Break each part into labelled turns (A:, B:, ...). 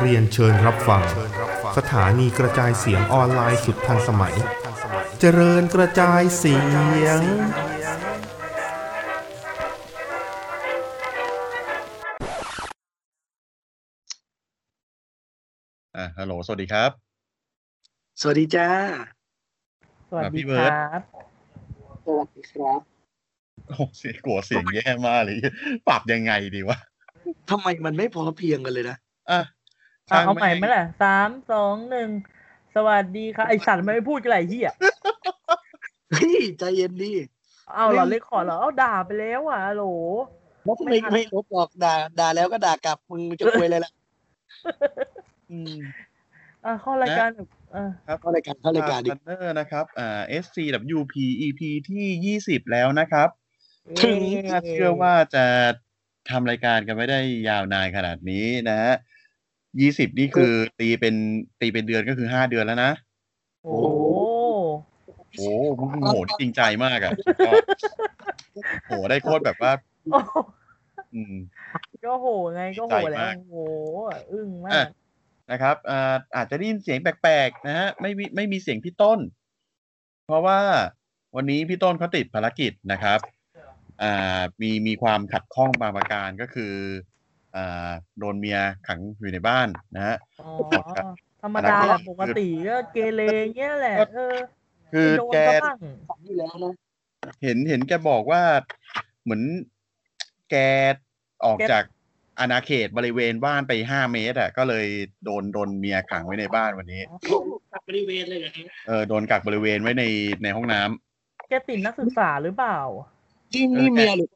A: เรียนเชิญรับฟัง สถานีกระจายเสียงออนไลน์สุดทันสมัย เจริญกระจายเสียง
B: อ่าฮัลโหล สวัสดีครับ
C: สวัสดีจ้า
D: สวัส
B: อ่ะพี่
D: ดี
B: เบิ
D: ค
B: ร์
D: รั
B: ต
D: บ
C: สวัสดีครับ
B: โอ้โหเสียงกลัวเสียงแย่มากเลย ปรับยังไงดีวะ
C: ทำไมมันไม่พอเพียงกันเลยนะ
B: อ่ะ
D: อ่ะเอา
B: ง
D: ใหม่ไหมล่ะสามสองหนึ่งสวัสดีครับไอสัตว์มันไม่พูดกันไรเฮีย
C: เฮ้ย ใจเย็นดี
D: เอาเหรอเลยขอเหรอเอาด่าไปแล้วอ่ะโหล
C: ลบไม่
D: ไม่ทัน
C: ไม่ลบหรอกด่า ด่าแล้วก็ด่ากลับ มึงจะคุยอะไรล่ะ อืม
D: อ่ะเข้ารายการเออ
C: เข้ารายการเข้ารายการดิ
B: พร์ทเนอร์นะครับ อ่า SCWP EP ที่ยี่สิบแล้วนะครับ ถึง
D: เ
B: เชื่อว่าจะทำรายการกันไม่ได้ยาวนานขนาดนี้นะฮะยี่สิบนี่คือตีเป็นตีเป็นเดือนก็คือห้าเดือนแล้วนะ
D: โอ้โห
B: โอ้โหมึงโหนี่จริงใจมากอ่ะก็โหได้โคตรแบบว่า
D: โอ้โห
B: อืม
D: ก็โหไงก็โหแล้
B: ใจมาว ก
D: โอ้โหอึ้งมา
B: อ่ะ
D: ก
B: นะครับอ่าอาจจะได้ยินเสียงแปลกๆนะฮะไม่มีไม่มีเสียงพี่ต้น เพราะว่าวันนี้พี่ต้นเขาติดภารกิจนะครับอ่ามีมีความขัดข้องบางประการก็คืออ่าโดนเมียขังอยู่ในบ้านนะฮะ
D: อ๋อธรรมดาแหละปกติก็เกเรเงี้ยแหละ เออ
B: คือ
D: โดน
B: แก
D: ซะบ้าง
C: ฝันอยู่แล้วนะ
B: เห็นเห็นแกบอกว่าเหมือนแกออกจากอาณาเขตบริเวณบ้านไปห้าเมตรอ่ะก็เลยโดนโดนเมียขังไว้ในบ้านวันนี้
C: บริเวณเลยนะ
B: เออโดนกักบริเวณไว้ในในห้องน้ำ
D: แกติดนักศึกษาหรือเปล่า
C: นี่นี่เมียหรือ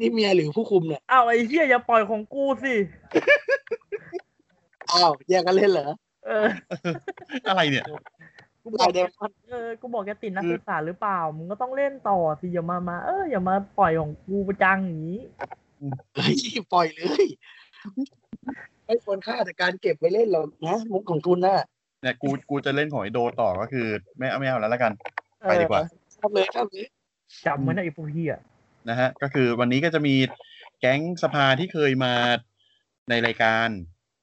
C: นี่เมียหรือผู้คุมเนี่ย
D: อ้าวไอ้เฮียอย่าปล่อยของกูสิ
C: อ้าวแยกกันเล่นเหรอ
D: เออ
B: อะไรเนี่ย
D: กูบ
C: ลา
D: อย ก
C: เดมอน
D: เออ กูบอกแกติดนัก
B: คือ
D: ศึกษาหรือเปล่า มึงก็ต้องเล่นต่อสิ อย่ามา มา เออ อย่ามาปล่อยของกูประจังอย่างนี้
C: เฮ้ยปล่อยเลย ไม่ควรค่าแต่การเก็บไว้เล่นหรอกนะ มุกของคุณน่ะ
B: เนี่ยกูกูจะเล่นของไอโดต่อก็คือ ไม่เอาไม่เอาแล้วละกัน ไปดีกว่า
D: เออ
C: ทำเลยทำเลย
D: จับมันนะไอ้พวกเฮีย
B: นะฮะ ก็คือวันนี้ก็จะมีแก๊งสภาที่เคยมาในรายการ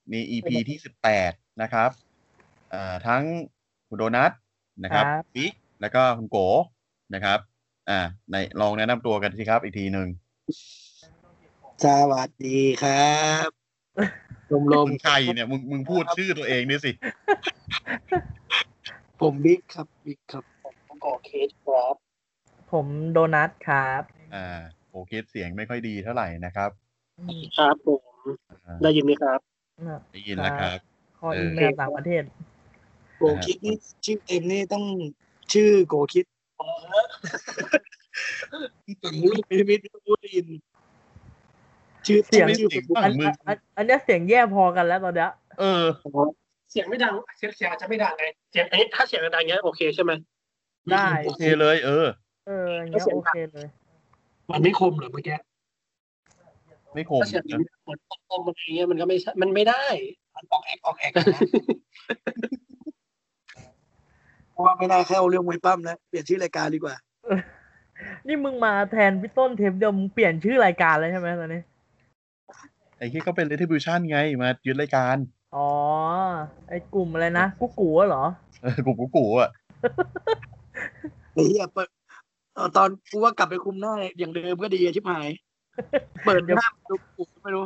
B: ใน EP ที่สิบแปดนะครับเอ่อทั้งคุณโดนัทนะครับปิ๊กแล้วก็คุณโกนะครับ อ่า ในลองแนะนำตัวกันสิครับอีกทีหนึ่ง
C: สวัสดีครับลมลม
B: มึงใครเนี่ย มึงมึงพูดชื่อตัวเองดิสิ
C: ๆผมบิ๊กครับ บิ๊กครับ ผมก่อเคสครับ
D: ผมโดนัทครับ
B: อ่าโอเคเสียงไม่ค่อยดีเท่าไหร่นะครับ
C: ครับผม
B: อ่า
C: ได้ยินไหมครับ
B: ได้ยินแล้วครับ
D: คอ
B: เอออี
D: อีเมลต่างประเทศ
C: โกคิดนี่ชื่อเต็มนี่ต้องชื่อโกคิดฝังลูกพิมิตรูดิน ชื่อ
D: เสียง
C: ชื่อ
B: เสียงบ้า
D: อั
B: ฝั่
D: น
B: งมึง
D: อันอันอันเนี้ยเสียงแย่พอกันแล้วตอนเนี้ย
B: เออ
E: เสียงไม่ดัง เสียงเสียงอาจจะไม่ดังไงเสียงเอ๊ะถ้าเสียงดังเงี้ยโอเคใช่ไหม
D: ได้
B: โอเคเลยเออ
D: เอออย่างเงี้ยโอเคเลย
E: มันไม่คมเหรอเมื่อกี้
B: ไม่คม
E: ถ้าเสียงดังเหมือนคมๆอะไรเงี้ยมันก็ไม่ใช่มันไม่ได้
C: มันออกแอกออกแอกนะเพราะว่าไม่น่าเข้าเรื่องมวยปั้มนะเปลี่ยนชื่อรายการดีกว่า
D: นี่มึงมาแทนพี่ต้นเทปเดิมมึงเปลี่ยนชื่อรายการแล้วใช่ไหมตอนนี้
B: ไอ้ที่เขาเป็น retribution ไง มายึดรายการ
D: อ๋อ ไอ้กลุ่มอะไรนะ กูกูอะเหรอ
B: เออกูกูกูอ่ะ
C: ไอ้เหี้ยเปิดเอ่อตอนกูว่ากลับไปคุมหน้าอย่างเดิมก็ดีอะชิบหาย เปิดหน้าดูกูไม่รู้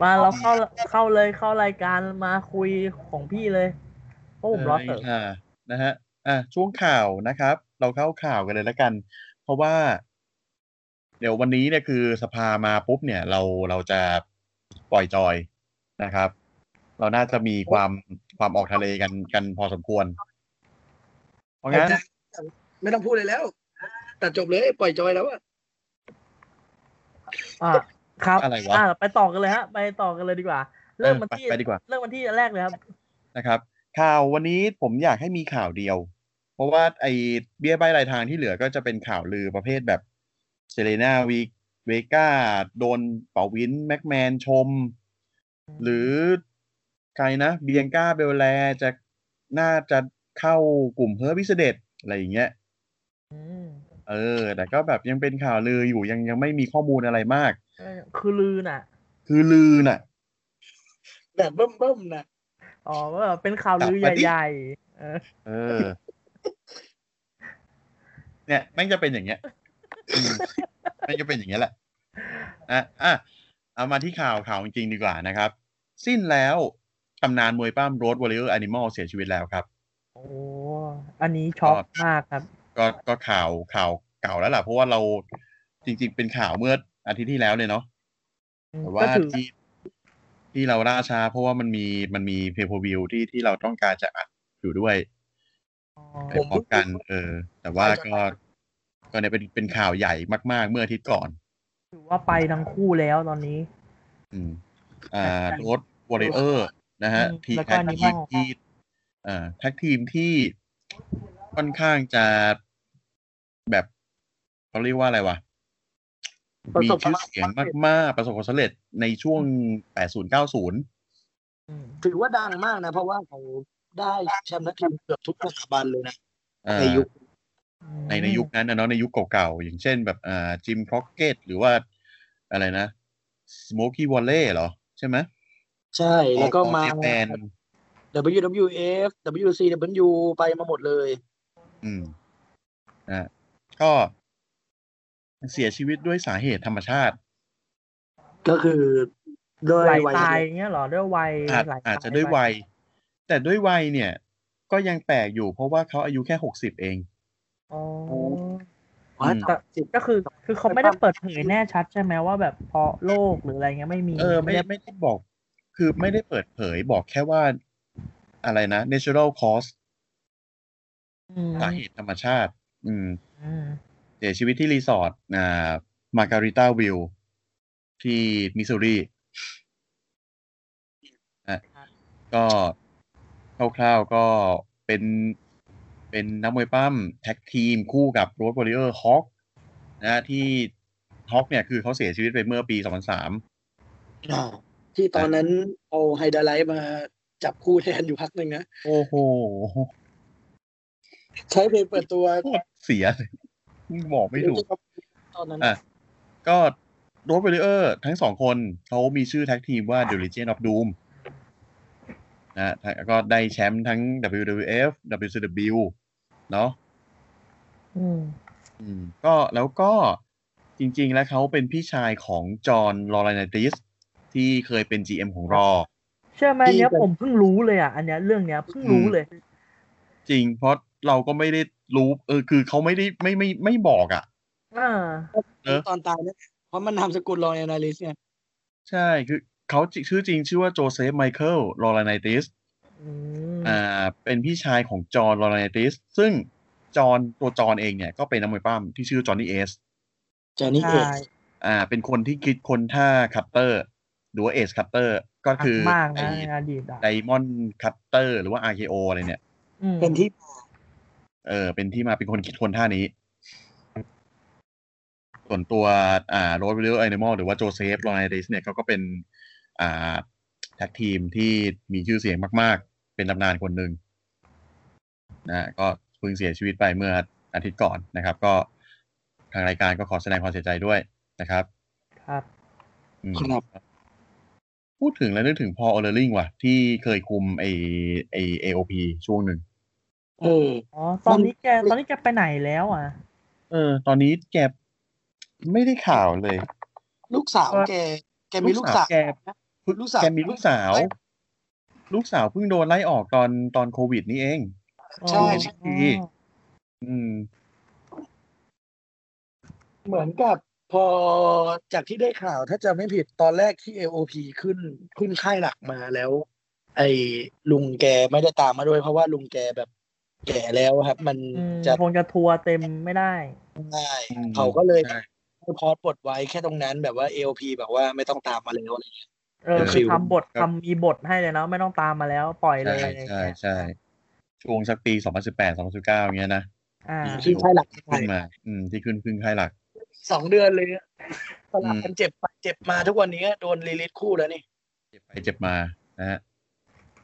D: มาเราเข้าเข้าเลยเข้ารายการมาคุยของพี่เลยโอ้ผมรอเตอร์
B: อ่านะฮะ อ่ะช่วงข่าวนะครับ เราเข้าข่าวกันเลยแล้วกัน เพราะว่า เดี๋ยววันนี้เนี่ยคือสภามาปุ๊บเนี่ย เราเราจะปล่อยจอยนะครับ เราน่าจะมีความความออกทะเลกันกันพอสมควร เพราะงั้น
C: ไม่ต้องพูดเลยแล้ว แต่จบเลยปล่อยจอยแล้วอะ
D: อ่าครับ
B: อะไรวะ
D: อ่าไปต่อกันเลยฮะ ไปต่อกันเลยดีกว่า เริ่ม
B: เออ
D: วันที่
B: ไปไปดีกว่า
D: เริ่มวันที่แรกเลยครับ
B: นะครับข่าววันนี้ผมอยากให้มีข่าวเดียว เพราะว่าไอเบี้ยใบรายทางที่เหลือก็จะเป็นข่าวลือประเภทแบบเซเลนาวีเวก้าโดนเป่าวินแม็กแมนชม หรือใครนะเบียงก้าเบลแลจะน่าจะเข้ากลุ่มเฮอร์พิเศษอะไรอย่างเงี้ย
D: อืม
B: เ เออ แต่ก็แบบยังเป็นข่าวลืออยู่ยังยังไม่มีข้อมูลอะไรมาก
D: เออคือลือน่ะ
B: คือลือน่ะ
C: แบบเบิ่มๆนะ
D: อ๋อว่าแบบเป็นข่าวลือ
B: จับมาดิ
D: ใหญ่ๆเออ
B: เออ เนี่ยแม่งจะเป็นอย่างเงี้ยอืมแม่งจะเป็นอย่างเงี้ยแหละอ่ะอ่ะเอามาที่ข่าวข่าวจริงๆดีกว่านะครับ สิ้นแล้วตำนานมวยปล้ามโรดวอลเลอร์แอนิมอลเสียชีวิตแล้วครับ
D: โอ้อันนี้ช็อกมากครับ
B: ก็ก็ข่าวข่าวเก่าแล้วล่ะ เพราะว่าเราจริง ๆ เป็นข่าวเมื่ออาทิตย์ที่แล้วเลยเนาะแต่ว่า
D: ก็ถือ
B: ที่ที่เราล่าช้า เพราะว่ามันมีมันมีเพย์พวิวที่ที่เราต้องการจะอัดอยู่ด้วย
D: อ๋อ
B: ไปพร้อมกัน เออ แต่ว่าก็ก็เนี่ยเป็นเป็นข่าวใหญ่มาก ๆ เมื่ออาทิตย์ก่อน
D: ถือว่าไปทั้งคู่แล้วตอนนี้
B: อืม อ่ารถวอริเออร์นะฮะ
D: อืม
B: ที
D: แล้วก็
B: แท็ก
D: Animal
B: ทีมที่อ่าแท็กทีมที่ค่อนข้างจะแบบเขาเรียกว่าอะไรวะ
C: ประ
B: มี
C: สบ
B: ชื่อเสียงมาก ๆ ประสบความสำเร็จในช่วง 80-90
D: อืม
C: ถือว่าดังมากนะ เพราะว่าเขาได้แชมป์นักทีมเกือบทุกสถาบันเลยนะ
B: อ่า
C: ในยุค
B: ในในยุคนั้นนะเนาะในยุคเก่าๆ อย่างเช่นแบบอ่าจิมพ็อกเก็ตหรือว่าอะไรนะสโมกี้วอลเล่เหรอ ใช่ไหม
C: ใช่ แล้วก็มา
B: ของเจแปน
C: WWF WCW ไปมาหมดเลย
B: อืมอ่ะก็เสียชีวิตด้วยสาเหตุธรรมชาติ
C: ก็คือด้วย
D: ไหล
C: วัย
D: ตายอย่างเงี้ยเหรอด้วยวัย
B: อาจ
D: ไหลต
B: อาจจะด้วยวัย แต่ด้วยวัยเนี่ย ก็ยังแปลกอยู่เพราะว่าเขาอายุแค่หกสิบเอง
D: อ๋อ
C: วัย
B: อืม
C: ต่ำสิบ
D: ก็คือคือเขาไม่ได้เปิดเผยแน่ชัดใช่ไหมว่าแบบเพราะโรคหรืออะไรเงี้ยไม่มี
B: เออ ไม่
D: ด้
B: ไม่ได้บอก คือไม่ได้เปิดเผยบอกแค่ว่าอะไรนะ natural cause
D: อืม
B: สาเหตุธรรมชาติ อืม
D: อืม
B: เสียชีวิตที่รีสอร์ทอ่ามาการิตาวิลที่มิสซูรีอ่ะก็คร่าวๆก็เป็นเป็นนักมวยปั้มแท็กทีมคู่กับโรสบริเออร์ฮอกนะที่ฮอกเนี่ยคือเขาเสียชีวิตไปเมื่อปี 2003
C: อ่าที่ตอนนั้นเอาไฮดรไลท์มาจับคู่แทนอยู่พักหนึ่งนะ
B: โอ้โห
C: ใช้เพลงเปิดตัว
B: โคตรเสียเลยบอกไม่ถูก
C: ตอนนั้น
B: อ่ะ ก็โรสบริเออร์ทั้งสองคนเขามีชื่อแท็กทีมว่า The Legion of Doom นะฮะทั้งก็ได้แชมป์ทั้ง WWF WCW เนาะ
D: อืม
B: อืมก็แล้วก็จริง ๆ แล้วเขาเป็นพี่ชายของจอห์นลอราเนติส ที่เคยเป็น GM ของรอ
D: เชื่อไหมอันเนี้ยผมเพิ่งรู้เลยอ่ะอันเนี้ยเรื่องเนี้ยเพิ่งรู้เลย
B: จริง เพราะเราก็ไม่ได้รู้ เออ คือเขาไม่ได้ไม่ไม่ไม่บอกอะ่ะ
D: อ่า
B: เออ
C: ตอนตายเนี่ยเพราะมันนามสกุลรอยนาลิสเนี่ย
B: ใช่ คือเขาชื่อจริงชื่อว่าโจเซฟไมเคิลลอราเนติส
D: อืม
B: อ่าเป็นพี่ชายของจอห์นลอเรนติส ซึ่งจอห์นตัวจอห์นเองเนี่ยก็เป็นนักมวยปล้ำที่ชื่อจอห์นนี่เอส
C: จอห์นนี่เอ
D: ใช่
C: ก
B: อ่าเป็นคนที่คิดคนท่าคัตเตอร์หรือว่าเอสคัตเตอร์ก็คือ
D: มาก
B: ไอ
D: นะในอดีตอ่ะ
B: ไดมอนด์คัตเตอร์หรือว่า RKO อะไรเนี่ย
D: อืม
C: เป็นที่
B: เออเป็นที่มาเป็นคนคิดคนท่านี้ ส่วนตัวอ่าโรดวิลเลอร์ไอเนมอลหรือว่าโจเซฟลอเรนติสเนี่ยเขาก็เป็นอ่าแท็กทีมที่มีชื่อเสียงมาก ๆ เป็นตำนานคนหนึ่ง นะก็เพิ่งเสียชีวิตไปเมื่ออาทิตย์ก่อนนะครับ ก็ทางรายการก็ขอแสดงความเสียใจด้วยนะครับ
D: ครับ
B: อืม
C: ครับ
B: พูดถึงแล้วนึกถึงพอลอเลอริงว่ะ ที่เคยคุมไอไอเอโอพีช่วงหนึ่ง
C: เออ
D: อ๋อตอนนี้แกตอนนี้แกไปไหนแล้วอ่ะ
B: เออ ตอนนี้แกไม่ได้ข่าวเลย
C: ลูกสาวแก แกมีลูกสาว
B: แก
C: นะ
B: เพิ่ง
C: ลูกสาว
B: แกมีลูกสาว ลูกสาวเพิ่งโดนไล่ออกตอนตอนโควิดนี่เอง
C: ใช่ใช่
D: อ๋อ
B: อืม
C: เหมือนกับพอจากที่ได้ข่าวถ้าจะไม่ผิดตอนแรกที่ AOP ขึ้นขึ้นค่ายหลักมาแล้ว ไอ้ลุงแกไม่ได้ตามมาด้วย เพราะว่าลุงแกแบบแก่แล้วครับ มัน
D: อืม
C: จะ
D: คงจะทัวร์เต็มไม่ได้
C: ง่าย
B: อืม
C: เขาก็เลย
B: ใช่
C: ให้พอดบทไว้แค่ตรงนั้นแบบว่า AOP แบบว่าไม่ต้องตามมาแล้วอะไรอย่างเงี้ย
D: เออ
B: เออ
D: คือทำบท
B: ครับ
D: ทำมีบทให้เลยเนาะไม่ต้องตามมาแล้วปล่อยเล
B: ใช่
D: ย
B: ใช่ใช่ช่วงสักปีสองพันสิบแปดสองพันสิบเก้าเงี้ยนะ
D: อ่า
C: ที่ค่ายหลัก
B: ขึ้นมา อืม ที่ขึ้นขึ้นค่ายหลัก
C: สองเดือนเลยอะสลับ
B: อืม
C: กันเจ็บไปเจ็บมาทุกวันนี้โดนรีลิสคู่แล้วนี่
B: เจ็บไปเจ็บมานะฮะ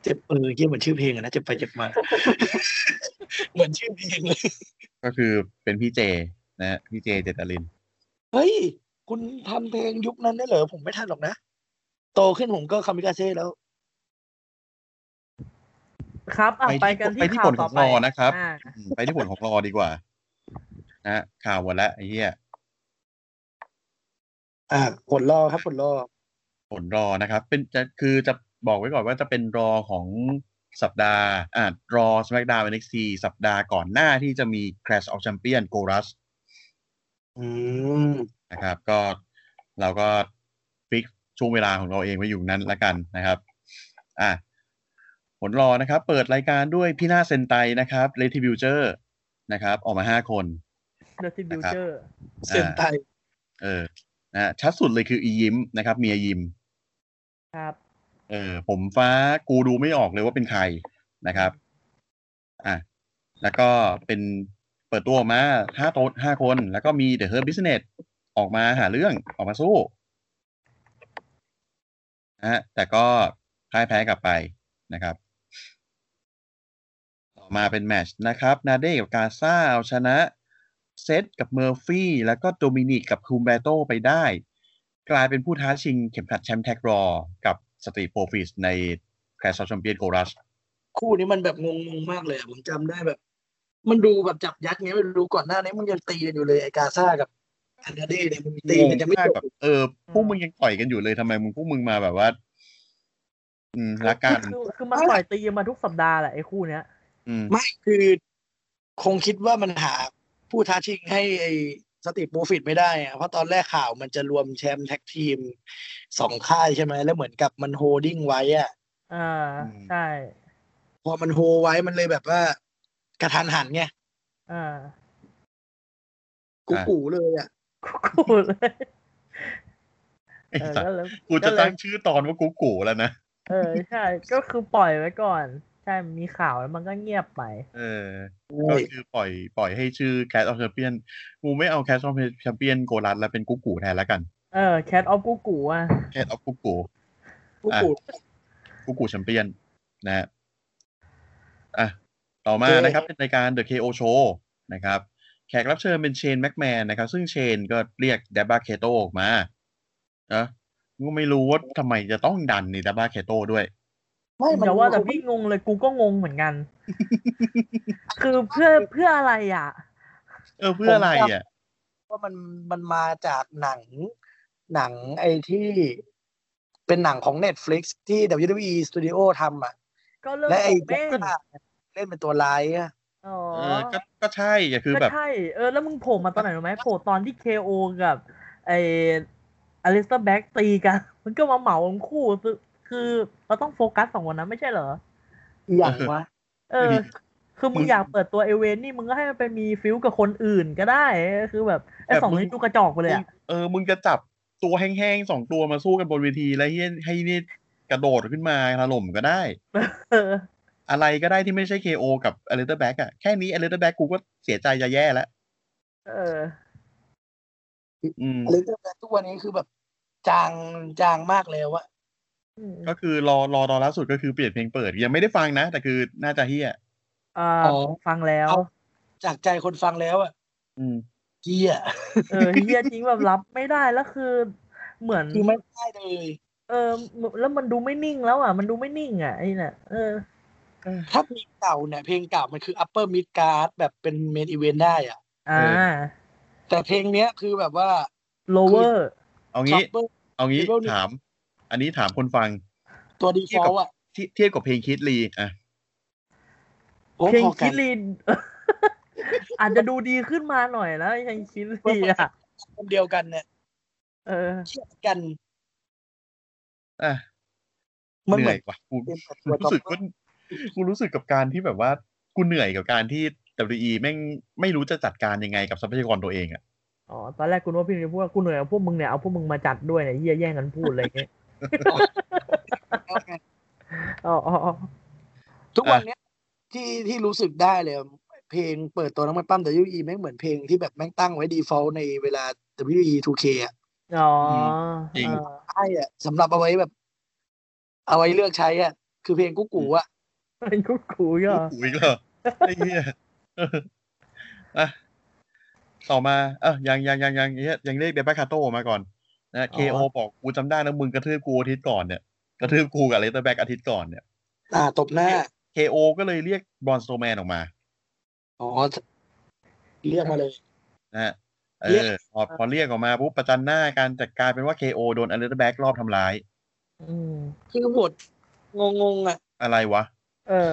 C: เจ็บเออเยี่ยมเหมือนชื่อเพลงอะนะ เจ็บไปเจ็บมา เหมือนชื่อเพลงเลย
B: ก็คือเป็นพี่เจ นะฮะพี่เจเจตลิน
C: เฮ้ย คุณทำเพลงยุคนั้นได้เหรอ ผมไม่ทันหรอกนะ โตขึ้นผมก็คามิกาเซ่แล้ว
D: ครับอ่ะ
B: ไปที่
D: ไปกัน
B: ไป
D: ที่
B: ที่ผ
D: ข่าว
B: ลข
D: ต่
B: อ
D: อง ไป
B: รอนะครับ
D: อ่า
B: อืมไปที่ผลของรอดีกว่า นะฮะข่าวหมดแล้วไอ้เหี้ย
C: อ่าผลล่อครับผลล่อ
B: ผลรอนะครับ เป็นจะคือจะบอกไว้ก่อนว่าจะเป็นรอของสัปดาห์ อ่ารอสมักดาวเอ็นเอ็กซีสัปดาห์ก่อนหน้าที่จะมี Crash of Champion โกรัส
C: อืม
B: นะครับ ก็เราก็ฟิกช่วงเวลาของเราเองไว้อยู่นั้นละกันนะครับอ่ะผลรอนะครับ เปิดรายการด้วยพี่หน้าเซนไตนะครับเลทิบิวเจอร์นะครับ ออกมาห้าคน
D: เดอะทิบิวเจอร์
C: เส้นไต
B: เออนะฮะชัดสุดเลยคืออียิ้มนะครับเมียยิ้ม
D: ครับ
B: เออผมฟ้ากูดูไม่ออกเลยว่าเป็นใครนะครับ อ่ะแล้วก็เป็นเปิดตัวออกมาห้าโต๊ะห้าคน แล้วก็มีเดอะเฮิร์บบิสเนสออกมาหาเรื่องออกมาสู้นะฮะแต่ก็พ่ายแพ้กลับไปนะครับ ต่อมาเป็นแมตชนะครับ นาเดกับกาซาเอาชนะเซตกับเมอร์ฟี่ แล้วก็โดมินิกกับคูมเบโตไปได้ กลายเป็นผู้ท้าชิงเข็มขัดแชมป์แท็กรอ กับสตรีทโปรฟิสในแคสซ์แชมเปียนโกรัส
C: คู่นี้มันแบบงงๆมากเลยอะผมจำได้แบบ มันดูแบบจับยัดไงไม่รู้ก่อนหน้านี้มึงยังตีกันอยู่เลยไอกาซ่ากับอันดาเด้เนี่ยมึงตีกันจะไม่จบ
B: แบบเออพวกมึงยังต่อยกันอยู่เลยทำไมมึงพวกมึงมาแบบว่า อืมรักกัน
D: คือคือคือมันต่อยตีมาทุกสัปดาห์แหละไอ้คู่เนี้ย
B: อืม
C: ไม่คือคงคิดว่ามันหาผู้ท้าชิงให้ไอสติโปรฟิตไม่ได้อะเพราะตอนแรกข่าวมันจะรวมแชมป์แท็กทีมสองค่ายใช่ไหมแล้วเหมือนกับมันโฮลดิ้งไว้อะ
D: อ่าใช่
C: พอมันโฮไว้มันเลยแบบว่ากระทันหันไง
D: อ่า
C: กูกูเลยอะ
D: กูเลย
B: ไอ้
D: เออ
B: สัส
D: ก็เลย
B: กูจะตั้งชื่อตอนว่ากูกูแล้วนะ
D: เออใช่ ก็คือปล่อยไว้ก่อน ใช่มีข่าวแล้วมันก็เงียบไป
B: เออ ก็คือปล่อยปล่อยให้ชื่อแคสซ์แชมเปียนกูไม่เอาแคสซ์แชมเปียนโกรัสแล้วเป็นกูกูแทนแล้วกัน
D: เออแคทออฟกูกูอ่ะ
B: แคสเอากูกู
C: กูกู
B: กูกูแชมเปียนนะฮะอ่ะต่อมานะครับ เป็นรายการ The KO Show นะครับ แขกรับเชิญเป็นเชนแม็กแมนนะครับ ซึ่งเชนก็เรียกเดบ a าเคโตออกมาเนอะก็ไม่รู้ว่าทำไมจะต้องดันในเดบ a าเคโตด้วย
C: ไม่มัน
D: แต่ว่าแต่พี่งงเลยกูก็งงเห มือนกัน คือเพื่อเพื่ออะไรอ่ะ
B: เออเพื่ออะไรอ่ะ
C: ว่ามันมันมาจากหนังหนังไอ้ที่เป็นหนังของ Netflix ที่ WWE Studio ทำอ่ะ
D: ก็เรื่อง
C: และไอ้
D: ของแม่ง
C: ก็เล่นเป็นตัวร้ายอะ
D: อ๋อ
B: เออก็ก็ใช่อ่ะคือ
D: ก็
B: แบบ
D: ใช่ เออ แล้วมึงโผล่มาตอนไหนรู้ไหมโผล่ตอนที่เคโอกับไออลิสเตอร์แบ็กตีกัน มันก็มาเหมาทั้งคู่ คือคือเราต้องโฟกัสสองคนนั้นไม่ใช่เหรอ
C: อหย่างวะ
D: เออ คือมึง
B: มึง
D: อยากเปิดตัวเอเวนนี่มึงก็ให้มันเป็นมีฟิลกับคนอื่นก็ได้ คือแบบไอ
B: แบบ
D: สอง
B: มึง
D: นี้ดูกระจอกไปเลยอะ
B: เออมึงจะจับตัวแห้งๆสองตัวมาสู้กันบนเวทีแล้วให้ให้นี่กระโดดขึ้นมาถล่มก็ได้
D: เออ
B: อะไรก็ได้ที่ไม่ใช่ KO กับ a l i t e r Back อ่ะแค่นี้ a l i t e r Back กูก็เสียใจจะแย่แล้ว
D: เออ
B: อืม
C: หรือแบบทุกวันนี้คือแบบจางจางมากแล้วอะ
D: อืม
B: ก็คือรอรอตอนล่าสุดก็คือเปลี่ยนเพลงเปิด ยังไม่ได้ฟังนะ แต่คือน่าจะเฮีย
D: อ่าฟังแล้ว
C: จากใจคนฟังแล้วอะ
B: อืม
C: เกีย
D: เออเฮียจริงแบบรับไม่ได้แล้วคือเหมือน
C: คือไม่ได้เลย
D: เออ แล้วมันดูไม่นิ่งแล้วอ่ะ มันดูไม่นิ่งอ่ะไอ้น่ะเออ
C: ถ้าเพลงเก่าเนี่ยเพลงเก่ามันคือ upper mid card แบบเป็น main event ได้อะ
D: อ่า
B: เอ
C: แต่เพลงเนี้ยคือแบบว่า
D: lower
B: เอางี้
C: upper
B: เอางี้
C: level หนึ่ง
B: ถาม อันนี้ถามคนฟัง
C: ตัว default อะ
B: ที่เทียบกับเพลงคิดลีอ่ะ
C: โอ้
D: เพลง
C: พอกั
D: คิ
C: น
D: ริน อาจจะดูดีขึ้นมาหน่อยนะเพลงคิริอ่ะ
C: คนเดียวกันเนี่ย
D: เออ
C: เทียบกัน
B: อ่ะ
C: มัน
B: เห
C: เห
B: นื่
C: มื
B: อ
C: อย น
B: ว่ะกู
C: เป็นแบบตัว
B: รู้สึกว่ากูรู้สึกกับการที่แบบว่า กูเหนื่อยกับการที่ WE แม่งไม่รู้จะจัดการยังไงกับทรัพยากรตัวเองอ่ะ
D: อ๋อ ตอนแรกกูนึกว่าพี่จะพูดว่ากูเหนื่อยกับพวกมึงเนี่ย เอาพวกมึงมาจัดด้วยเนี่ยเหี้ยแย่งกันพูดอะไรอย่างเงี้ย
C: แล้วไง
D: อ๋ออ๋ออ๋อ
C: ทุกวันเนี้ยที่ที่รู้สึกได้เลย เพลงเปิดตัวน้องไม่ปั้ม WWE แม่งเหมือนเพลงที่แบบแม่งตั้งไว้ default ในเวลา WWE 2K อ่ะ
D: อ๋อ
B: จริง
D: เออ
C: ใช่อ่ะสำหรับเอาไว้แบบ เอาไว้เลือกใช้อ่ะ คือเพลงกูกูอ่ะ
D: เป็นกูกูเหรอ
B: กูอีกเหรอไอ้เหี้ยเอออ่ะ ต่อมาเออยังยังยังยังเหี้ยยังเรียกเดบ้าคาโต้มาก่อนนะเคโอบอกกูจำได้นะมึงกระทืบกูอาทิตย์ก่อนเนี่ยกระทืบกูกับเลเตอร์แบ็กอาทิตย์ก่อนเนี่ย
C: อ่าตบหน้า
B: เคโอก็เลยเรียกบรอนสโตแมนออกมา
C: อ๋อ เรียกมาเลย
B: นะฮะเออพอพอเรียกออกมาปุ๊บประจันหน้ากันแต่กลายเป็นว่าเคโอโดนเลเตอร์แบ็กรอบทำร้าย
D: อืม
C: คือบทงงงๆอ่ะ
B: อะไรวะ
D: เออ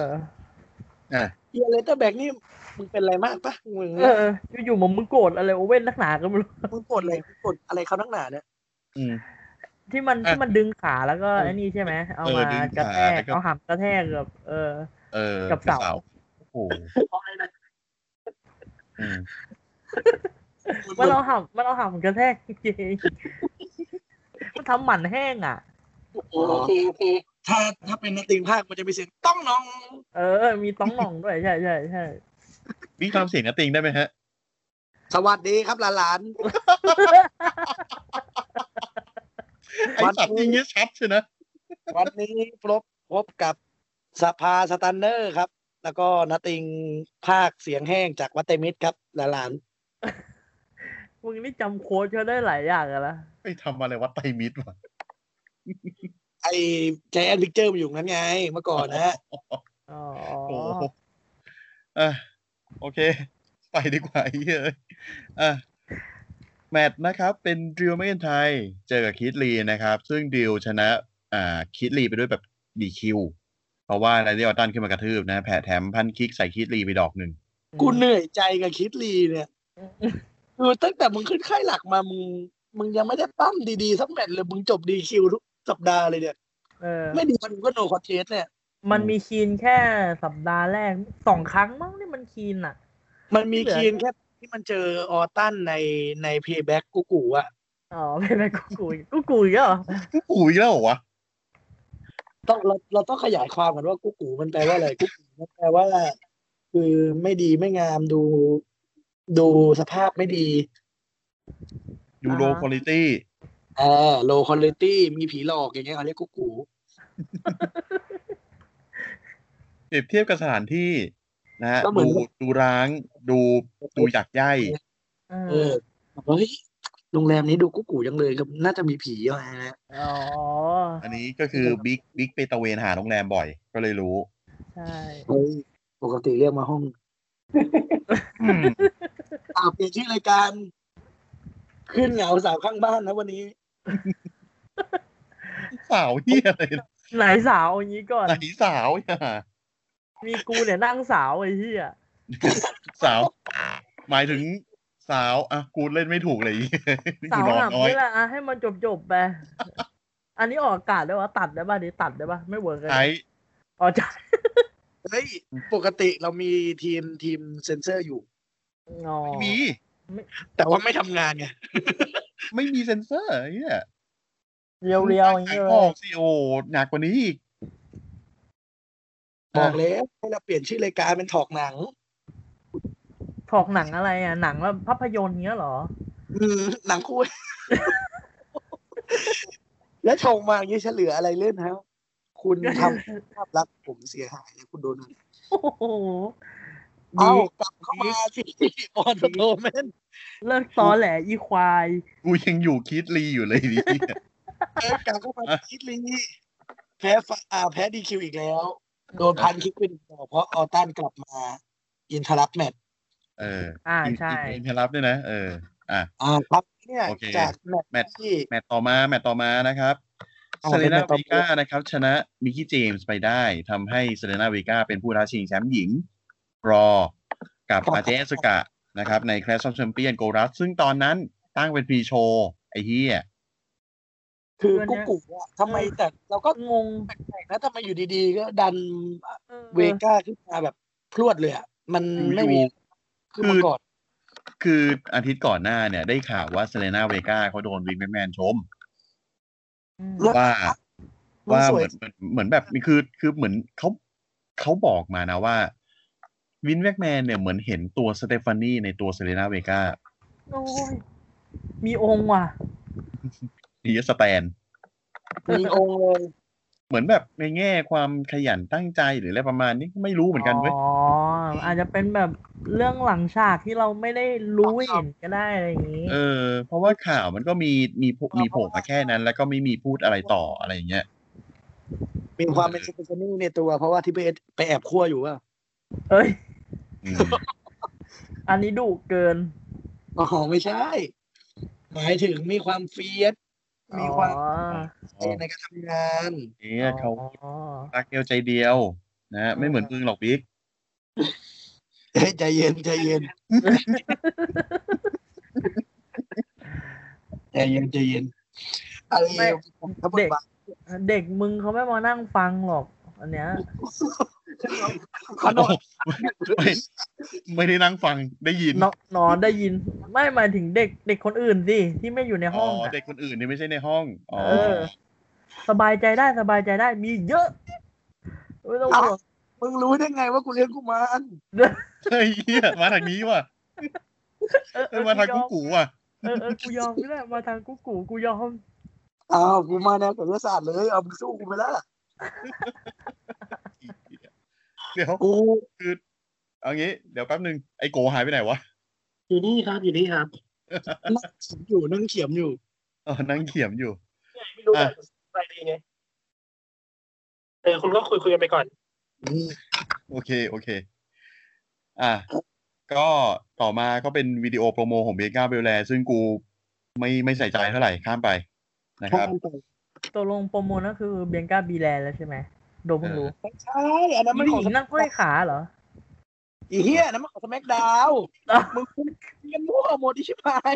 B: อ่ะ
C: เอเลเตอร์แบกนี่มึงเป็นอะไรมากปะมึง
D: เออ อยู่ๆมึงโกรธอะไรโอเว่นนักหนาก็ไม่รู้
C: มึงกดอะไรมึงกดอะไรเขานักหนาเนี่ย
B: อืม
D: ที่มัน
B: อ่ะ
D: ที่มันดึงขาแล้วก็
B: เออ
D: ไอ้นี่ใช่ไหม เอา
B: เออ
D: มา
B: ดึง
D: ก
B: ขา
D: ระแท
B: แล้ว
D: ก
B: ก็
D: เอาหามกระแทกกับเออ
B: เออ
D: กับเสา
B: ป็นโอ้โห
E: เอาอะไรนะ
B: อืม
D: มันเอาหามมันเอาหามกระแทกจริงๆมันทำหมันแห้งอ่ะ
E: โอเคโอเค
C: ถ้าถ้าเป็นนักติงภาคมันจะมีเสียงต้องน้อง
D: เออ มีต้องหน่องด้วยใช่ใช่ใช่
B: บิ๊กทำเสียงนะติงได้ไหมฮะ
C: สวัสดีครับหลาน
B: ไอสัตว์ยิงเงี้ยชัดใช่นะ
C: ๆ วันนี้พบพบกับสภาสตันเนอร์ครับ แล้วก็นักติงภาคเสียงแห้งจากวัตเตมิดครับหลาน
D: มึงนี่จำโค้ดเขาได้หลายอย่างอะละ
B: ไปทำอะไรวะไตรมิดวะ
C: ๆไอ้ใจแอนพิกเจอร์มันอยู่นั้นไง เมื่อก่อนนะฮะ
D: อ๋อ
B: โอ้โหอ่ะโอเค ไปดีกว่าไอ้เหี้ยเอ้ยอ่ะแมตช์นะครับ เป็นดิวไม่กันไทย เจอกับคิดลีนะครับ ซึ่งดิวชนะ อ่าคิดลีไปด้วยแบบดีคิว เพราะว่าไรเดอร์ตันขึ้นมากระทืบนะ แผ่แถมพันคิกใส่คิดลีไปดอกหนึ่ง
C: กูเหนื่อยใจกับคิดลีเนี่ยคือตั้งแต่มึงขึ้นค่ายหลักมามึงมึงยังไม่ได้ปั้มดีๆสักแมตช์เลยมึงจบดีคิวทุกสัปดาห์เลยเนี่ย
D: เออ
C: ไม่ดีมันก็โนคอนเทสเนี่ย
D: มันมีคีนแค่สัปดาห์แรกสองครั้งมั้งนี่มันคีนอ่ะ
C: มันมี
D: เหลือ
C: คีนแค่ที่มันเจอออตันในในเพย์แบ็กกูกูอะ
D: อ๋ อเป็นอะไรกูกูกูกูอีกแล้วเหรอ
B: อุ้ยแล้วเหรอวะ
C: ต้องเราเราต้องขยายความกันว่ากูกูมันแปลว่าอะไร กูกูมันแปลว่า คือไม่ดีไม่งามดู ดูสภาพไม่ดี
B: ยูโรคุณลิตี้
C: เออโลคอลิตี้มีผีหลอกอย่างเงี้ยเขาเรียกกูกู
B: เปรียบเทียบกับสถานที่นะฮะดูดูร้าง ดูดูอยากย่าย
D: เอ
C: เอ
D: อ
C: อเฮ้ยโรงแรมนี้ดูกูกูยังเลยครับน่าจะมีผีอะไรนะ
D: อ๋อ
B: อันนี้ก็คือบิ๊กบิ๊กไปตระเวนหาโรงแรมบ่อย ก็เลยรู้
D: ใช่
C: เฮ้ยปกติเรียกมาห้องอ่าเปลี่ยนชื่อรายการ ขึ้นเหงาสาวข้างบ้านนะวันนี้
B: สาวเฮียอะไรนะ
D: ไหนสาวอย่างนี้ก่อน
B: ไหนสาวเนี่ย
D: มีกูเนี่ยนั่งสาวไอ้เหี้ย
B: สาว หมายถึงสาวอ่ะกูเล่นไม่ถูกเลย นี่
D: สา
B: กู
D: วน
B: อน
D: หนับ
B: น้อย
D: นี่แหละอ่ะให้มันจบจบๆไปอันนี้ออกอากาศได้วะตัดได้ป่ะเดี๋ยวตัดได้ป่ะไม่เวิร์กเลย
B: ไอ้
D: อ๋อจ้ะ
C: เฮ้ย ปกติเรามีทีมทีมเซนเซอร์อยู่
D: อ๋อ
B: ไม่มี
C: แต่ว่าไม่ทำงานไง
B: ไม่มีเซ็นเซอร์ไอ้เฮีย
D: เรียวเรียวๆอย่าง
B: ขาย
D: เงี้ย
B: ออกซีโอหนักกว่านี้อีก
C: บอกแล้วให้เราเปลี่ยนชื่อรายการเป็นถอกหนัง
D: ถอกหนังอะไรอ่ะหนังแบบภาพยนตร์เงี้ยเหรอ
C: อืมหนังคู่ แล้วชงมาอย่างนี้เฉลืออะไรเล่นแล้ว คุณทำให้ภาพลักษณ์ผมเสียหายนะคุณโดน
D: โอ้โหดี
C: เอากลับเข้ามา สิออนโตแมน
D: เลิกตอแหลอีควาย
B: กูยังอยู่คิดลีอยู่เลยดิ
C: เออกลับเข้ามาคิดลิงนี่แพ้ฟอ่าแพ้ดีคิวอีกแล้ว โดนพันคิกเป็นต่อเพราะออตันกลับมา อินทรัพแมตช์
B: เออ
D: อ่า
B: อิน
D: ใช่
B: อินเทอร์รับด้วยนะเออ อ่ะ
C: อ่าครับเนี่ย
B: โอเค
C: จากแม
B: แม
C: ตช์
B: ตช์
C: ที่
B: แมตต์ต่อมาแมตต์ต่อมานะครับ
C: อ๋อ
B: เซ
C: เป็
B: เล
C: น
B: นา
C: แมตช์ต่อ
B: วี
C: มา
B: ก้านะครับ ชนะมิกกี้เจมส์ไปได้ทำให้เซเลนาวีก้าเป็นผู้ท้าชิงแชมป์หญิง รอกับอาเจสุกะนะครับ ในแคล s ซ of แชมเปี้ยนโกรัสซึ่งตอนนั้นตั้งเป็นพรีโชว์ไอ้เฮีย
C: คือกุ๊กกุ๊กอะทำไมแต่เราก็
D: งง
C: แปลกนะทำไมอยู่ดีๆ ก็ดัน
D: เออ
C: เวก้าขึ้นมาแบบพรวดเลยอะมันไม่มีขึ้นมาก่อน
B: คืออาทิตย์ก่อนหน้าเนี่ย ได้ข่าวว่าเซเลนาเวก้าเขาโดนวิงแมนชม
D: อืม
B: ว่า
C: มัน
B: ว่า
C: ส
B: เห
C: วย
B: มือนเหมือนเหมือนแบบคือคือเหมือนเขาเขาบอกมานะว่า วินแวกแมนเนี่ยเหมือนเห็นตัวสเตฟานีในตัวเซเลนาเวก้า
D: โอ้ยมีองค์ว่ะ
B: ดีสแตน
C: มีองค์เลย
B: เหมือนแบบในแง่ความขยันตั้งใจหรืออะไรประมาณนี้ไม่รู้เหมือนกันเว้ย
D: อ๋ออาจจะเป็นแบบเรื่องหลังฉากที่เราไม่ได้รู้เห็นก็ได้อะไรอย่างนี้
B: เออ เพราะว่าข่าวมันก็มีมีโผมีโผล่มาแค่นั้น แล้วก็ไม่มีพูดอะไรต่ออะไรอย่างเงี้ย
C: มีความเป็นซูเปอร์ซนี่ในตัว เพราะว่าที่ไปไปแอบคั่วอยู่ว่า
D: เอ้ย
B: อืม
D: อันนี้ดุเกิน
C: อ๋อไม่ใช่ หมายถึงมีความเฟียสมีความ
D: อ๋อ
C: ใจในการทำงาน
B: เนี่ยเขา
D: อ๋อ
B: รักเดียวใจเดียว นะฮะไม่เหมือนมึงหรอกบิ๊ก
C: เฮ้ยใจเย็นใจ เย็นใจเย็นใจเย็นอะไรผมทำบทบาท
D: เด็กมึงเขาไม่มานั่งฟังหรอก อันเนี้ย
C: ขอโทษ
B: ไม่ไม่ได้นั่งฟังได้ยิน
D: นอนนอนได้ยิน ไม่หมายถึงเด็กเด็กคนอื่นสิที่ไม่อยู่ในห้
B: อ๋
D: อ
B: อง
D: อะ
B: เด็กคนอื่นนี่ไม่ใช่ในห้องอ๋อ
D: เออ สบายใจได้สบายใจได้มีเยอะไม่ต้องห่วง
C: มึงรู้ได้ไงว่ากูเลี้ยงกุมาร
B: เฮ้ยเหี้ยมาทางนี้ว่ะ
D: เออเอ
B: เฮ้ย
D: อ
B: มาทางกู
D: ยอม
B: กูว่ะ
D: เออเออกูยอมก็ได้มาทางกูกูกูยอม
C: อ้าวกูมาแนวกับวิทยาศาสตร์เลย เอามึงสู้กูไปแล้ว
B: เดี๋ยว
C: กู
B: เอางี้เดี๋ยวแป๊บนึงไอ้โกหายไปไหนวะ
E: อยู่นี่ครับอยู่นี่ครับ
C: นั่งเขียมอยู่นั่งเขียมอยู่
B: อ๋อนั่งเขียมอยู่
E: ไม่รู้
B: อ่ะ
E: อะไรดีไงเออคุณก็คุยคุยกันไปก่อน
B: โอเค โอเค อ่ะ ก็ต่อมาก็เป็นวิดีโอโปรโมของเบก้าเบลแลซึ่งกูไม่ไม่ใส่ใจเท่าไหร่ข้ามไปนะครับ
D: ตกลงโปรโมทนั่นคือเบียงกาบีแลนแล้วใช่ไหมโดมเพิ่งรู้
C: ไม่ใช่อันนั้นมัน
D: ผู้
C: ข
D: ห
C: อง
D: ญิงนั่งห้อยขาเหรอ
C: อีเหี้ยอันนั้นมันของสแมกดาว
D: อ่ะ
C: มึงมึงกันมั่วหมดที่ชิบหาย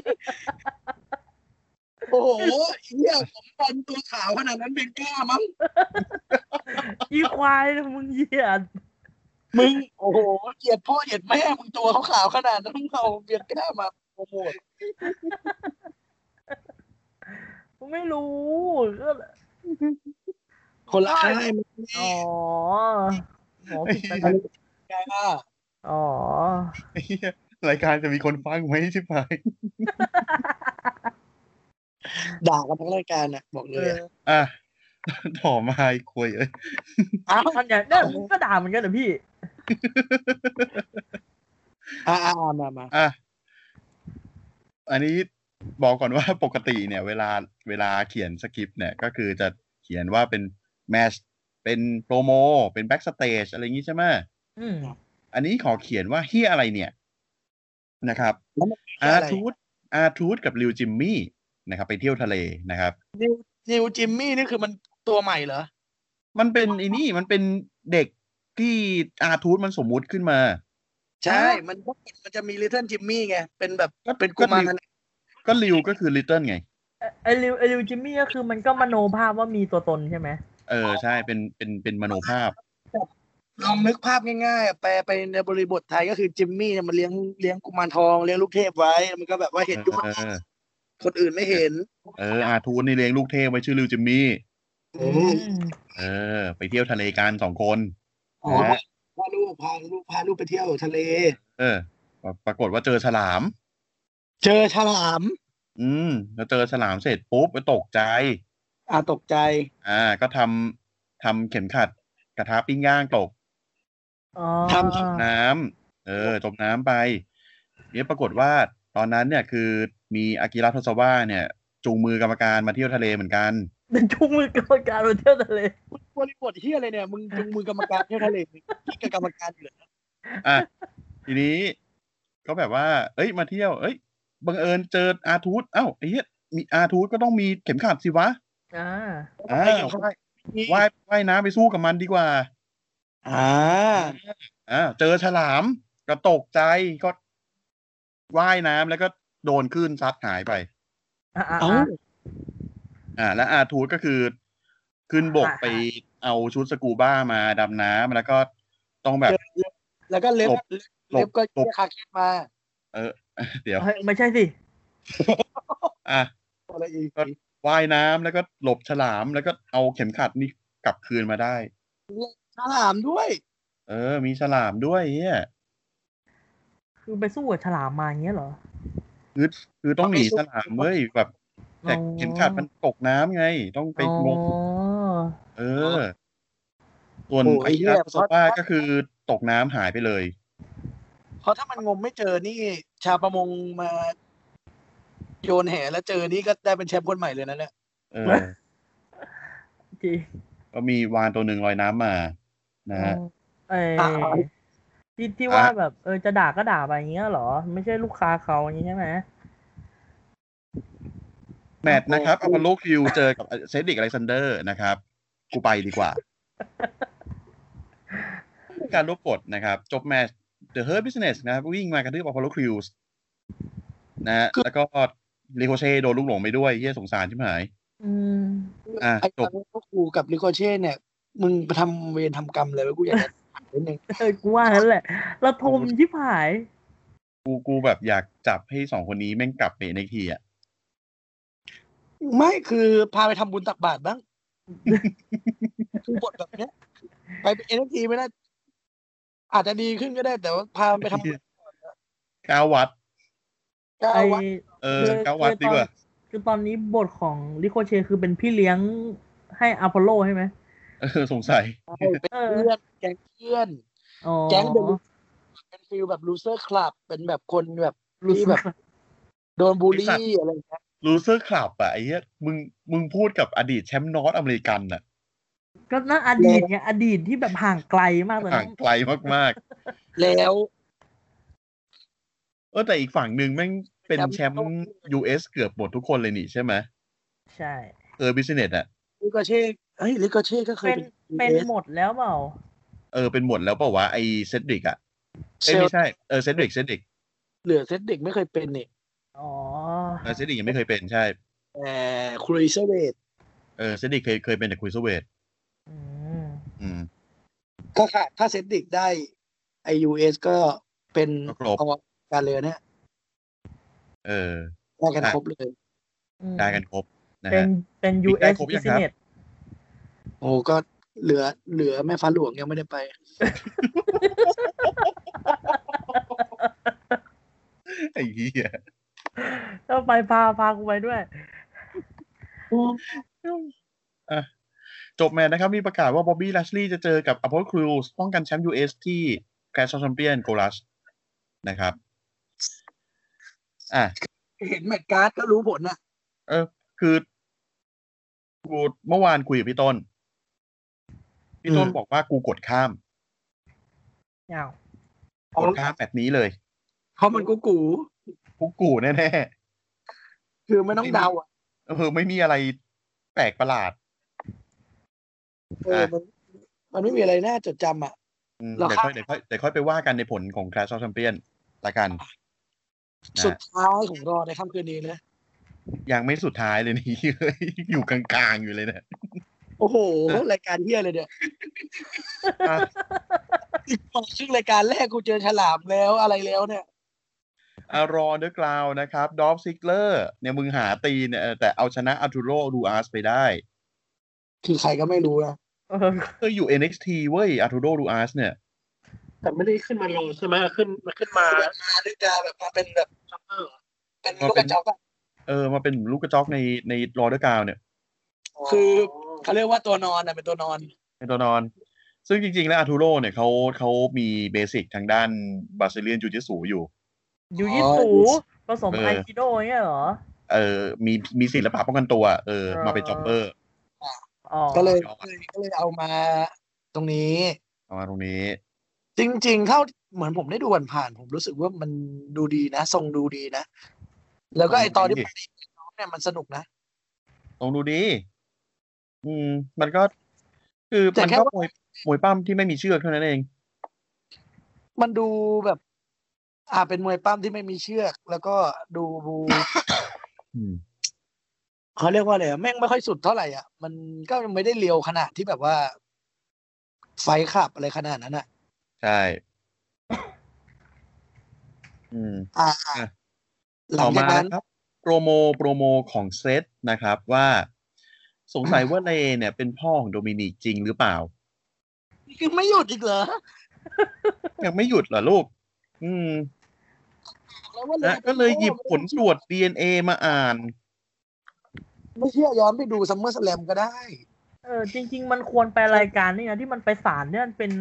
C: โอ้โหไอ้เหี้ยผมบอลตัวขาวขนาดนั้นเป็นกล้ามั้ง
D: อีควายมึงเหยียด
C: มึงโอ้โหเหยียดพ่อเหยียดแม่มึงตัวเขาขาวขนาดนั้นมึงเอาเบียร์กล้ามาโปรโมท
D: กูไม่รู้ก็
C: คนละค่ายมึง
D: อ๋อหมอผิดไป
B: ไอ้
C: ไงล่ะ
D: อ๋อ
B: ไอ้เหี้ยรายการจะมีคนฟังไหมชิบหาย
C: ด่ากันทั้งรายการน่ะบอกเลยอะ
B: อ่ะ ต่อมาไอ้ควยเอ้ย
C: เอ้าว
D: อันอย่างเนี่ยมึงก็ด่าเหมือนกันเหรอพี่
C: อ่ามามา
B: อ่ะ อันนี้บอกก่อนว่าปกติเนี่ย เวลาเวลาเขียนสคริปต์เนี่ย ก็คือจะเขียนว่าเป็นแมชเป็นโปรโม เป็นแบ็กสเตจอะไรอย่างงี้ใช่ไหม
D: อืม
B: อันนี้ขอเขียนว่าเฮียอะไรเนี่ยนะครับ อาร์ทูดอาร์ทูดกับริวจิมมี่นะครับ ไปเที่ยวทะเลนะครับ
C: นิวจิมมี่นี่คือมันตัวใหม่เหรอ
B: มันเป็นไอ้นี่มันเป็นเด็กที่อาร์ทูดมันสมมุติขึ้นมา
C: ใช่ มันก็มันจะมีลิ t เ l e ลจิมมี่ไง เป็นแบบ
B: ก็
C: เป็นกุมาร
B: ก็ ก็ริวก็คือลิตเติ้ลไง
D: ไอ้ไอริวไอริวจิมมี่ก็คือมันก็มโนภาพว่ามีตัวตนใช่ไหม
B: เออใช่เป็นเป็นเป็นมโนภาพ
C: ลองนึกภาพง่ายๆอ่ะแปลไปในบริบทไทยก็คือจิมมี่เนี่ยมันเลี้ยงเลี้ยงกุมารทอง เลี้ยงลูกเทพไว้ มันก็แบบว่าเห็นทุกคน
B: เออ
C: คนอื่นไม่เห็น
B: เอออาร์ทูดนี่เลี้ยงลูกเทพไว้ชื่อริวจิมมี่เออ ไปเที่ยวทะเลกันสองคน
C: อ๋อพาลูกพาลูกพาลูกไปเที่ยวทะเล
B: เออ ปรากฏว่าเจอฉลาม
C: เจอฉลาม
B: อืมแล้วเจอฉลามเสร็จปุ๊บก็ตกใจ
C: อ่าตกใจ
B: อ่า ก็ทำทำเข็มขัดกระทะปิ้งย่างตก
D: อ๋อ
C: ทำ
B: น้ำเออจมน้ำไป เนี่ยปรากฏว่าตอนนั้นเนี่ยคือมีอากิระโทซาวะเนี่ย จูงมือกรรมการมาเที่ยวทะเลเหมือนกัน
D: เป็นจุงมือกรรมการมาเที่ยวทะเล
C: บริบทที่อะไรเนี่ย มึงจุงมือกรรมการเที่ยวทะเลที่กับกรรมการอยู่เหรอ
B: อ่ะ ทีนี้ก็แบบว่า เอ้ยมาเที่ยว เอ้ยบังเอิญเจออาทูตเอ้าไอ้เหี้ยมีอาทูตก็ต้องมีเข็มขัดสิวะ
D: อ่า
B: อ่าว่ายว่ายว่ายน้ำไปสู้กับมันดีกว่า
C: อ่า
B: อ่าเจอฉลามก็ตกใจก็ว่ายน้ำแล้วก็โดนคลื่นซัดหายไป
D: อ่าอ่า
C: เอ้า
B: อ่าและอาทูตก็คือขึ้นบกไปเอาชุดสกูบ้ามาดำน้ำแล้วก็ต้องแบบ
C: แล้วก็เล็บ
B: หลบหลบ
C: เล็บก็
B: หลบ
C: เรียกคาคิดมา
B: เดี๋ยว
D: เฮ้ยไม่ใช่สิ
B: อ่ะ
C: อะไรอีก
B: ว่ายน้ำแล้วก็หลบฉลามแล้วก็เอาเข็มขัดนี่กลับคืนมาได้
C: ฉลามด้วย
B: เออ มีฉลามด้วยเฮีย
D: คือไปสู้กับฉลามมาอย่างเงี้ยเหรอ
B: คือต้องหนีฉลามเว้ยแบบ แต่
D: อ๋อ
B: เข็มขัดมันตกน้ำไง ต้องไป
D: อ๋อง
B: ม เออ ส่วน
C: โอ้ย
B: ไอ้
C: เหี้
B: ครั
C: ย
B: บโซป้า
C: เพราะ
B: ก็คือตกน้ำหายไปเลย
C: เพราะถ้ามันงมไม่เจอนี่ ชาวประมงมาโยนแหแล้วเจอนี่ก็ได้เป็นแชมป์คนใหม่เลยนะเนี่ย
B: เออ
D: เว้ย จริง
B: ก็มีวานตัวหนึ่งลอยน้ำมานะฮะ
D: เออ
C: อ่ะ
D: ที่ที่
B: อ่ะ
D: ว่าแบบเออจะด่าก็ด่าไปอย่างเงี้ยเหรอ ไม่ใช่ลูกค้าเขาอย่างงี้ใช่ไหม
B: แมตช์นะครับอพอลโลคิวเจอกับเซดริกอเล็กซานเดอร์นะครับ กูไปดีกว่า การลบกดนะครับ จบแมตช์ The Hurt Business นะครับ วิ่งมากระทืบอพอลโลคิวนะฮะแล้วก็ลิโคเช่โดนลูกหลงไปด้วยเยี่ยสงสารชิบหาย
D: อืม
B: อ่ะ
C: ไอ้
B: จบ
C: ตังพวกกูกับลิโกเช่เนี่ย มึงไปทำเวรทำกรรมเลยไว้กูอยากจะถามนิดนึง
D: เออกูว่างั้นแหละระทมชิบหาย
B: กูกูแบบอยากจับให้สองคนนี้แม่งกลับไปในทีอ่ะ
C: ไม่คือพาไปทำบุญตักบาตรบ้าง คือบทแบบเนี้ย ไปเอ็นทีไม่ได้ อาจจะดีขึ้นก็ได้ แต่ว่าพาไปทำบุญ
B: เก้าวัด
C: ก้า
D: ไอ้
C: วะ
B: เออเก้าวัดดีกว่า
D: คือตอนนี้บทของลิโคเชคือเป็นพี่เลี้ยงให้อพอลโลใช่ไหม
B: เออ สงสัย
C: เป็นเพื่อนแก๊งเพื่อน
D: อ๋อ
C: แก๊งเดอะลูเป็นฟิลแบบลูเซอร์คลับ เป็นแบบคนแบบ
D: รู้สึก
C: ที่แบบ โดนบูล
B: ไอ้สัต
C: ลี่
B: ว์
C: อะไรอย่างเงี้ย
B: ลูเซอร์คลับอ่ะไอ้เหี้ยมึงมึงพูดกับอดีตแชมป์นอตอเมริกันอ่ะ
D: ก็นั่นอดีตไงอดีตที่แบบห่างไกลมากตอน
B: ห่า
D: นั้
B: ง
D: น
B: ไกลมากๆ
C: แล้ว
B: เออแต่อีกฝั่งหนึ่งแม่งเป็นแชมป์ US เกือบหมดทุกคนเลยนี่ใช่ไหม
D: ใช่
B: เออบิสเนสอ่ะ
C: ลิโกเช่เฮ้ยลิโกเช่ก็เคย
D: เป็นเป็นหมดแล้วเปล่า
B: เออเป็นหมดแล้วเปล่าวะไอเซดริกอ่ะ
C: เซ
B: เอ้ย
C: ล
B: ไม่ใช่เออเซดริกเซดริก
C: เหลือเซตเด็กไม่เคยเป็นนี่
D: อ๋อ
B: เออเซดริกยังไม่เคยเป็นใช่
C: แต่ครูอิสเวต
B: เออเซดริกเคยเคยเป็นแต่คุยสเวต
D: อืม
B: อืม
C: ก็ค่ะ ถ้าเซตเด็กได้ไอยูเอสก็เป็น
B: ก็ครบ
C: เอาการเลยเนี่ย
B: เออ
C: ได้กัน
B: อ่ะ
C: ครบเลย
D: อืม
B: ได้กันครบนะ
D: เป็น
B: ฮะ
D: เป็น
B: บิ๊กได้
D: US
B: ครบยังครับ
D: Business
C: โอ้ก็เหลือเหลือแม่ฟ้าหลวงยังไม่ได้ไป
B: ไอ้เหี้ย
D: ก็ไปพาพากูไปด้วย
B: จบแมตช์นะครับมีประกาศว่าบ๊อบบี้ลัชลีย์จะเจอกับอพอลครูสป้องกันแชมป์ US ที่แกรนด์แชมเปี้ยนโกลัสนะครับ อ่ะ
C: เห็นแมตช์การ์ดก็รู้ผลนะ
B: คือกูเมื่อวานคุยกับพี่ต้น พี่ต้น
A: อืม
B: บอกว่ากูกดข้าม
D: อ้าว
B: กดข้ามแบบนี้เลย
C: เพราะมันกูกู
B: กูกูแน่
C: คือไม่ต้องเดาอ่ะ
B: ๆเออไม่มีอะไรแปลกประหลาด
C: เออมันมันไม่มีอะไรน่าจดจำอ่ะ
B: อืม
C: เรา
B: เดี๋ยวค่
C: ข้าม
B: อยเดี๋ยวค่อยเดี๋ยวค่อยไปว่ากันในผลของ Clash of Champions ละกัน นะ
C: สุดท้ายของรอในค่ำคืนนี้นะ
B: ยังไม่สุดท้ายเลยนี่ อยู่ กลางๆอยู่เลยเนี่ย
C: โอ้โห รายการเฮียเลยเนี่ย
B: อ่ะ
C: อีกฝั่งซึ่งรายการแรกกูเจอฉลามแล้วอะไรแล้วเนี่ย
B: อารอเดอร์กราวนะครับดอฟซิกเลอร์เนี่ยมึงหาตีเนี่ยเออแต่เอาชนะอัลตูโรดูอาร์สไปได้
C: คือใครก็ไม่รู้นะ
D: เออ
B: เอออยู่ NXT เว้ยอัลตูโรดูอาร์สเนี่ย
E: แต่ไม่ได้ขึ้นมาลงใช่ไหมขึ้นมาขึ้นมา
C: มาด้วยกาแบบมาเป็นแบบ
E: ซัมเมอร์
C: เป็นลูกกระจอกอะ
B: เออมาเป็นลูกกระจอกในในรอเดอร์กราวเนี่ย
C: คือเขาเรียกว่าตัวนอนอ่ะเป็นตัวนอน
B: ในตัวนอน ซึ่งจริง ๆ แล้วอาร์ทูโรเนี่ยเขาเขามีเบสิกทางด้านบาซิเลียนจูจิสูอยู่
D: ยูยิสูผสม
B: เออ
D: ไอคิโดเงี้ยเหรอ
B: เออมีมีศิลปะป้องกันตัว เออ มาเป็นจ็อบเบอร์
D: อ๋อ
C: ก็เลย
B: อ๋อ
C: ก็เลยเอามาตรงนี้
B: เอามาตรงนี้
C: จริง ๆ เท่าเหมือนผมได้ดูผ่านๆผมรู้สึกว่ามันดูดีนะ ทรงดูดีนะ แล้วก็ไอตอนที่
B: ดี
C: มันดีกับน้องเนี่ยมันสนุกนะ
B: ตรงดูดี อืม มันก็ คือ
C: แต่
B: มัน
C: แค่
B: ก็
C: ว่า
B: มวยมวยปั้มที่ไม่มีเชือกเท่านั้นเอง
C: มันดูแบบ อ่าเป็นมวยปั้มที่ไม่มีเชือก แล้วก็ดู
B: อืม
C: เขาเรียกว่าอะไรอะแม่งไม่ค่อยสุดเท่าไหร่อ่ะ มันก็ไม่ได้เลียวขนาดที่แบบว่า ไฟขับอะไรขนาดนั้นอ่ะ
B: ใช่ อืม
C: อ่า
B: อ่ะ
C: หลั
B: ต่
C: งจาม
B: อาก
C: นั้น
B: นะครับโปรโมโปรโมของเซตนะครับว่า สงสัยว่าเลเนี่ยเป็นพ่อของโดมินิกจริงหรือเปล่า
C: ยังไม่หยุดอีกเหรอ
B: ยังไม่หยุดเหรอลูก อืม
C: แล้วว่า
B: นะก็เลยหยิบผลตรวจ DNA มาอ่าน
C: ไม่เชื่อย้อนไปดูซัมเมอร์สแลมก็ได้
D: เออจริง ๆ มันควรไปรายการนี่นะที่มันไปศาลเนี่ยมันเป็น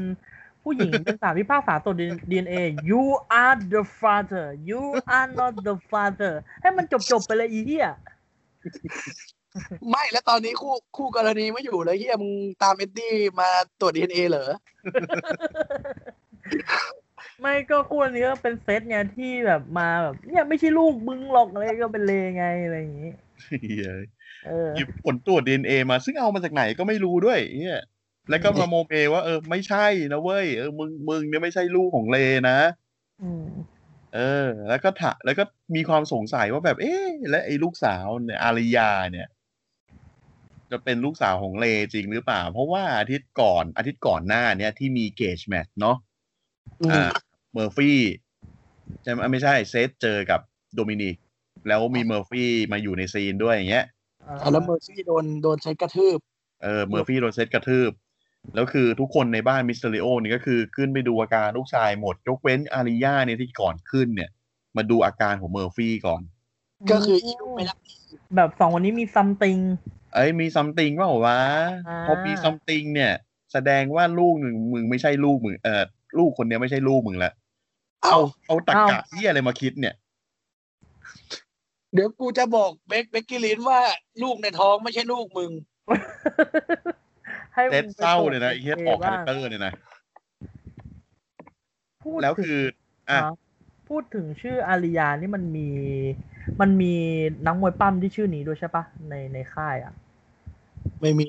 D: ผู้หญิง เป็นสารพิพากษาตัวดีเอ็นเอ you are the father you are not the father ให้มันจบ ๆ ไปเลยอีเหี้ย
C: ไม่แล้วตอนนี้คู่คู่กรณีไม่อยู่เลยเฮียมึงตามเอ็ดดี้มาตรวจดีเอ็นเอเหรอ
D: ไม่ก็คู่นี้ก็เป็นเซตไงที่แบบมาแบบเนี่ยไม่ใช่ลูกมึงหรอกอะไรก็เป็นเลไงอะไรอย่างงี้
B: เหี้ย
D: เออ
B: หยิบผลตรวจดีเอ็นเอมาซึ่งเอามาจากไหนก็ไม่รู้ด้วยเหียแล้วก็มาโมเมว่าเออไม่ใช่นะเว้ยเออมึงมึงเนี่ยไม่ใช่ลูกของเลนะ
D: อืม
B: เออ แล้วก็ถะแล้วก็มีความสงสัยว่าแบบ เอ๊ะและไอ้ลูกสาวเนี่ยอาริยาเนี่ย จะเป็นลูกสาวของเลจริงหรือเปล่า เพราะว่าอาทิตย์ก่อนอาทิตย์ก่อนหน้าเนี่ยที่มีเกจแมทเนาะอ่าเมอร์ฟี่ใช่ไหมอ่ะไม่ใช่เซธเจอกับโดมินิก แล้วมีเมอร์ฟี่มาอยู่ในซีนด้วยอย่างเงี้ย
C: อ่ะแล้วเมอร์ซี่โดนโดนใช้กระทืบ
B: เออเมอร์ฟี่โดนเซตกระทืบ แล้วคือทุกคนในบ้านมิสเตอริโอนี่ก็คือขึ้นไปดูอาการลูกชายหมด ยกเว้นอาริยาเนี่ยที่ก่อนขึ้นเนี่ย มาดูอาการของเมอร์ฟี่ก่อน
C: ก็คืออีลูกไม่รัก
D: แบบสองคนนี้มีซัมติง
B: เอ้ยมีซัมติงเปล่าวะ
D: อ่า
B: พอมีซัมติงเนี่ย แสดงว่าลูกหนึ่งมึงไม่ใช่ลูกมึงเออลูกคนเนี้ยไม่ใช่ลูกมึงละ
C: เอา
B: เอาตรกกะที่อะไรมาคิดเนี่ย
C: เดี๋ยวกูจะบอกเบคเบกกี้ลินว่าลูกในท้องไม่ใช่ลูกมึง
D: ให้
B: เซต
D: มึงไป
B: เศร้า
D: ตรวจ
B: เลยนะไอ้เฮีย
D: DNA
B: ออกคาแรค
D: บ้าง
B: เตอร์เนี่ยนะ
D: พูด
B: แล้ว
D: ถึง
B: คือ อ่ะ
D: เนาะพูดถึงชื่ออาริยานี่มันมี มันมีนักมวยปั้มที่ชื่อนี้ด้วยใช่ปะในในค่ายอ่ะ
C: ไม่มี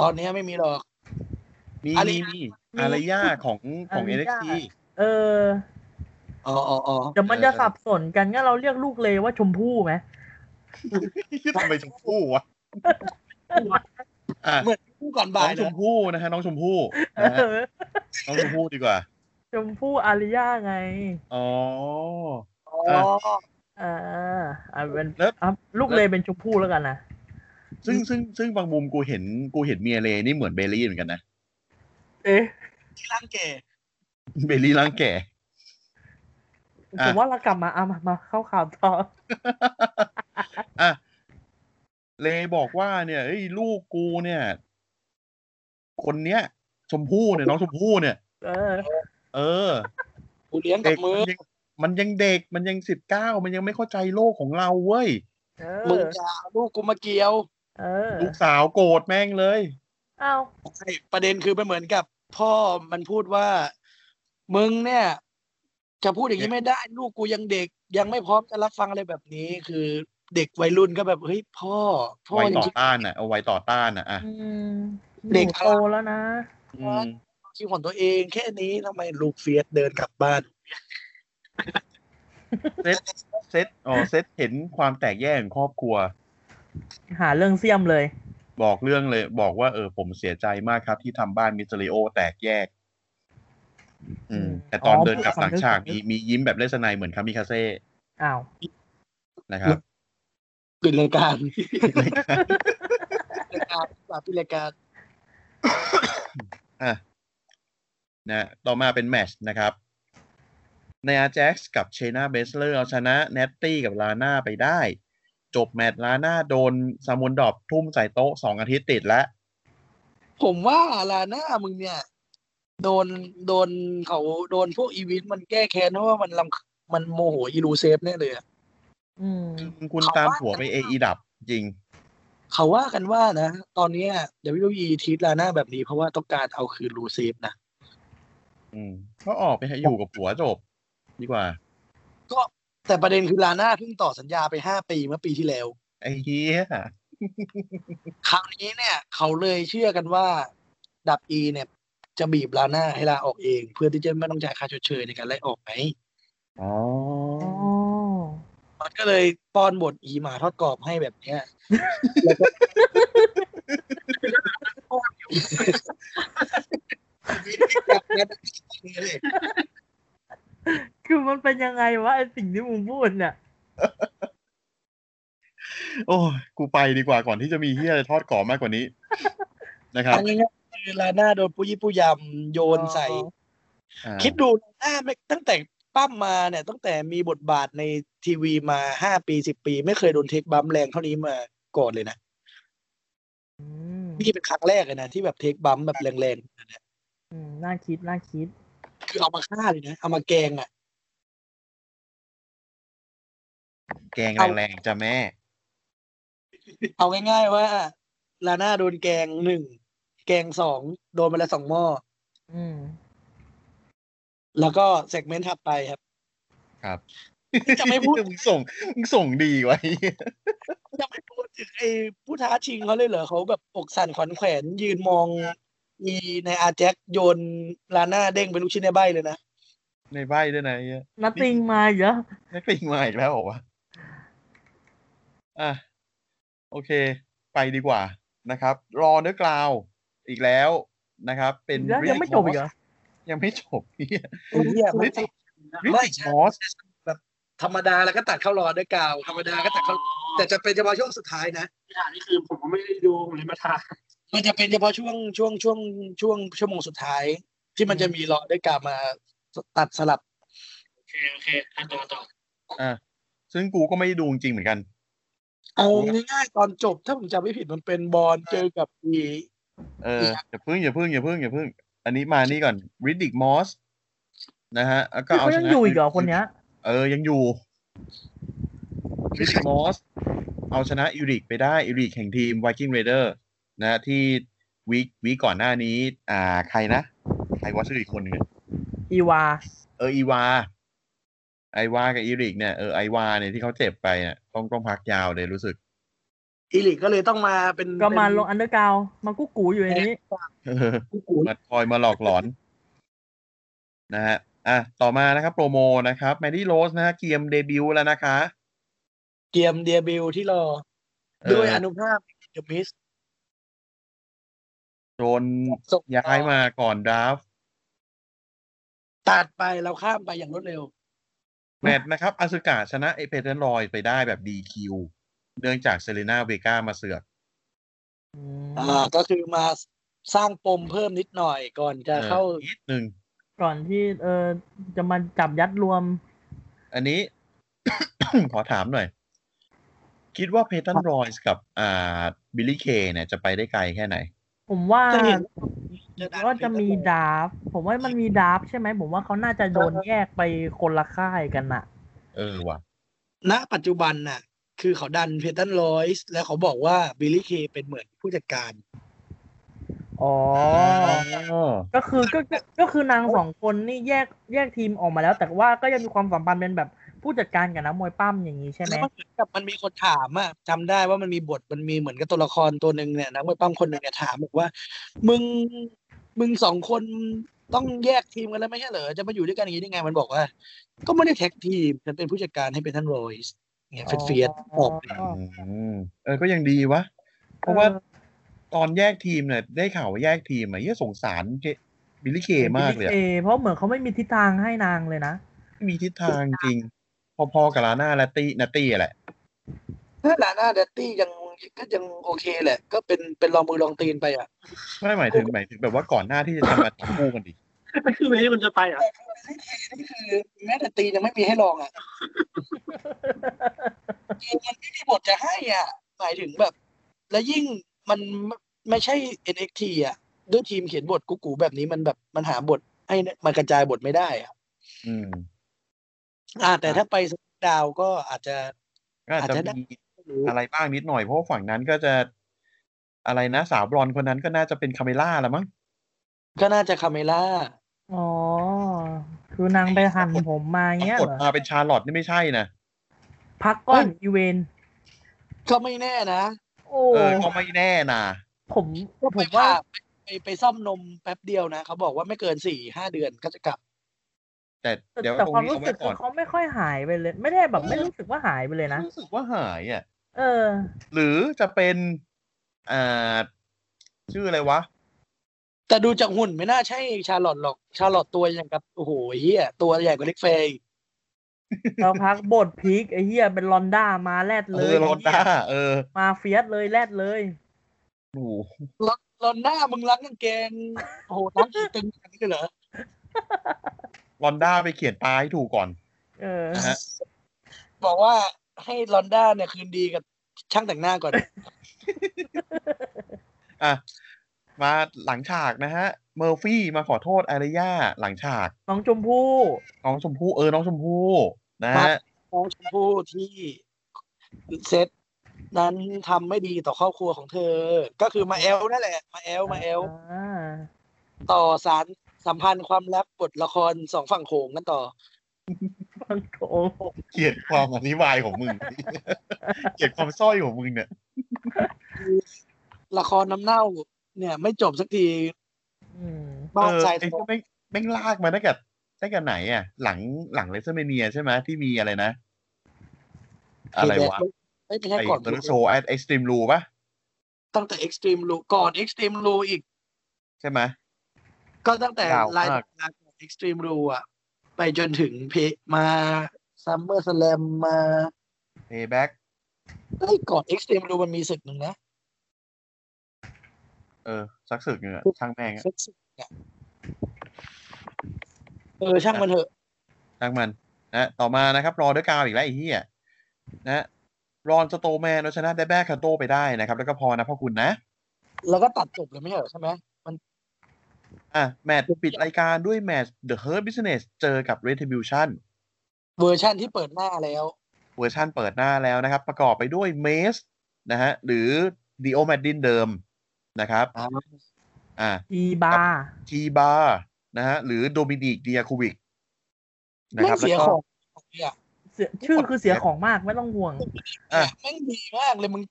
C: ตอนนี้ไม่มีหรอก
B: มี
C: อาริ
B: มี
C: ยา
B: มีอาริยาของของเอ็
D: อา
B: น
D: ริ
B: เอ็ก
D: ยา
B: ซี
D: เออ
C: อ๋ออ๋ออ๋อ
D: เดี๋ยวมันจะ
B: เออ
D: สับสนกันงั้นเราเรียกลูกเลว่าชมพู่ไหม
B: ทำไมชมพู่วะอ่ะ
C: เหมือนคู่ก่อน
B: น้
C: บ่า
B: อย งช
C: เน
B: ม
C: อะ
B: พู่นะฮะน้องชมพู่
D: เอ
B: นะฮะ
D: อ
B: น้องชมพู่ดีกว่า
D: ชมพู่อาริยาไง
B: อ๋อ
C: อ๋อ
D: อ่าอ่าเป็น
B: แล้ว
D: อ่ะลูกเลเป็นชมพู่แล้วกันนะ
B: ซึ่งซึ่งซึ่งบางมุมกูเห็นกูเห็นเมียเลนี่เหมือนเบลลี่เหมือนกันนะ
D: เอ๊ะ
C: ที่ร่างเก๋
B: เบลลี่ร่างแก่ อ่ะ
D: ผมว่าเรากลับมาอ่ะมามาเข้าข่าวต่อ
B: อ่ะเลบอกว่าเนี่ยเอ้ยลูกกูเนี่ย คนเนี้ย ชมพู่เนี่ยน้องชมพู่เนี่ย
D: เออ
B: เออ
C: กูเลี้ยงกั
B: เด็
C: บ
B: ก
C: มือ
B: มันยังมันยังเด็กมันยังสิบเก้ามันยังไม่เข้าใจโลกของเราเว้ย
D: เอ
C: มึง
D: อ
C: จะเอาลูกกูมาเกี่ยว
D: เออ
B: ลูกสาวโกรธแม่งเลย
D: เอ้า
C: ใช่ประเด็นคือมันเหมือนกับ พ่อมันพูดว่า มึงเนี่ย จะพูดอย่างนี้ไม่ได้ ลูกกูยังเด็ก ยังไม่พร้อมจะรับฟังอะไรแบบนี้ คือเด็กวัยรุ่นก็แบบเฮ้ยพ่อ พ่อ
B: ไว
C: จ
B: ต่อ
C: ริง
B: ต้านอ่ะเอาไวต่อต้านอ่ะอ่ะ
D: อืม
C: เด็ก
D: หนูโตแล้วนะ
B: อืม
C: ๆคิดของตัวเองแค่นี้ทำไมลูกเฟียสเดินกลับบ้าน
B: เซตเซตอ๋อเซตเห็นความแตกแยกของครอบครัว
D: หาเรื่องเสียมเลย
B: บอกเรื่องเลย บอกว่าเออผมเสียใจมากครับ ที่ทำบ้านมิสเตอริโอแตกแยก อืม แต่ตอน
D: อ๋อ
B: เดินกลับหลังฉาก
D: พูด
B: มี
D: กับ
B: มียิ้มแบบเลสไนเหมือนคามิคาเซ่
D: อ้าว
B: นะครับ
C: ปิดรายการปิดรายการกว่าปิดรายการ
B: อ่ะนะต่อมาเป็นแมตชนะครับนายอาแจ็กซ์กับเชนาเบสเลอร์เอาชนะเนตตี้กับลาน่าไปได้ จบแมตช์ลาน่าโดนซามอนดอบทุ่มใส่โต๊ะสองอาทิตย์ติดแล้ว
C: ผมว่าลาหน้ามึงเนี่ย โดนโดนเขาโดนพวกอีวินมันแก้แค้นเพราะว่ามันลำมันโมโหอีลูเซฟเนี่ยเลยอะ
D: อืม
B: คุณตามหัวไปเออีดับจริง
C: เขาว่ากันว่านะ ตอนเนี้ย WWE ทีทลาหน้าแบบนี้เพราะว่าต้องการเอาคืนลูเซฟนะ
B: อืมก็ออกไปให้อยู่กับผัวจบ ดีกว่า
C: ก็แต่ประเด็นคือลาหน้าเพิ่งต่อสัญญาไปห้าปีเมื่อปีที่แล้ว
B: ไอ้เหี้ย
C: คราวนี้เนี่ย เขาเลยเชื่อกันว่าดับอีเนี่ย จะบีบลาหน้าให้ลาออกเอง เพื่อที่จะไม่ต้องจ่ายค่าชดเชยในการไล่ออกไหม
B: อ๋อ
D: อ๋อ
C: มันก็เลยป้อนบทอีหมาทอดกรอบให้แบบเนี้ย แล้วก็
D: คือมันเป็นยังไงวะไอสิ่งที่มึงพูดเนี่ย
B: โอ้ยกูไปดีกว่าก่อนที่จะมีเฮียอะไรทอดกรอบมากก ว่านี้ นะครับ
C: ทำง่ายๆ คือลาน่าโดนปุยปุยำโยนใส่
B: อ่า
C: คิดดูลาน่าไม่ตั้งแต่ปั้มมาเนี่ย ตั้งแต่มีบทบาทในทีวีมาห้าปีสิบปี ไม่เคยโดนเทคบัมแรงเท่านี้มาก่อนเลยนะ
D: อืม
C: นี่เป็นครั้งแรกเลยนะที่แบบเทคบัมแบบแรง
D: อืมน่าคิดน่าคิด
C: ๆ คือเอามาฆ่าเลยนะ เอามาแกงอ่ะ
B: แกงแรงๆจ้ะแม่
C: เอาง่ายๆว่าลาน่าโดนแกงหนึ่ง แกงสองโดนไปแล้วสองหม้อ
D: อืม
C: แล้วก็เซกเมนต์ถัดไปครับ
B: ครับ
C: จะไม่พูด
B: มึงส่งมึงส่งดีไว้
C: ยังไม่พูดถึงไอ้ผู้ท้าชิงเขาเลยเหรอเขาแบบอกสั่นขวัญแขวนยืนมอง มีในอาแจ็คโยนลาน่าเด้งเป็นลูกชิ้นในใบเลยนะ
B: ในใบด้วยนะไอ้เหี้ย
D: นัตติงมาเยอะ
B: ไม่ปิงมาอีกแล้วเหรอวะอ่ะโอเค ไปดีกว่านะครับ รอเนื้อกลาวอีกแล้วนะครับ เป็น
D: แล้วยัง
B: Riddick
D: ไม่จบอีกเหรอ
B: Moss ยังไม่จบ เหี้ย
C: ไอ้เหี้ยมัน
B: ไม่
C: ไม่
B: Riddick Moss
C: ธรรมดาแล้วก็ตัดเข้ารอด้วยกาว ธรรมดาก็ตัดเข้า แต่จะเป็นเฉพาะช่วงสุดท้ายนะ
E: อ่านนี่คือผมก็ไม่ได้ดูผมเลยมาทาน
C: มันจะเป็นเฉพาะช่วงช่วงช่วงช่วงชั่วโมงสุดท้าย ที่มันจะมีรอด้วยกาวมาตัดสลับ
E: โอเคโอเคอ่ะต่อต่อ
B: อ่ะซึ่งกูก็ไม่ได้ดูจริงๆเหมือนกัน
C: เอาง่ายๆตอนจบถ้าผมจำไม่ผิดมันเป็นบอลเจอกับอี
B: เอออย่าพึ่งอย่าพึ่งอย่าพึ่งอย่าพึ่ง อันนี้มานี่ก่อนริดดิกมอสนะฮะแล้วก็
D: คือ
B: เอาช
D: เขายัง
B: นะ
D: อยู่อีกเหรอคนเนี้ย
B: เออ ยังอยู่ริดดิกมอสเอาชนะอิริกไปได้อิริกแห่งทีมไวกิ้งเรเดอร์นะฮะที่วีควีคก่อนหน้านี้ อ่าใครนะ ใครวอชอีกคนหนึ่งอะ
D: อีวา
B: เอออีวา ไอวากับอิริกเนี่ยเออไอวาเนี่ยที่เขาเจ็บไปเนี่ยต้องต้องพักยาวเลยรู้สึก
C: อีลิกก็เลยต้องมาเป็น
D: ก็มา
C: เป็น
D: ลงอันเดอร์กราวด์มากุ๊กกูอยู่ในนี้
B: เออ
C: กุ๊กกุ๊ก
B: มาคอยมาหลอกหลอน นะฮะ อ่ะ ต่อมานะครับ โปรโมนะครับแมดี้โรสนะฮะเกมเดบิวต์แล้วนะคะ
C: เกียมเดียบิลที่รอ
B: เออ
C: ด้วยอนุภาพเดอะมิส
B: โดน
C: ส่ง
B: ย้ายมาก่อนดราฟต์
C: ตัดไปเราข้ามไปอย่างรวดเร็ว
B: แมตช์นะครับอาสึกาชนะเอเพเทนรอยไปได้แบบดีคิว เนื่องจากเซเลนาเวก้ามาเสือก
C: อ่า ก็คือมาสร้างปมเพิ่มนิดหน่อยก่อนจะ
B: เออ
C: เข้า
B: นิดหนึ่ง
D: ก่อนที่เออจะมาจับยัดรวม
B: อันนี้ ขอถามหน่อย คิดว่าเพเทนรอยกับ อ่า บิลลี่เคเนี่ยจะไปได้ไกลแค่ไหน
D: ผมว่า
C: จะเห็น
D: ก็จะมีดาร์ฟผมว่ามันมีดาร์ฟใช่ไหม ผมว่าเขาน่าจะโดนแยกไปคนละค่ายกันน่ะ
B: เออว่ะ
C: ณปัจจุบันน่ะ คือเขาดันเพตันรอยส์แล้วเขาบอกว่าบิลลี่เคเป็นเหมือนผู้จัดการ
D: อ๋อ ก็คือก็ก็ก็คือนางสองคนนี่แยกแยกทีมออกมาแล้ว แต่ว่าก็ยังมีความสัมพันธ์เป็นแบบผู้จัดการกับนักมวยปั้มอย่างนี้ใช่ไหม
C: แล้วมันเหมือนกับมันมีคนถามอะจำได้ว่ามันมีบทมันมีเหมือนกับตัวละครตัวหนึ่งเนี่ยนักมวยปั้มคนหนึ่งเนี่ยถามบอกว่า มึงมึงสองคนต้องแยกทีมกันแล้วไม่ใช่เหรอจะมาอยู่ด้วยกันอย่างนี้ได้ไงมันบอกว่า ก็ไม่ได้แท็กทีมฉันเป็นผู้จัดการให้เป็นท่านโรยส์เนี่ยเฟียดๆออก
D: อ๋อ
B: อืมเออ ก็ยังดีวะ เพราะว่าตอนแยกทีมเนี่ย ได้ข่าวว่าแยกทีมอ่ะเยี่ยสงสารเจบิลลี่เคมากเลยอะ
D: เอเพราะเหมือนเขาไม่มีทิศทางให้นางเลยนะ
B: ไม่มีทิศทางจริง พอๆกับลาน่าและตี้นาตี้แหละ
C: ถ้าลาน่าเดตตี้ยังก็ยังโอเคแหละ ก็เป็นเป็นรองมือรองตีนไปอ่ะ
B: ไม่หมายถึงหมายถึงแบบว่าก่อนหน้าที่จะทำมาจับคู่กันดิ
E: มันคือเวที่คุณจะไปเหรอ่ะ
C: นี่คือแม้แต่ตียังไม่มีให้ลองอ่ะคือมันไม่มีบทจะให้อ่ะหมายถึงแบบ แล้วยิ่งมันไม่ใช่ NXT อ่ะ ด้วยทีมเขียนบทกูกูแบบนี้มันแบบมันหาบทให้มันกระจายบทไม่ได้อ่ะ
B: อืม
C: อ่า แต่ถ้าไปสแตนดาวน์ก็อาจจะ
B: ก็อาจจะ
C: อาจจะได้
B: มี
C: ไม่รู้
B: อะไรบ้างนิดหน่อย เพราะว่าฝั่งนั้นก็จะอะไรนะสาวบรอนคนนั้นก็น่าจะเป็นคาเมล่าละมั้ง
C: ก็น่าจะคาเมล่า
D: อ๋อ คือนางไปหั่นผมมา
B: ปรา
D: เงี้ย
B: กฏ
D: เหรอ
B: มาเป็นชาร์ลอตนี่ไม่ใช่นะ
D: พักก้อนอีเวนต์
C: ก็ไม่แน่นะ
D: โอ้
B: เออ ก็ไม่แน่นะ
D: ผมผ
C: ไป
D: มว่า
C: ผ่าไปไปซ่อมนมแป๊บเดียวนะเขาบอกว่าไม่เกินสี่ห้าเดือนก็จะกลับ
B: แต่เดี๋ยว
D: แต่
B: ตรง
D: ความ
B: นี้
D: รู้
B: เอาไว้
D: สึก
B: ก่
D: คือ อน เขาไม่ค่อยหายไปเลย ไม่ได้แบบไม่รู้สึกว่าหายไปเลยนะ
B: รู้สึกว่าหายอ่ะ
D: เออ
B: หรือจะเป็นอ่าชื่ออะไรวะ
C: แต่ดูจากหุ่นไม่น่าใช่ชาร์ลอตหรอก ชาร์ลอตตัวอย่างกับโอ้โหเฮียตัวใหญ่กว่าเล็กเฟย์อีก
D: เราพักบทพีคไอ้เหี้ยเป็นลอนด้ามาแลด
B: เอ
D: เลย
B: อโรนด้า
D: ไอ้เหี้ย
B: เออ
D: มาเฟียสเลยแลดเลย
B: โอ้โห
C: ลอนลอนหน้ามึงรักกางเกงโอ้โหรักอีตึงอย่างนี้เลยเหรอ
B: รอนด้าไปเขียนตายให้ถูกก่อน
D: เออ
B: นะฮะ
C: บอกว่าให้ลอนด้าเนี่ยคืนดีกับช่างแต่งหน้าก่อน
B: อ่ะมาหลังฉากนะฮะ เมอร์ฟี่มาขอโทษอาริยาหลังฉาก
D: น้องชมพู่
B: น้องชมพู่เออ น้องชมพู่นะฮะ
C: น้องชมพู่ที่เซตนั้นทำไม่ดีต่อครอบครัวของเธอ ก็คือมาแอลนั่นแหละ มาแอลมาแอล
D: อ่า
C: ต่อสารสัมพันธ์ความรักบทละครสองฝั่งโขงกันต่อ
D: ฟังโถ
B: เกลียดความอธิบายของมึ ง เกลียดความสร้อยของมึงเนี่ย
C: ละครน้ำเน่า เนี่ย ไม่จบสักที
D: อืม
B: เอ
C: บ้าน
B: อ
C: ชาย
B: ไอ้
C: ต
B: ก็
C: ก
B: ไม่งแม่งลากมาตั้งแต่ตั้งแต่ไหนอ่ะ หลังหลังเลเซอร์เมเนียใช่ไหมที่มีอะไรนะ อะไรวะ
C: ไม่ไม่
B: ไอ้
C: ใช่ก่อน
B: ตัวโชว์ไอ้สตรีมรูปะ
C: ตั้งแต่ Extreme Rule ก่อน Extreme Rule อีก
B: ใช่ไหม
C: ก็ตั้งแต่
B: ยาว
C: ราย
B: มาก
C: การของ Extreme Rule อะไปจนถึงเพมาซัมเมอร์สแลมมา
B: เพย์แบ็ก
C: เอ้ยก่อน Extreme Rule มันมีศึกหนึ่งนะ
B: เออ สักสึกหนึ่งอะช่างแม่งอะ
C: เซ็กซ์เนี่ยเออช่างมันเถอะ
B: ช่างมันนะต่อมานะครับ รอด้วยกาวอีกแล้วไอ้เหี้ยนะรอนสโตแมนเอาชนะได้แบกคาโต้ไปได้นะครับ แล้วก็พอนะพ่อคุณนะ
C: แล้วก็ตัดจบเลยไม่ใช่เหรอใช่ไหมมัน
B: อ่ะแมตช์ปิดรายการด้วยแมตช์ The Hurt Business เจอกับ Retribution
C: เวอร์ชั่นที่เปิดหน้าแล้ว
B: เวอร์ชั่นเปิดหน้าแล้วนะครับ ประกอบไปด้วยเมสนะฮะหรือ The o m a d i n เดิมนะครับ อ่า
D: อีบาร์
B: ทีบานะฮะหรือโดมินิกเดียคูวิกนะ
C: ไม่
B: ครับ
C: งเสีย
B: แล้ว
C: ข
B: ก็
C: องเนี่ย
D: เสียชื่อคือเสียของมากไม่ต้องห่วง
B: อ่ะ
C: แม่งดีมากเลยมึง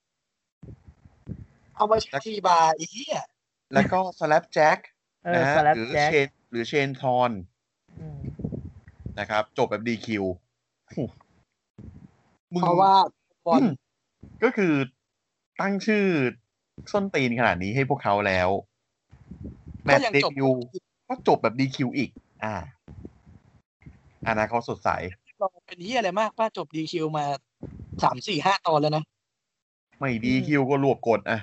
C: เอามาใช้ที่บาร์อีเหี้ย
B: แล้วก็สแลปแจ็ค
D: เออ
B: นะฮะ
D: สแลป
B: หรือ
D: แจ็ค
B: เชนหรือเชนทอนนะครับ จบแบบดีคิวมึง
C: เพราะว่าบอล
B: อืม ก็คือตั้งชื่อส้นตีนขนาดนี้ให้พวกเขาแล้ว แม
C: ก็
B: ตช์
C: ยัง
B: เด
C: จบ
B: บิวต์ก็จบแบบดีคิวอีก อ่าอนาคตสดใส
C: เราเป็นเหี้ยอะไรมากป้าจบดีคิวมาสามสี่ห้าตอนแล้วนะ
B: ไม่ดีคิวก็รวบกดอ่ะ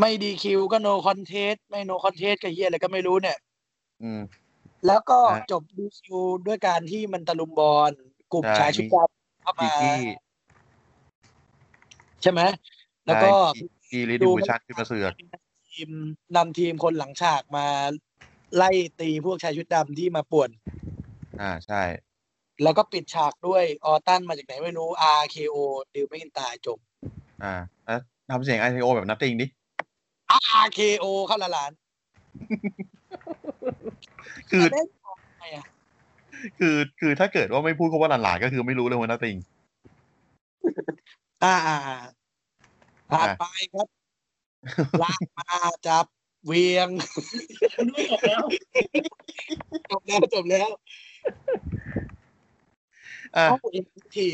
C: ไม่ดีคิวก็โนคอนเทสไม่โนคอนเทสกับเหี้ยอะไรก็ไม่รู้เนี่ย
B: อืม
C: แล้วก็
B: ฮะ
C: จบดีคิวด้วยการที่มันตะลุมบอลกลุ่ม
B: ใช่
C: ชายชุดดำเข้า
B: ดี
C: มา
B: กี้
C: ใช่ไหม แล้วก็
B: ดีรีดิวชันขึ้นมาเสือก
C: ทีมนำทีมคนหลังฉากมาไล่ตีพวกชายชุดดำที่มาป่วน
B: อ่าใช่
C: แล้วก็ปิดฉากด้วยออตันมาจากไหนไม่รู้ RKO ดิวไม่กินตายจบ
B: อ่าแล้วทำเสียง i อ o แบบนับติงดิ
C: RKO เข้าละหลาน
B: คือ
C: แต่แม่ง
B: คือคือถ้าเกิดว่าไม่พูดคำว่าหลานๆก็คือไม่รู้เลยว่านับติง
C: อ่าอ่าอ่าผ่านไปครับ ลากมาจับเวียง
E: ด้วยออก
C: จบ
E: แล้ว
C: แล้วจบแล้ว
B: อ่า
C: เข้าเอ็นที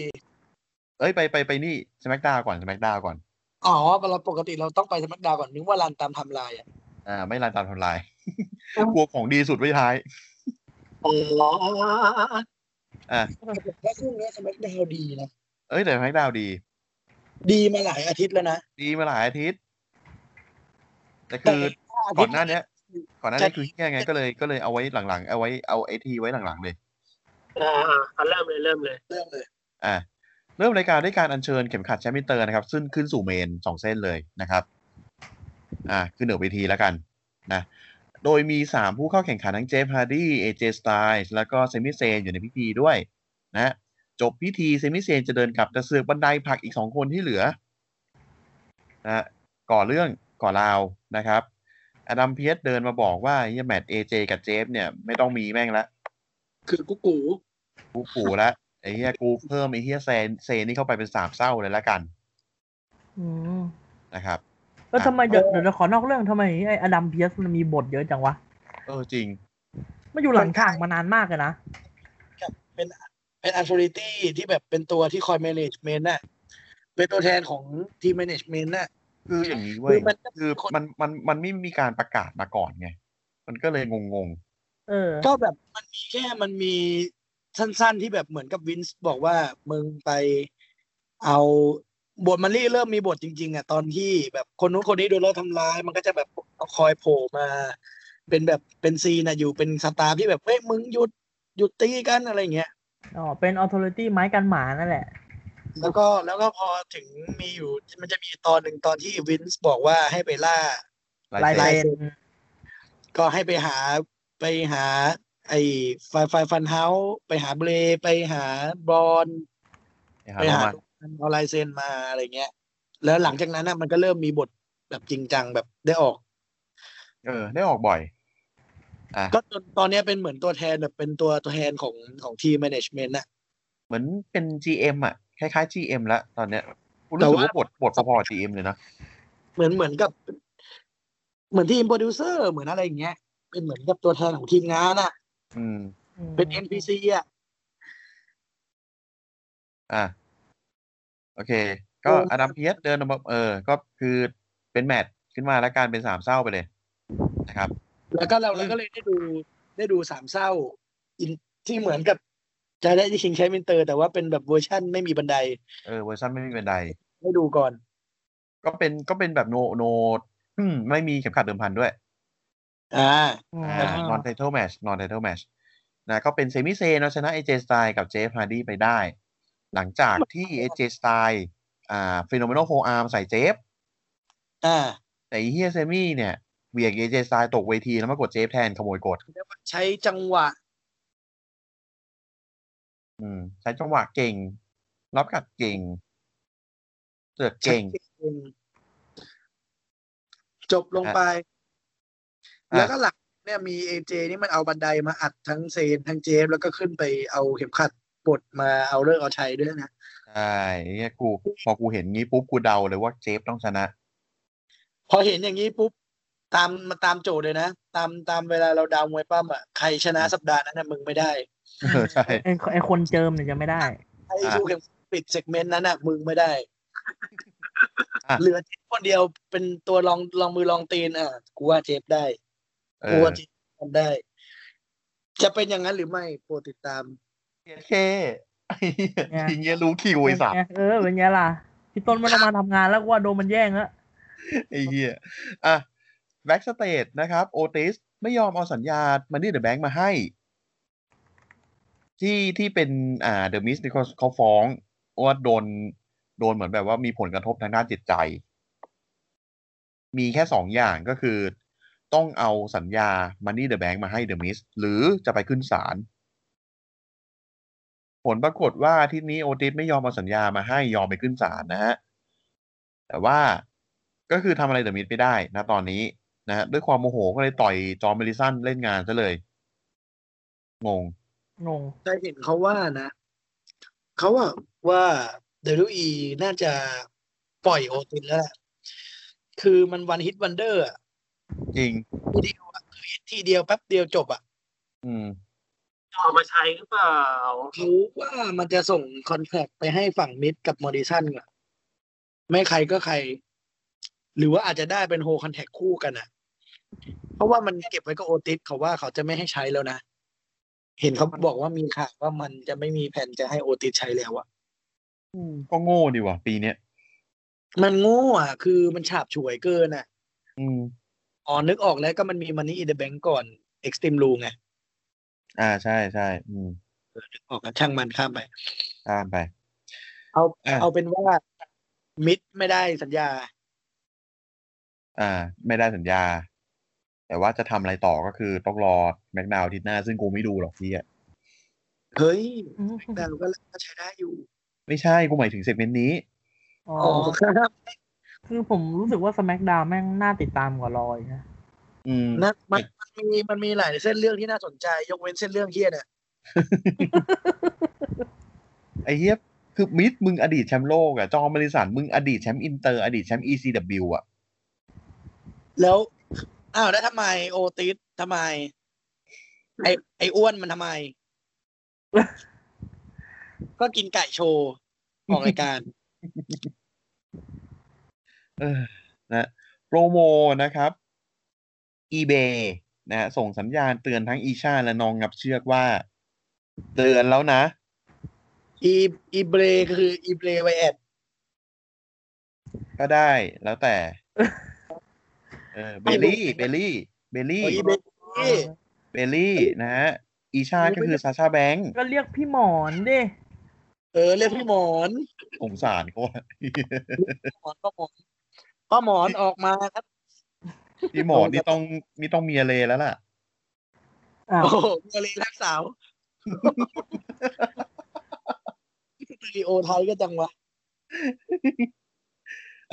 B: เอ้ยไปไปไปนี่สแมกดาก่อนสแมกดาก่อน
C: อ๋อเวลาปกติเราต้องไปสมัคดาวก่อนนึกว่ารันตามไทำลายอ่ะ
B: อ่า ไม่รันตามทำลายกลัวของดีสุดไว้ท้าย
C: อ๋อ
B: อ่า
C: แล้วช่วงนี้สมัคดาวดีนะ
B: เอ้ยแต่สแมกดาวดี
C: ดีมาหลายอาทิตย์แล้วนะ
B: ดีมาหลายอาทิตย์ แต่คือก่อนหน้าเนี้ย ก่อนหน้านี้คือเฮี้ยไงก็เลยก็เลยเอาไว้หลังๆ เอาไว้เอาไอทีไว้หลังๆเลย
E: อ่าอ่าอ่าเริ่มเลยเริ่มเลย
C: เริ่มเลย
B: อ่ะเริ่มรายการด้วยการอัญเชิญเข็มขัดแชมป์มิเตอร์นะครับ ซึ่งขึ้นสู่เมนสองเส้นเลยนะครับ อ่ะขึ้นเหนือเวทีแล้วกันนะโดยมี 3 ผู้เข้าแข่งขันทั้งเจฟฮาร์ดี้เอเจสไตล์แล้วก็เซมิเซนอยู่ในพิธีด้วยนะจบพิธีเซมิเซนจะเดินกลับจะเสือกบันไดผลักอีก 2 คนที่เหลือนะก่อเรื่องก่อราวนะครับ อดัมเพียสเดินมาบอกว่าเฮียแมตเอเจกับเจฟเนี่ยไม่ต้องมีแม่งละ
C: คือกูกู
B: กูปูละไอ้เฮียกูเพิ่มไอ้เฮียเซนเซนนี่เข้าไปเป็นสามเศร้าเลยละกัน
D: อืม
B: นะครับ
D: แล้วทำไมเดี๋ยวเดี๋ยวเดี๋ยวขอนอกเรื่องทำไมไอ้อดัมเพียสมันมีบทเยอะจังวะ
B: เออจริง
D: มันอยู่หลังฉากมานานมากเลยนะ
C: เป็นเป็นอัลฟอริตี้ที่แบบเป็นตัวที่คอยแมเนจเมนต์น่ะเป็นตัวแทนของทีมแมเนจเมนต์น่ะ
B: คืออย่างนี้เว้ย
C: คือมัน
B: คือมันมันมันไม่มีการประกาศมาก่อนไง มันก็เลยงงง
D: เออ
C: ก็แบบมันมีแค่มันมีสั้นๆที่แบบเหมือนกับวินส์บอกว่ามึงไปเอาบทมันรี่เริ่มมีบทจริง ๆอ่ะตอนที่แบบคนนู้นคนนี้โดนเราทำร้าย มันก็จะแบบเอาคอยโผล่มา เป็นแบบเป็นซีนอะอยู่เป็นสตาร์ที่แบบเฮ้ยมึงหยุดหยุดตีกันอะไรอย่างเงี้ย
D: อ๋อ เป็นออ t h อริตี้ไม้กันหมานั่นแหละ
C: แล้วก็แล้วก็พอถึงมีอยู่มันจะมีตอนหนึ่งตอนที่วินส์บอกว่าให้ไปล่า
B: ลาย
D: ลาย
B: เซ็
D: เซ็
B: น
D: น
C: ก็ให้ไปหาไปหา ไอ้ไฟไฟฟันเฮาไปหาเบลไปหาบอล
B: ไปหาเรา
C: ไปหา
B: มา
C: ลูกค้าเอาลายเซ็นมาอะไรเงี้ย แล้วหลังจากนั้นน่ะมันก็เริ่มมีบทแบบจริงจังแบบได้ออก
B: เออ ได้ออกบ่อย อ่ะ
C: ก็จนตอนเนี้ยเป็นเหมือนตัวแทนแบบเป็นตัวตัวแทนของของทีมแมネจเมนต์น่ะ
B: เหมือนเป็น GM อ่ะ คล้ายๆ GM ละตอนเนี้ยกูรู้สึกว่าบทบทพอๆกับ GM เลยนะ
C: เหมือนเหมือนกับ เหมือนทีมโปรดิวเซอร์เหมือนอะไรอย่างเงี้ย เป็นเหมือนกับตัวแทนของทีมงานน่ะ
B: อืม
C: เป็น NPC อ่ะ
B: อ่ะ โอเค ก็อดัมเพียสเดินออกมาเออ ก็คือเป็นแมตช์ขึ้นมาแล้วการเป็นสามเศร้าไปเลยนะครับ
C: แล้วก็เราเราก็เลยได้ดูได้ดูสามเศร้าอินที่เหมือนกับจะได้ที่ชิงแชมป์อินเตอร์ แต่ว่าเป็นแบบเวอร์ชั่นไม่มีบันได
B: เออเวอร์ชันไม่มีบันได
C: ให้ดูก่อน
B: ก็เป็นก็เป็นแบบโนโนไม่มีเข็มขัดเดิมพันด้วย
C: อ่า
B: อ่านอนไทเท e ลแมชนอนไทเท e ลแมชนะก็เป็นเซมิเซนเอาชนะเอเจสไตล์กับเจฟฮาร์ดีไปได้ หลังจากที่เอเจสไตล์อ่าฟิโนเมโนโฮอาร์มใส่เจฟ
C: อ่า
B: แต่อีเฮียเซมิเนี่ยเหวียกเอเจสไตล์ตกเวทีแล้วมากดเจฟแทนขโมยกด
C: ใช้จังหวะ
B: อืมใช้จังหวะเก่ง รับกัดเก่งเสือก เก่ง
C: จบลงไป
B: อ่ะ
C: แล้วก็หลังเนี่ยมีเอเจนี่มันเอาบันไดมาอัดทั้งเซนทั้งเจฟ แล้วก็ขึ้นไปเอาเข็มขัดปลดมาเอาเลิกเอาชัยด้วยนะ
B: ใช่เนี่ยกูพอกูเห็นงี้ปุ๊บกูเดาเลยว่าเจฟต้องชนะ
C: พอเห็นอย่างนี้ปุ๊บ ตามมาตามโจทย์เลยนะ ตามตามเวลาเราดาวมวยปั้มอ่ะใครชนะสัปดาห์นั้นนะมึงไม่ได้
B: เออใช่
D: ไอ้ไอ้คนเจิมเนี่ยจะไม่ได้
C: ใครชูเข็มขัดปิดเซกเมนต์นั้นน่ะมึงไม่ได้
B: อ่ะ
C: เหลือเจฟคนเดียวเป็นตัวรองรองมือรองตีนอ่ะกูว่าเจฟได้
B: เอก
C: ลั
B: อ
C: วที่ทำได้ จะเป็นอย่างนั้นหรือไม่โปรดติดตาม
B: เคไอ้เหี้ยทีเงี้ยรู้คิวไอ้สัตว์
D: เออเป็นไงล่ะ พี่ต้นไม่ต้องมาทำงานแล้วกูว่าโดนมันแย่งแล้ว
B: ไอ้เหี้ยอ่ะแบ็กสเตจนะครับ โอติส ไม่ยอมเอาสัญญาณมันนี่เดอะแบงค์มาให้ ที่ที่เป็นอ่าเดอะมิสเขาเขาฟ้องว่าโดน โดนเหมือนแบบว่ามีผลกระทบทางด้านจิตใจ มีแค่สองอย่างก็คือ ต้องเอาสัญญามันนี่เดอะแบงค์มาให้เดอะมิส หรือจะไปขึ้นศาลผลปรากฏว่าอาที่นี้โอติสไม่ยอมเอาสัญญามาให้ยอมไปขึ้นศาลนะฮะ แต่ว่าก็คือทำอะไรเดอะมิดไม่ได้นะตอนนี้นะฮะด้วยความโมโหก็เลยต่อยจอมเมลิสันเล่นงานซะเลย งง
D: งง
C: ได้เห็นเขาว่านะ เขาว่าว่า WWE น่าจะปล่อยโอตินแล้วแหละคือมันวันฮิตวันเดอร์อะ
B: จริง
C: ทีเดียวอะคือฮิตทีเดียวแป๊บเดียวจบอ่ะ
B: อืม
E: เอามาใช้หรือเปล่า
C: เขาว่ามันจะส่งคอนแทคไปให้ฝั่งมิดกับมอดิชันอะไม่ใครก็ใคร หรือว่าอาจจะได้เป็นโฮคอนแทคคู่กันอะเพราะว่ามันเก็บไว้กับโอติสเขาว่าเขาจะไม่ให้ใช้แล้วนะ เห็นเขาบอกว่ามีข่าวว่ามันจะไม่มีแผนจะให้โอติสใช้แล้วอะ
B: ก็โง่ดีว่ะปีเนี้ย
C: มันโง่อ่ะ คือมันฉาบฉวยเกินอ่ะ
B: อืม
C: อ๋อ นึกออกแล้วก็มันมีมันนี่อินเดอะแบงก์ก่อนเอ็กซ์ต e มรูไง
B: อ่าใช่ใช่อืม
C: นึกออกแล้วช่างมันข้ามไป
B: ตามไป
C: เอา
B: อ่ะ
C: เอาเป็นว่า มิดไม่ได้สัญญา
B: อ่า ไม่ได้สัญญา แต่ว่าจะทำอะไรต่อก็คือต้องรอแม็กดาวน์อาทิตย์หน้าซึ่งกูไม่ดูหรอกพี่อ่ะ
C: เฮ้ยแต่ก็ใช้ได้อยู่
B: ไม่ใช่ กูหมายถึงเซกเมนต์นี้
D: อ๋อ
C: อ๋อครับ
D: คือผมรู้สึกว่า SmackDown แม่งน่าติดตามกว่าลอยนะ
B: อืม
C: นะมันมันมีมันมีหลายเส้นเรื่องที่น่าสนใจ ยกเว้นเส้นเรื่องเฮียเนี่ย
B: ไอ้เหี้ยคือมิดมึงอดีตแชมป์โลกอะจอมบริสันมึงอดีตแชมป์อินเตอร์อดีตแชมป์ ECW อะ
C: แล้วอ้าวแล้วทำไมโอติสทำไม ไอไออ้วนมันทำไม ก็กินไก่โชว์ออกรายการ
B: เออนะโปรโมนะครับ eBay นะฮะส่งสัญญาณเตือนทั้งอีชาและน้องงับเชือกว่า เตือนแล้วนะ
C: อีอีเบรคืออีเบรไวแอด
B: ก็ได้แล้วแต่ เออเบลลี่เบลลี่เบลลี่
C: อีเบรนี่
B: เบลลี่นะฮะอีชาก็คือซาชาแบงค์
D: ก็เรียกพี่หมอนดิ
C: เออเรียกพี่หมอน
B: สงสารเขาอะ
C: หมอนป้าหมอนป้าหมอนออกมาครับ
B: พี่หมอนี่ต้องนี่ต้องเมียเลแล้วล่ะ
D: อ้าว
C: โอ้โหเมียเลรักสาว สเตอริโอไทยก็จังวะ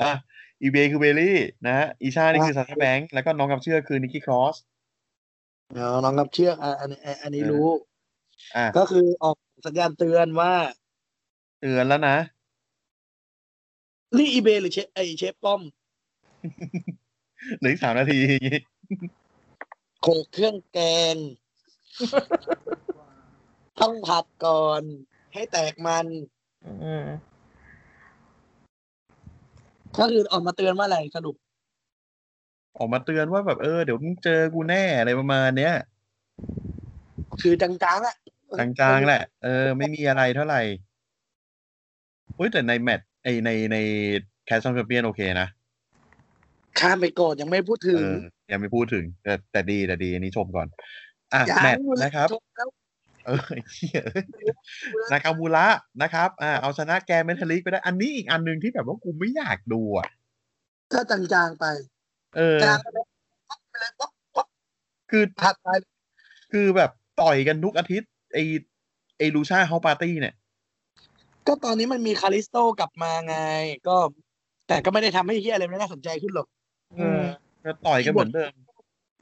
B: อ่ะอีเบย์คือเบลลี่นะฮะอีชานี่คือซาร่าแบงค์แล้วก็น้องกับเชื่อคือนิกกี้ครอส
C: เนาน้องนับเชือกอ่ะอันนี้อ่ะอันนี้
B: เออ
C: รู้
B: อ่ะ
C: ก็คือออกสัญญาณเตือนว่า
B: เตือนแล้วนะ
C: นี่อีเบย์หรือเชฟไอเชฟป้อม
B: เหลืออีกสามนาที อย่างงี้
C: โขลกเครื่องแก ง ต้องผัดก่อน ให้แตกมัน
D: อืม
C: ก็คือออกมาเตือนว่าอะไรสรุป
B: ออกมาเตือนว่าแบบเออเดี๋ยวมึงเจอกูแน่อะไรประมาณเนี้ย
C: คือจังๆอ่ะ
B: จางๆแหละ เออ ไม่มีอะไรเท่าไหร่เฮ้ยแต่ในแมตช์ไอในในแคสซัมเปียนโอเคนะ
C: ข้ามไปก่อนยังไม่พูด
B: เอ
C: ถึง
B: อยังไม่พูดถึง แต่แต่ดีแต่ดีอันนี้ชมก่อน อ่ะ
C: ยัง
B: แมตช์นะครับ
C: จแล้ว
B: เออไอ้เหี้ยนากามูระนะครับ อ่าเอาชนะแกนเมทัลลิกไปได้ อันนี้อีกอันหนึ่งที่แบบว่ากูไม่อยากดูอ่ะ
C: ก็จางๆไป
B: เออ
C: จางไปเลยปั๊บไปเลยปั๊บปั๊บ
B: คือ
C: ผัดไป
B: คือแบบต่อยกันทุกอาทิตย์ ไอไอลูชาเฮาปาร์ตี้เนี่ย
C: ก็ตอนนี้มันมีคาริสโตกลับมาไง ก็ แต่ก็ไม่ได้ทำให้เฮียอะไรมันน่าสนใจขึ้นหรอก
B: เออ ก็ต่อยกันเหมือนเดิม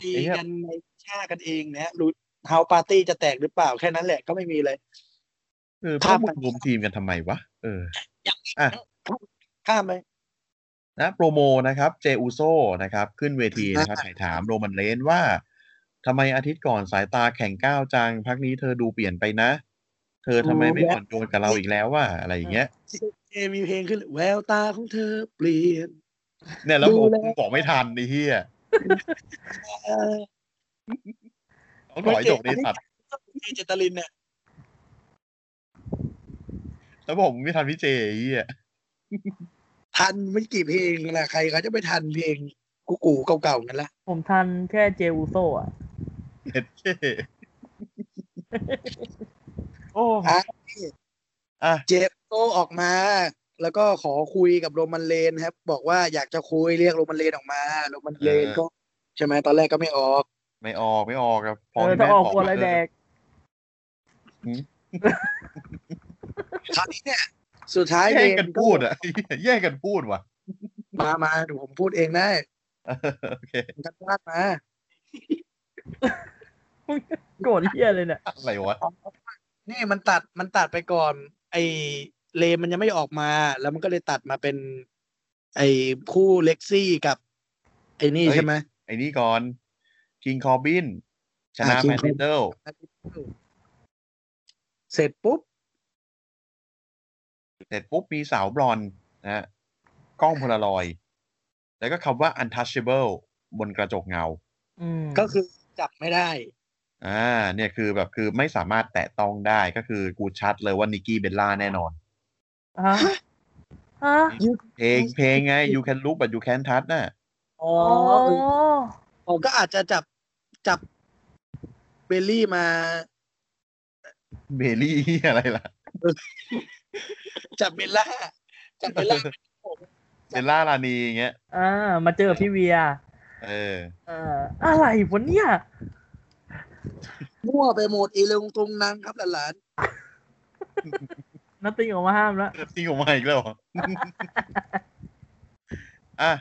C: ตี
B: ไอ้เหี้ย
C: กันในชาติกันเองนะรู้เฮาปาร์ตี้จะแตกหรือเปล่าแค่นั้นแหละก็ไม่มีเลย
B: เออพ
C: ครั
B: วก
C: บ
B: มึงรวมทีมกันทำไมวะ เออ
C: ข้ามไป
B: นะโปรโมนะครับ เจอูโซนะครับ ขึ้นเวทีนะครับถ่ายถามโรมันเลนว่าทำไมอาทิตย์ก่อนสายตาแข่งก้าวจัง พักนี้เธอดูเปลี่ยนไปนะ เธอทำไมไม่อ่อนโยนกับเราอีกแล้วว่าอะไรอย่างเงี้ย
C: เจมีเพลงขึ้นแววตาของเธอเปลี่ยน
B: เนี่ยแล้ว
C: ดู
B: ผม
C: แล้ว
B: กูบอกไม่ทันไอ้เหี้ย
C: เออ
B: ต้องถอยจบในสัตว์
C: เจเจตลินเนี่ย
B: แล้วผมไม่ทันพี่เจไอ้เหี้ย
C: ทันไม่กี่เพลงแหละใครเขาจะไปทันเพลงกูกูเก่าๆกันละ
D: ผมทันแค่เจอูโซอ่ะ
B: เอ็ดเจ
D: โอ้
C: อ่ะ
B: อ่ะ
C: เจฟโตออกมา แล้วก็ขอคุยกับโรมันเลนครับ บอกว่าอยากจะคุยเรียกโรมันเลนออกมาโรมันเลนก็ใช่ไหมตอนแรกก็ไม่ออก
B: ไม่ออกไม่ออกครับ
D: เออถ้าออกกลัวอะไรแดก
C: คราวนี้เนี่ย สุดท้าย
B: แม่บอก
C: เล
B: แย่ง
C: น
B: กันพูดอ่ะไอ้เหี้ย แย่งกันพูดว่ะ
C: มามาเดี๋ยวผมพูดเองได้
B: เออโอเค
C: ผมกันพลาดมา
D: โกรธเฮียเลยเนี่ย
B: อะไรวะ
C: นี่มันตัดมันตัดไปก่อน ไอเลนมันยังไม่ออกมา แล้วมันก็เลยตัดมาเป็น ไอคู่เล็กซี่กับ ไอนี่ใช่ไหม
B: ไอ้นี่ก่อนคิงคอบินชนะ
C: อ่ะ King
B: แมนเดล
C: เสร็จปุ๊บ
B: เสร็จปุ๊บมีสาวบลอนด์นะฮะกล้องพลารอยด์แล้วก็คำว่า untouchable บนกระจกเงา
D: อืม
C: ก็คือจับไม่ได้
B: อ่า เนี่ยคือแบบคือไม่สามารถแตะต้องได้ก็คือกูชัดเลยว่านิกกี้เบลล่าแน่นอน
D: ฮะฮะ
B: เพลงเพลงไง you can look but you can't touch น่ะ
C: อ๋อ
D: อ๋อ
C: ผมก็อาจจะจับจับเบลลี่มา
B: เบลลี่ อะไรล่ะ
C: จับเบลล่า จับเบลล่า
B: เบลล่าลานีอย่างเงี้ย
D: อ่ามาเจอกับพี่เวีย
B: เออ
D: เอออะไรวะเนี่ย
C: มั่วไปหมดอีเลงตรงนั้นครับหลาน
D: นัตติงออกมาห้ามแล้ว
B: ซิ่งออกมาอีกแล้วเหรอ อ่ะ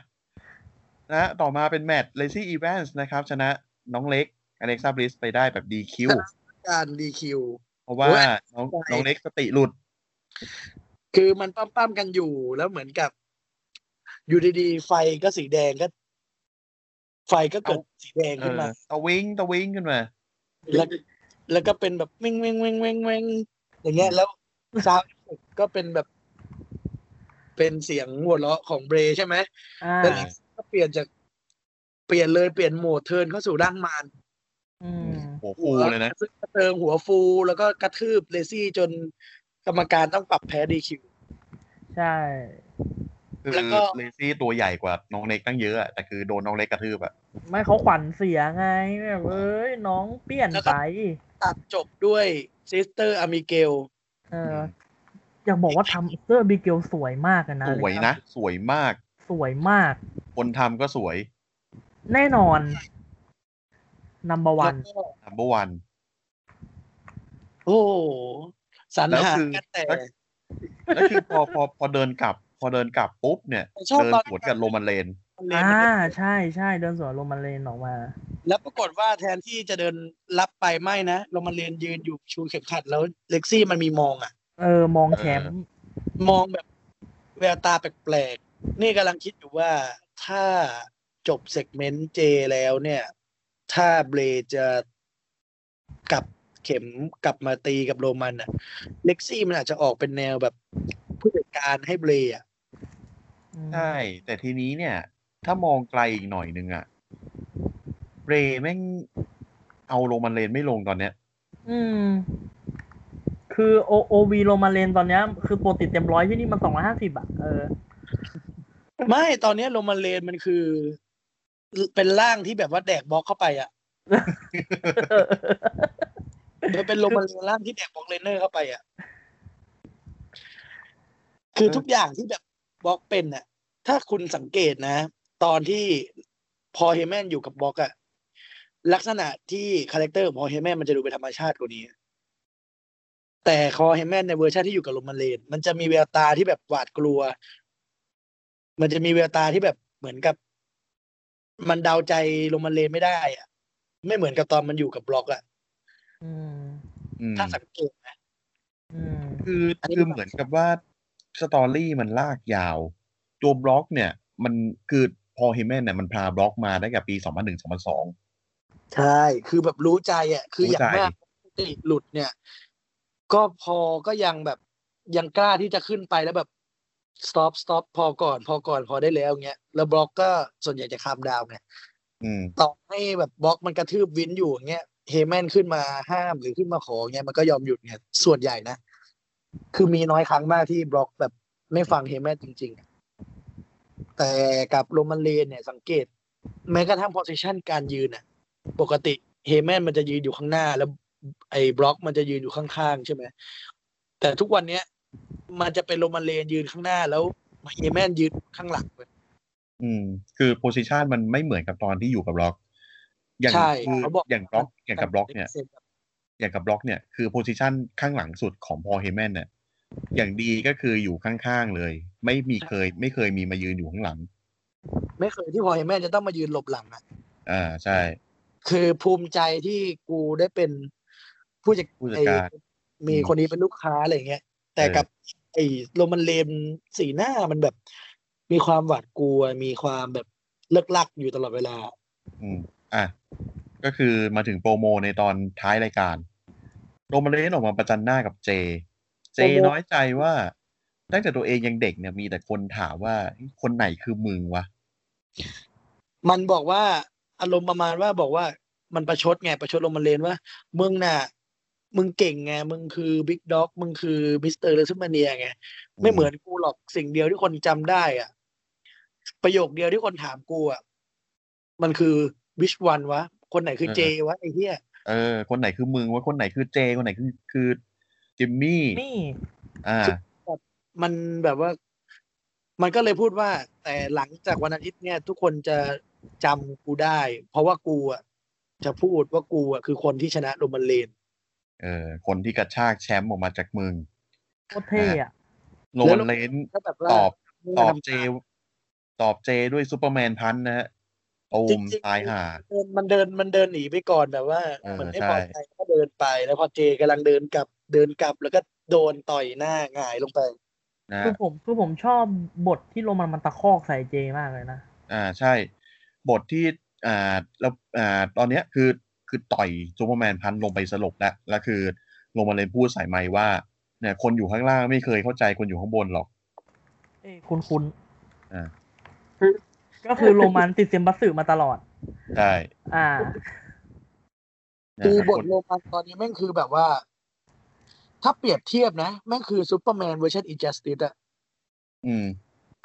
B: นะ ต่อมาเป็นแมตช์เลซี่อีแวนส์นะครับ ชนะน้องเล็กอเล็กซาบลิสไปได้แบบดีคิว
C: ๆการดีคิว
B: เพราะว่า
C: โอ้ย
B: น้องน้องเล็กสติหลุด
C: คือมันปั้มๆกันอยู่แล้วเหมือนกับ อยู่ดีๆ ไฟก็สีแดงก็ ไฟก็เกิดสีแดง
B: เอ
C: ขึ้น
B: อ
C: มา
B: ตะวิงตะวิงขึ้นมา
C: แล้วแล้วก็เป็นแบบเว่งเว่งเว่งเว่งเว่งอย่างเงี้ยแล้วซาวด์เอฟเฟกต์ก็เป็นแบบ เป็นเสียงหัวเราะของเบรใช่ไหม
D: อ่า
C: แล้วก็เปลี่ยนจากเปลี่ยนเลยเปลี่ยนโหมดเทิร์นเข้าสู่ร่างมาร
D: อืม
B: โอ้โหเลยนะ
C: ซึ่งกระเติงหัวฟู แล้วก็กระทืบเลซี่จนกรรมการต้องปรับแพ้ดีคิว
D: ใช่
B: คือ
C: แล้วก็
B: เลซี่ตัวใหญ่กว่าน้องเล็กตั้งเยอะอะแต่คือโดนน้องเล็กกระทืบอะ
D: ไม่เขาขวัญเสียไงแบบเอ้ยน้องเปลี่ยนไป
C: ตัดจบด้วยซิสเตอร์อ g มิเกล
D: เอออยากบอกว่าทำเสื้อบิเกลสวยมากอะนะ
B: สวยนะ สวยมาก
D: สวยมาก
B: คนทำก็สวย
D: แน่นอน number
C: แล้ว
D: one
C: ก็
B: นัมเบอร์วัน
C: โอ้โหสรร
B: แล้ว
C: หา
B: คือ
C: กันแต่
B: แล้ว แล้วคือ พอพอพอเดินกลับ พอเดินกลับปุ๊บเนี่ย
C: ชอบ
B: เดิน
C: ตอน
B: สวนกับโรมันเลน
C: เลน
D: อ่า
C: มัน
D: ใช่ใช่เดินสวนโรมันเลนออกมา
C: แล้วปรากฏว่าแทนที่จะเดินรับไปไม่นะโรมันเลนยืนอยู่ชูเข็มขัดแล้วเล็กซี่มันมีมองอ่ะ
D: เออ มองแชมป์
C: มองแบบแววตาแปลกๆ นี่กำลังคิดอยู่ว่าถ้าจบเซกเมนต์เจแล้วเนี่ย ถ้าเบลจะกลับเข็มกลับมาตีกับโรมันอะเล็กซี่มันอาจจะออกเป็นแนวแบบผู้จัดการให้เบลอะ
B: ใช่ แต่ทีนี้เนี่ย ถ้ามองไกลอีกหน่อยนึงอะเรย์แม่งเอาโรมันเลนไม่ลงตอนเนี้ย
D: อืม คือโอโอวีโรมันเลนตอนเนี้ย คือปกติเต็มร้อยที่นี่มันสองร้อยห้าสิบอะเอ อ
C: ไม่ตอนเนี้ยโรมันเลนมันคือ เป็นร่างที่แบบว่าแดกบล็อกเข้าไปอะมันเป็นโรมันเลนร่างที่แดกบล็อกเลนเนอร์เข้าไปอะคือทุกอย่างที่แบบบล็อกเป็นอะถ้าคุณสังเกตนะ ตอนที่พอลเฮเมนอยู่กับบล็อกอะลักษณะที่คาแรคเตอร์ของพอลเฮเมนมันจะดูเป็นธรรมชาติกว่านี้ แต่คอลเฮเมนในเวอร์ชันที่อยู่กับโรมันเลนมันจะมีแววตาที่แบบหวาดกลัว มันจะมีแววตาที่แบบเหมือนกับ มันเดาใจโรมันเลนไม่ได้อะไม่เหมือนกับตอนมันอยู่กับบล็อกอะ
D: อืม
B: อืม
C: ถ้าสังเกตนะ
D: อืม
B: คือ
C: อันนี้
B: คือเหมือนกับว่าสตอรี่มันลากยาวตัวบล็อกเนี่ย มันคือพอลเฮเมนเนี่ยมันพาบล็อกมาตั้งแต่ปี 2001 2002
C: ใช่ คือแบบรู้ใจอ่ะ คืออย่าง
B: รู้ใจ
C: มากสติหลุดเนี่ย ก็พอก็ยังแบบยังกล้าที่จะขึ้นไปแล้วแบบ stop stop พอก่อน พอก่อนพอได้แล้วเงี้ย แล้วบล็อกก็ส่วนใหญ่จะคามดาวน์ไง
B: อืม
C: ต่อให้แบบบล็อกมันกระทืบวินอยู่อย่างเงี้ยเฮแมนขึ้นมาห้ามหรือขึ้นมาขออย่างเงี้ยมันก็ยอมหยุดเนี่ยส่วนใหญ่นะ คือมีน้อยครั้งมากที่บล็อกแบบไม่ฟังเฮแมนจริงๆอะแต่กับโรมันเลนเนี่ยสังเกต แม้กระทั่งโพสิชันการยืนอ่ะ ปกติเฮแมนมันจะยืนอยู่ข้างหน้า แล้วไอ้บล็อกมันจะยืนอยู่ข้างๆ ใช่ไหมแต่ทุกวันเนี้ย มันจะเป็นโรมันเลนยืนข้างหน้าแล้วเฮแมนยืนข้างหลังเว้ย
B: อืม คือโพซิชันมันไม่เหมือนกับตอนที่อยู่กับบล็อก อย่าง
C: ใช่
B: คือ
C: เขาบอก
B: อย่างบล็อก อย่างกับบล็อกเนี่ย อย่างกับบล็อกเนี่ยคือโพซิชันข้างหลังสุดของพอลเฮเมนเนี่ยอย่างดีก็คืออยู่ข้างๆเลย ไม่มีเคย ไม่เคยมีมายืนอยู่ข้างหลัง
C: ไม่เคยที่พอเฮแมนจะต้องมายืนหลบหลังอะ
B: อ่าใช่
C: คือภูมิใจที่กูได้เป็นผู้จัด
B: ผู้จัดการ
C: ไอ้มี
B: อืม
C: คนนี้เป็นลูกค้าอะไรอย่างเงี้ย แต่
B: เออ
C: กับไอ้โรมันเลมสีหน้ามันแบบ มีความหวาดกลัว มีความแบบเลิกลักอยู่ตลอดเวลา
B: อืมอ่ะก็คือมาถึงโปรโมในตอนท้ายรายการโรมาเลนออกมาประจันหน้ากับเจ เจ
C: โปรโม
B: น้อยใจว่าตั้งแต่ตัวเองยังเด็กเนี่ยมีแต่คนถามว่าคนไหนคือมึงวะ
C: มันบอกว่าอารมณ์ประมาณว่าบอกว่ามันประชดไงประชดโรมันเลนว่ามึงน่ะ มึงเก่งไงมึงคือบิ๊กด็อกมึงคือมิสเตอร์เลสมาเนียไง ไม่เหมือนกูหรอกสิ่งเดียวที่คนจำได้อะประโยคเดียวที่คนถามกูอะมันคือวิชวันวะ คนไหนคือ
B: เออ
C: เจวะไอ้เหี้ย
B: เออ คนไหนคือมึงวะคนไหนคือเจ คนไหนคือคือจิมมี่
D: นี่
B: อ่า
C: มันแบบว่า มันก็เลยพูดว่า แต่หลังจากวันอาทิตย์เนี่ย ทุกคนจะจำกูได้ เพราะว่ากูอะจะพูดว่ากูอะคือคนที่ชนะโรมันเลน
B: เออ คนที่กระชากแชมป์ออกมาจากมึง
D: โคตรเท่อะ
B: โร
C: แล้ว
B: มาเลน
C: ก็แบบว่า
B: ตอบ
C: มึง
B: ต
C: อะ
B: อบ
C: ทำ
B: เจ ตอบเจด้วยซูเปอร์แมนพันนะฮะโอ
C: จ
B: ม
C: ริงๆ
B: ตายห่า
C: เดินมันเดินมันเดินหนีไปก่อนแบบว่า
B: เออ
C: เหมือนไม่
B: ใช่
C: พอใจก็เดินไป แล้วพอเจกำลังเดินกลับเดินกลับ แล้วก็โดนต่อยหน้าหงายลงไป
B: นะ
D: คือ
B: ฮะ
D: ผมคือผมชอบบทที่โรมันมันตะคอกใส่เจมากเลยนะ
B: อ่าใช่ บทที่อ่าแล้วอ่าตอนเนี้ยคือคือต่อยซูเปอร์แมนพันลงไปสลบแล้วแล้วคือลงมาเลยพูดใส่ไมค์ว่าเนี่ยคนอยู่ข้างล่างไม่เคยเข้าใจคนอยู่ข้างบนหรอก
D: เอ้คุณคุณ
B: อ่า
D: ก็คือโรมันติดเซมบัสสึมาตลอด
B: ใช่
D: อ่า
B: นะ
C: คือบท
B: คน
C: โรมันตอนนี้แม่งคือแบบว่า ถ้าเปรียบเทียบนะ แม่งคือซูเปอร์แมนเวอร์ชันอินจัสติสอะ
B: อืม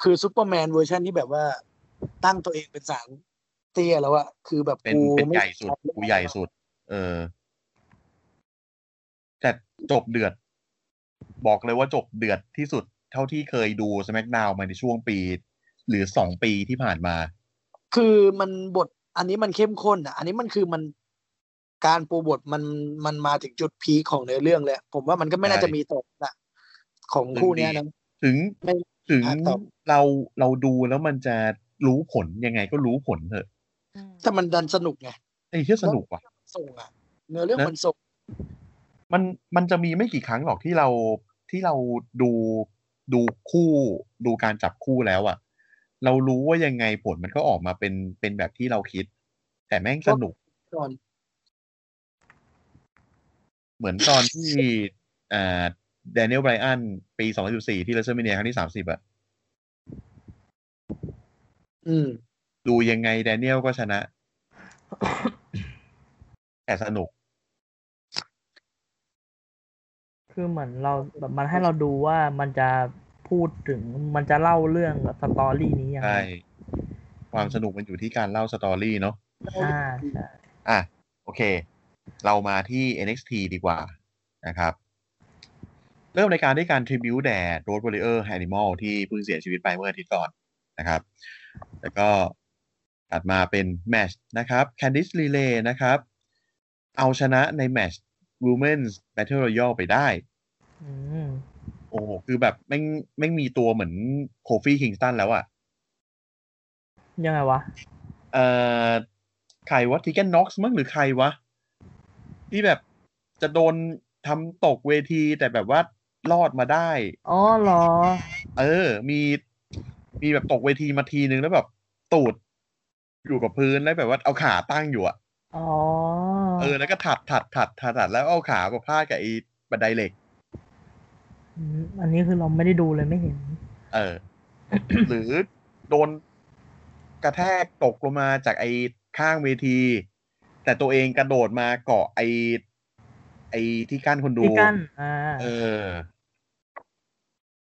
C: คือซูเปอร์แมนเวอร์ชันที่แบบว่า ตั้งตัวเองเป็นสารเตี้ยแล้วอะคือแบบ
B: เป็น
C: กู
B: เป็น
C: ไม่
B: ใหญ่สุดกูใหญ่สุด เออ แต่จบเดือด บอกเลยว่าจบเดือดที่สุด เท่าที่เคยดู SmackDown มาในช่วงปี หรือสองปีที่ผ่านมา
C: คือมันบท อันนี้มันเข้มข้นอ่ะ อันนี้มันคือมันการปูบทมันมันมาถึงจุดพีคของเนื้อเรื่องเลยผมว่ามันก็ไม่น่าจะมีตกนะของคู่เนี้ยนะ
B: ถึง
C: ไม่
B: ถึง
C: อ่ะต่อ
B: เราเราดูแล้วมันจะรู้ผลยังไงก็รู้ผลเถอะ
C: แต่มันดันสนุกไง
B: ไอ้เที่ยสนุกว่ะ
C: ส่งอ่ะเนื้อเรื่อง
B: นะ
C: มันส่ง
B: มันมันจะมีไม่กี่ครั้งหรอกที่เราที่เราดูดูคู่ดูการจับคู่แล้วอะเรารู้ว่ายังไงผลมันก็ออกมาเป็นเป็นแบบที่เราคิด แต่แม่งสนุก
C: ตอน
B: เหมือนตอนที่อ่าแดเนียลไบรอันปี 2014 ที่เลเซอร์มิเนียครั้งที่ 30อะ
C: อืม
B: ดูยังไงแดเนียลก็ชนะ แต่สนุก
D: คือเหมือนเราแบบมันให้เราดูว่ามันจะพูดถึงมันจะเล่าเรื่องสตอรี่นี้ยังไง
B: ใช่ ความสนุกมันอยู่ที่การเล่าสตอรี่เนาะ
D: อ่าใช่
B: อ่ะ โอเค เรามาที่ NXT ดีกว่านะครับ เริ่มรายการด้วยการทริบิวแด่โรดบริเออร์แอนิมอลที่เพิ่งเสียชีวิตไปเมื่ออาทิตย์ก่อนนะครับ แล้วก็ถัดมาเป็นแมตชนะครับแคนดิส l ีเล y นะครับ เอาชนะในแมตช Women's Battle Royale ไปได้
D: อืม
B: โอ้โหคือแบบแม่งแม่งมีตัวเหมือนโคฟี่คิงสตันแล้วอะ่ะ
D: ยังไงวะ
B: เอ่อใครวะทิกเกนน็อกซ์มั้งหรือใครวะ ที่แบบจะโดนทำตกเวทีแต่แบบว่ารอดมาได้
D: อ๋อเหรอ
B: เออ มีมีแบบตกเวทีมาทีนึงแล้วแบบตูด อยู่กับพื้นแล้วแบบว่าเอาขาตั้งอยู่อะ
D: อ๋อ
B: เออแล้วก็ถัดถัดถัดถัดถัดแล้วเอาขามาพาดกับไอ้บันไดเหล็ก
D: มอันนี้คือเราไม่ได้ดูเลยไม่เห็น
B: เออ หรือโดนกระแทกตกลงมาจากไอ้ข้างเวที แต่ตัวเองกระโดดมาเกาะไอ้ไอ้ที่กั้นคนดู
D: ที่กั้นอ่า
B: เออ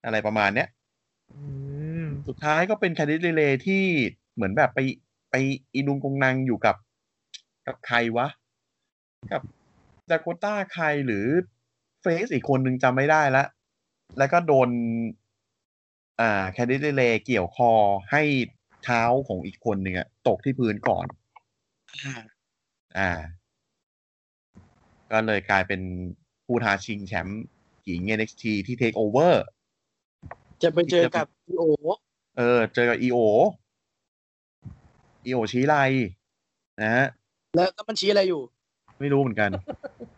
B: อะไรประมาณเนี้ย
D: ม
B: สุดท้ายก็เป็นแคนดิดเรย์ที่เหมือนแบบไปไปอินุงกงนังอยู่กับ กับใครวะ กับดาโกต้าใครหรือเฟสอีกคนนึงจำไม่ได้ละ แล้วก็โดน อ่าแคนดิดเรย์เกี่ยวคอให้เท้าของอีกคนหนึ่งอะตกที่พื้นก่อน
C: อ่า
B: อ่า ก็เลยกลายเป็นผู้ท้าชิงแชมป์หญิง NXT ที่ Take Over
C: จะไปเจอกับพี่โอ
B: เออ เจอกับอีโอ อีโอชี้ไรนะฮะ
C: แล้วแล้วมันชี้อะไรอยู่
B: ไม่รู้เหมือนกัน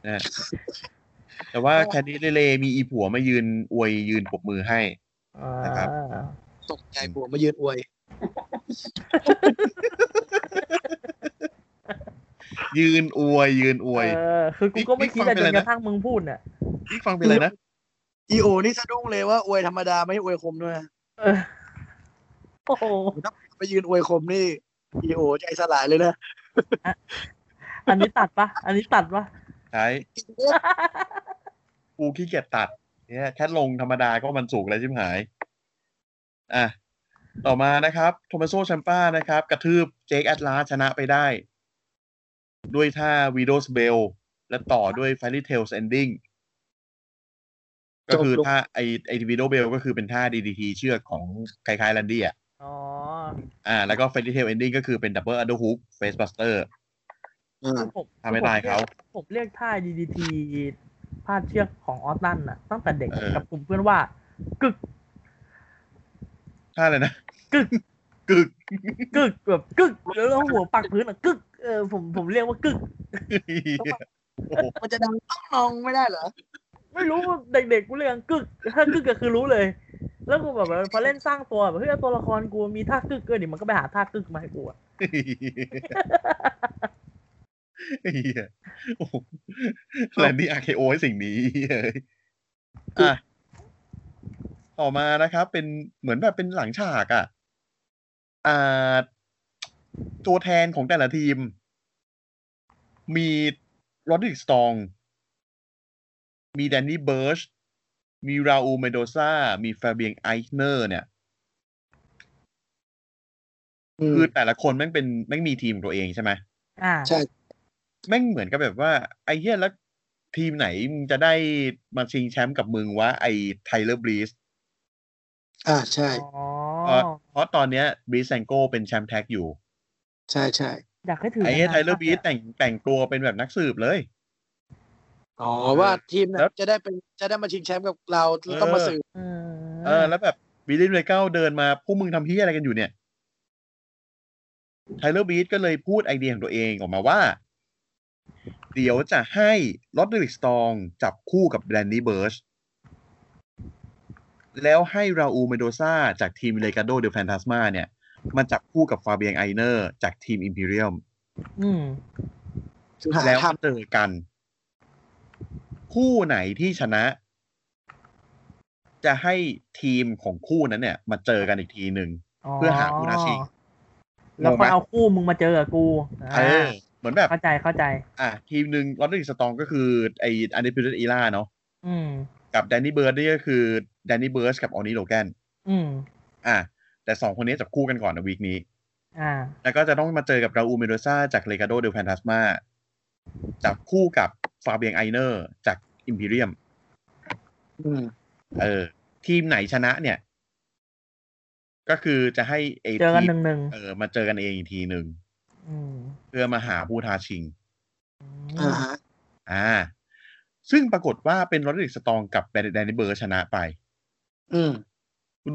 B: นะฮะแต่ว่าแคนดิเลย์มีอีผัวมายืนอวยยืนปรบมือให้
D: อ่า
B: นะครับ
C: ตกใจผัวมายืนอวย
B: ยืนอวย ยืนอวย
D: เออคือกูก็ไม่คิดอะ
B: นี่ฟัง
D: จ
B: เป็นอะไร
D: น
B: นะ
D: กระทั่งมึงพูดเนี่ย
B: นี่ฟังเป็นอะไรนะ
C: อีโอนี่สะดุ้งเลยว่าอวยธรรมดาไม่อวยคมด้วยนะ
D: เออโอ้โห
C: ไปยืนอวยคมนี่อีโอใจสลายเลยนะ
D: อันนี้ตัดปะอันนี้ตัดปะ
B: ใช้กูขี้เกียจตัด เนี่ยแค่ลงธรรมดาก็มันสูงแล้วชิมหาย อ่ะ ต่อมานะครับ โทมัสโซแชมป้านะครับ กระทืบเจคแอตลาชนะไปได้ ด้วยท่าวีโดสเบล และต่อด้วยไฟลิเทลส์เอนดิ้งก็คือท่าไอไอวีโดเบลก็คือเป็นท่าดีดีทีเชือกของคล้ายๆแลนดี้อ่ะ
D: อ๋อ
B: อ่า แล้วก็ไฟลิเทลเอนดิ้งก็คือเป็นดับเบิลอันเดอร์ฮุกเฟสบัสเตอร์
C: อ่า
D: ผม
B: ทำให้ตายเขา
D: ผมเรียกท่า DDT พาดเชือกของออสตันน่ะ ตั้งแต่เด็ก
B: เออ
D: กับกลุ่มเพื่อนว่ากึก
B: ท่าอะไรนะ
D: กึก
B: กึก
D: กึกแบบกึกแล้วหัวปักพื้นอ่ะกึกเออผมผมเรียกว่ากึก
C: มันจะดังต้องนองไม่ได้เหรอ
D: ไม่รู้ว่าเด็กๆกูเรียกกึกถ้ากึกก็คือรู้เลย แล้วกูแบบพอเล่นสร้างตัวแบบเฮ้ยตัวละครกูมีท่ากึกเออเดี๋ยวมันก็ไปหาท่ากึกมาให้กูอะ
B: ไอ้เหี้ยโอ้โหแลนดี้อาร์เคโอให้สิ่งนี้เฮ้ยอ่ะต่อมานะครับ เป็นเหมือนแบบเป็นหลังฉากอ่ะ อ่า ตัวแทนของแต่ละทีม มีโรดริกสตอง มีแดนนี่เบิร์ช มีราอูเมโดซามีฟาเบียงไอเนอร์เนี่ย คือแต่ละคนแม่งเป็นแม่งมีทีมตัวเองใช่ไหม
D: อ่า
C: ใช่
B: แม่งเหมือนกับแบบว่า ไอ้เหี้ยแล้วทีมไหนมึงจะได้มาชิงแชมป์กับมึงวะไอ้ไทเลอร์บรีส
C: อ่าใช่
D: อ๋อ
B: เพราะตอนเนี้ยบรีสแซงโกเป็นแชมป์แท็กอยู่
C: ใช่ใช่
D: อยากให้ถือ
B: ไอ้เหี้ย
D: นา
B: ไท
D: นๆ
B: เลอร์บีทแต่งแต่งตัวเป็นแบบนักสืบเลย
C: อ๋อว่าทีมไหน
B: แล้ว
C: จะได้เป็นจะได้มาชิงแชมป์กับเราแล้วต้องมาสืบ
D: เออ
B: เออแล้วแบบวิลลี่เวเก้าเดินมาพวกมึงทำที่อะไรกันอยู่เนี่ยไทเลอร์บีทก็เลยพูดไอเดียของตัวเองออกมาว่า เดี๋ยวจะให้ลอดเดริกสตองจับคู่กับแดนนี่เบิร์ชแล้วให้ราอูเมโดซาจากทีมเลกาโดเดลแฟนตาสมาเนี่ย มาจับคู่กับฟาเบียงไอเนอร์จากทีมอิมพีเรียม
D: อืม
C: หา
B: แล้ว
C: ทำ
B: เจอกัน คู่ไหนที่ชนะ จะให้ทีมของคู่นั้นเนี่ย มาเจอกันอีกทีหนึ่ง เพื่อหาผู้ท้าชิง
D: แล้ว
B: งง
D: ก็
B: ไหม
D: เอาคู่มึงมาเจอกับกู
B: เออ เหมือนแบบ
D: เข้าใจเข้าใจ
B: อ่ะทีมหนึ่งลอตเตอรี่สตองก็คือไออันนี้เป็นอีล่าเนาะ
D: อืม
B: กับแดนนี่เบิร์ดนี่ก็คือแดนนี่เบิร์ดกับออนนี่โลแกน
D: อืม
B: อ่ะแต่สองคนนี้จับคู่กันก่อนนะวีคนี้
D: อ่า
B: แล้วก็จะต้องมาเจอกับราอูเมโดซาจากเลกาโดเดลแฟนตาสมาจับคู่กับฟาเบียงไอเนอร์จากอิมพีเรียม
C: อืม
B: เออ ทีมไหนชนะเนี่ย ก็คือจะให้ไอ
D: เจอกัน
B: ทีม
D: หนึ่งหนึ่ง
B: เออมาเจอกันเองอีกทีหนึ่ง
D: อืม
B: เพื่อมาหาผู้ท้าชิง
C: อ่าฮะ
B: อ่า ซึ่งปรากฏว่าเป็นโรดริกสตองกับแดนแดนนิเบอร์ชนะไป
C: อืม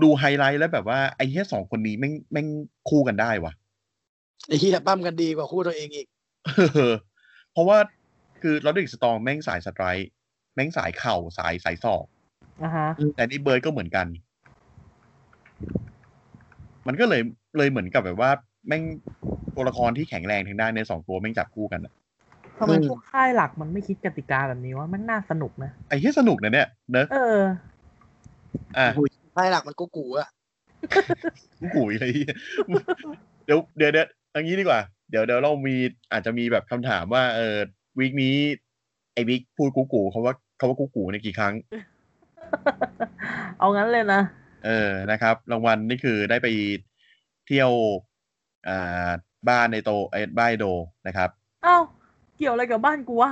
B: ดูไฮไลท์แล้วแบบว่าไอ้เหี้ยสองคนนี้แม่งแม่งคู่กันได้วะ
C: ไอ้เฮียปั้มกันดีกว่าคู่ตัวเองอีก
B: เพราะว่าคือโรดริกสตองแม่งสายสไตรค์แม่งสายเข่าสายสายศอก
D: อ่าฮะ
B: แต่นี่เบิร์ดก็เหมือนกัน มันก็เลยเลยเหมือนกับแบบว่า แม่งตัวละครที่แข็งแรงทางด้านในสองตัวแม่งจับคู่กันอะ
D: ทำไม
C: อืม
D: พวกค่ายหลักมันไม่คิดกติกาแบบนี้วะมันน่าสนุกนะ
B: ไอ้ที่สนุกนะเนี่ย เนอะ
D: เอ อ
B: อ่ะ
C: ไพ่หลักมันก็กูอะ
B: กูกุยอะไร เหี้ยเดี๋ยวเดี๋ยวเดี๋ยวเอันนี้ดีกว่า เดี๋ยวเดี๋ยวเรามีอาจจะมีแบบคำถามว่า เออวีคนี้ ไอ้วิกพูดกูกูเขาว่าเขาว่ากูกูในยกี่ครั้ง
D: เอางั้นเลยนะ
B: เออนะครับ รางวัลนี่คือได้ไปเที่ยวอ่าบ้านในโตไอ้ยบ้านไอ้โดนะครับ
D: เอ้า เกี่ยวอะไรกับบ้านกูวะ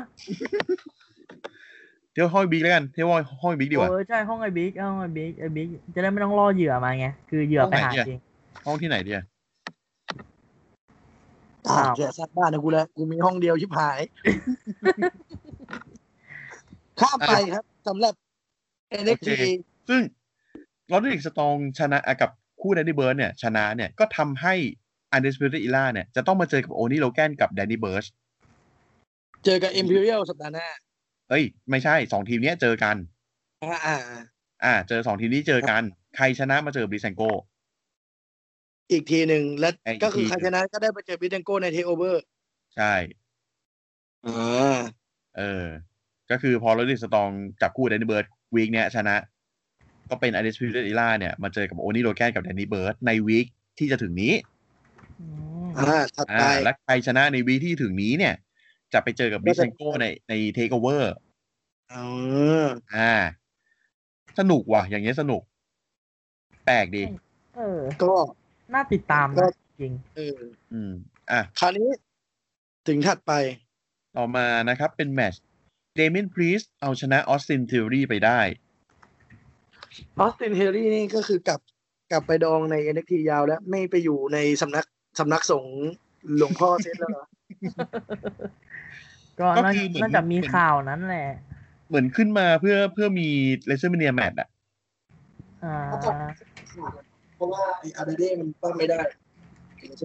B: เที่ยวห้อยบิ๊กแล้วกันเที่ยวห้อยห้อยบิ๊กดีกว่า
D: เออใช่ห้องไอ้บิ๊กห้องไอ้บิ๊กไอ้บิ๊กจะได้ไม่ต้องล่อเหยื่อมาไง คือเหยื่อไป
B: ห้
D: หา
B: องไหนเนี่ย
D: เอง
B: ห้องที่ไหนดีอะ
D: อ้าว
C: เสียสัตว์บ้านนะกูแล้วกูมีห้องเดียวชิบหาย ข้ามไปครับสำหรับ NXT
B: โอเค ซึ่งลอดริกสตองชนะอ่ะกับคู่แดนนี่เบิร์ดเนี่ย ชนะเนี่ยก็ทำให้อันเดสเปเรอีล่าเนี่ย จะต้องมาเจอกับโอนี่โลแกนกับแดนนี่เบิร์ด
C: เจอกับ Imperial สัปดาห์หน้า
B: เอ้ย ไม่ใช่สองทีมเนี้ยเจอกัน
C: อ่าอ่า
B: อ่า เจอสองทีมนี้เจอกัน ใครชนะมาเจอบริสังโก
C: อีกทีหนึ่งแล้ว
B: ไอ้อีก
C: ก็คือ
B: ที
C: ใครชนะก็ได้ไปเจอบิดเดนโกในเทโอเวอร์
B: ใช่
C: อ่า
B: เออ ก็คือพอลอดริกสตองจับคู่แดนนี่เบิร์ดวีคเนี้ยชนะ ก็เป็นอันเดสเปเรอีล่าเนี่ยมาเจอกับโอนี่โลแกนกับแดนนี่เบิร์ดในวีคที่จะถึงนี้
D: อืม
C: อ่าถัดไป
B: อ่าและใครชนะในวีคที่ถึงนี้เนี่ย จะไปเจอกับบิสังโกในในเทคโอเวอร์
C: อ๋อ
B: อ่า สนุกว่ะ อย่างเงี้ยสนุก แปลกดี
D: เออ
C: ก็
D: น่าติดตาม
C: ก็
D: นะจริง
C: เออ
B: อืม อ่ะ
C: คราวนี้ถึงถัดไป
B: ต่อมานะครับ เป็นแมตช์เดมิ n พรีสเอาชนะออสตินท e รีไปได้
C: ออสตินเฮนรี่นี่ก็คือกลับกลับไปดองใน NXT ยาวแล้วไม่ไปอยู่ในสำนักสำนักสงฆ์หลวงพ่อเซตแล้วเหรอ
D: ก็
B: ก็
D: น่า
B: คือเหมือน
D: น่าจะมีข่าวนั้นแหละ
B: เหมือนขึ้นมาเพื่อเพื่อมีเลเซอร์มิเนียแมตช์อ่ะ
D: อ่า
C: เพราะว่าไอ้อาร์เดเด้มันป้องไม่ได้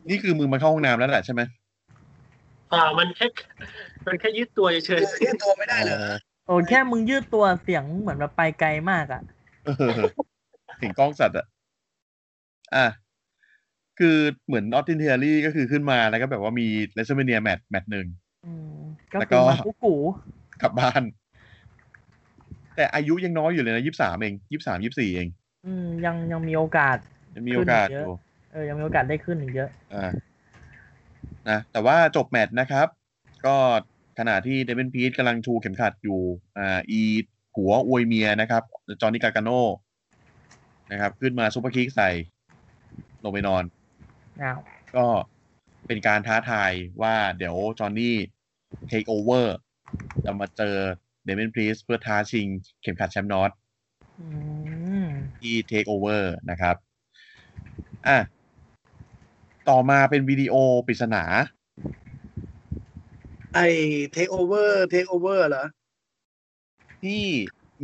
B: นี่คือมึงมาเข้าห้องน้ำแล้วแหละใช่ไหม
E: อ่ามันแค่มันแค่ยืดตัวเฉย
C: เรียกตัวไม่ได้เหรอ
D: โอ้แค่มึงยืดตัวเสียงเหมือนแบบไปไกลมากอ่ะ
B: เออถึงกล้องสัตว์อ่ะ อ่ะ คือเหมือนออสตินเทอรี่ก็คือขึ้นมาแล้วก็แบบว่ามีเลเซอร์มิเนียแมตช์แมตช์หนึ่ง
D: อืม ก็
B: แล้วก็
D: คือมากุกู
B: กลับบ้าน แต่อายุยังน้อยอยู่เลยนะยี่สามเองยี่สามยี่สี่เอง
D: อืมยังยังมีโอกาส
B: ยังมีโอกาส
D: ขึ้
B: อ
D: นเยอะ
B: ยู่
D: เออยังมีโอกาสได้ขึ้นอีกเยอะ
B: อ่านะแต่ว่าจบแมตช์นะครับ ก็ขณะที่เดวินพีทกำลังชูเข็มขัดอยู่ อ่า อีหัวอวยเมียนะครับ จอห์นนี่กากาโน่นะครับ ขึ้นมาซุปเปอร์คิกใส่ ลงไปนอน
D: อ้าว
B: ก็เป็นการท้าทายว่าเดี๋ยวจอห์นนี่เทคโอเวอร์จะมาเจอเดวินพีทเพื่อท้าชิงเข็มขัดแชมป์นอต
D: อืม
B: ที่ Take Over นะครับ อ่ะ ต่อมาเป็นวิดีโอปริศนา
C: ไอเทคโอเวอร์เทคโอเวอร์เหรอ
B: ที่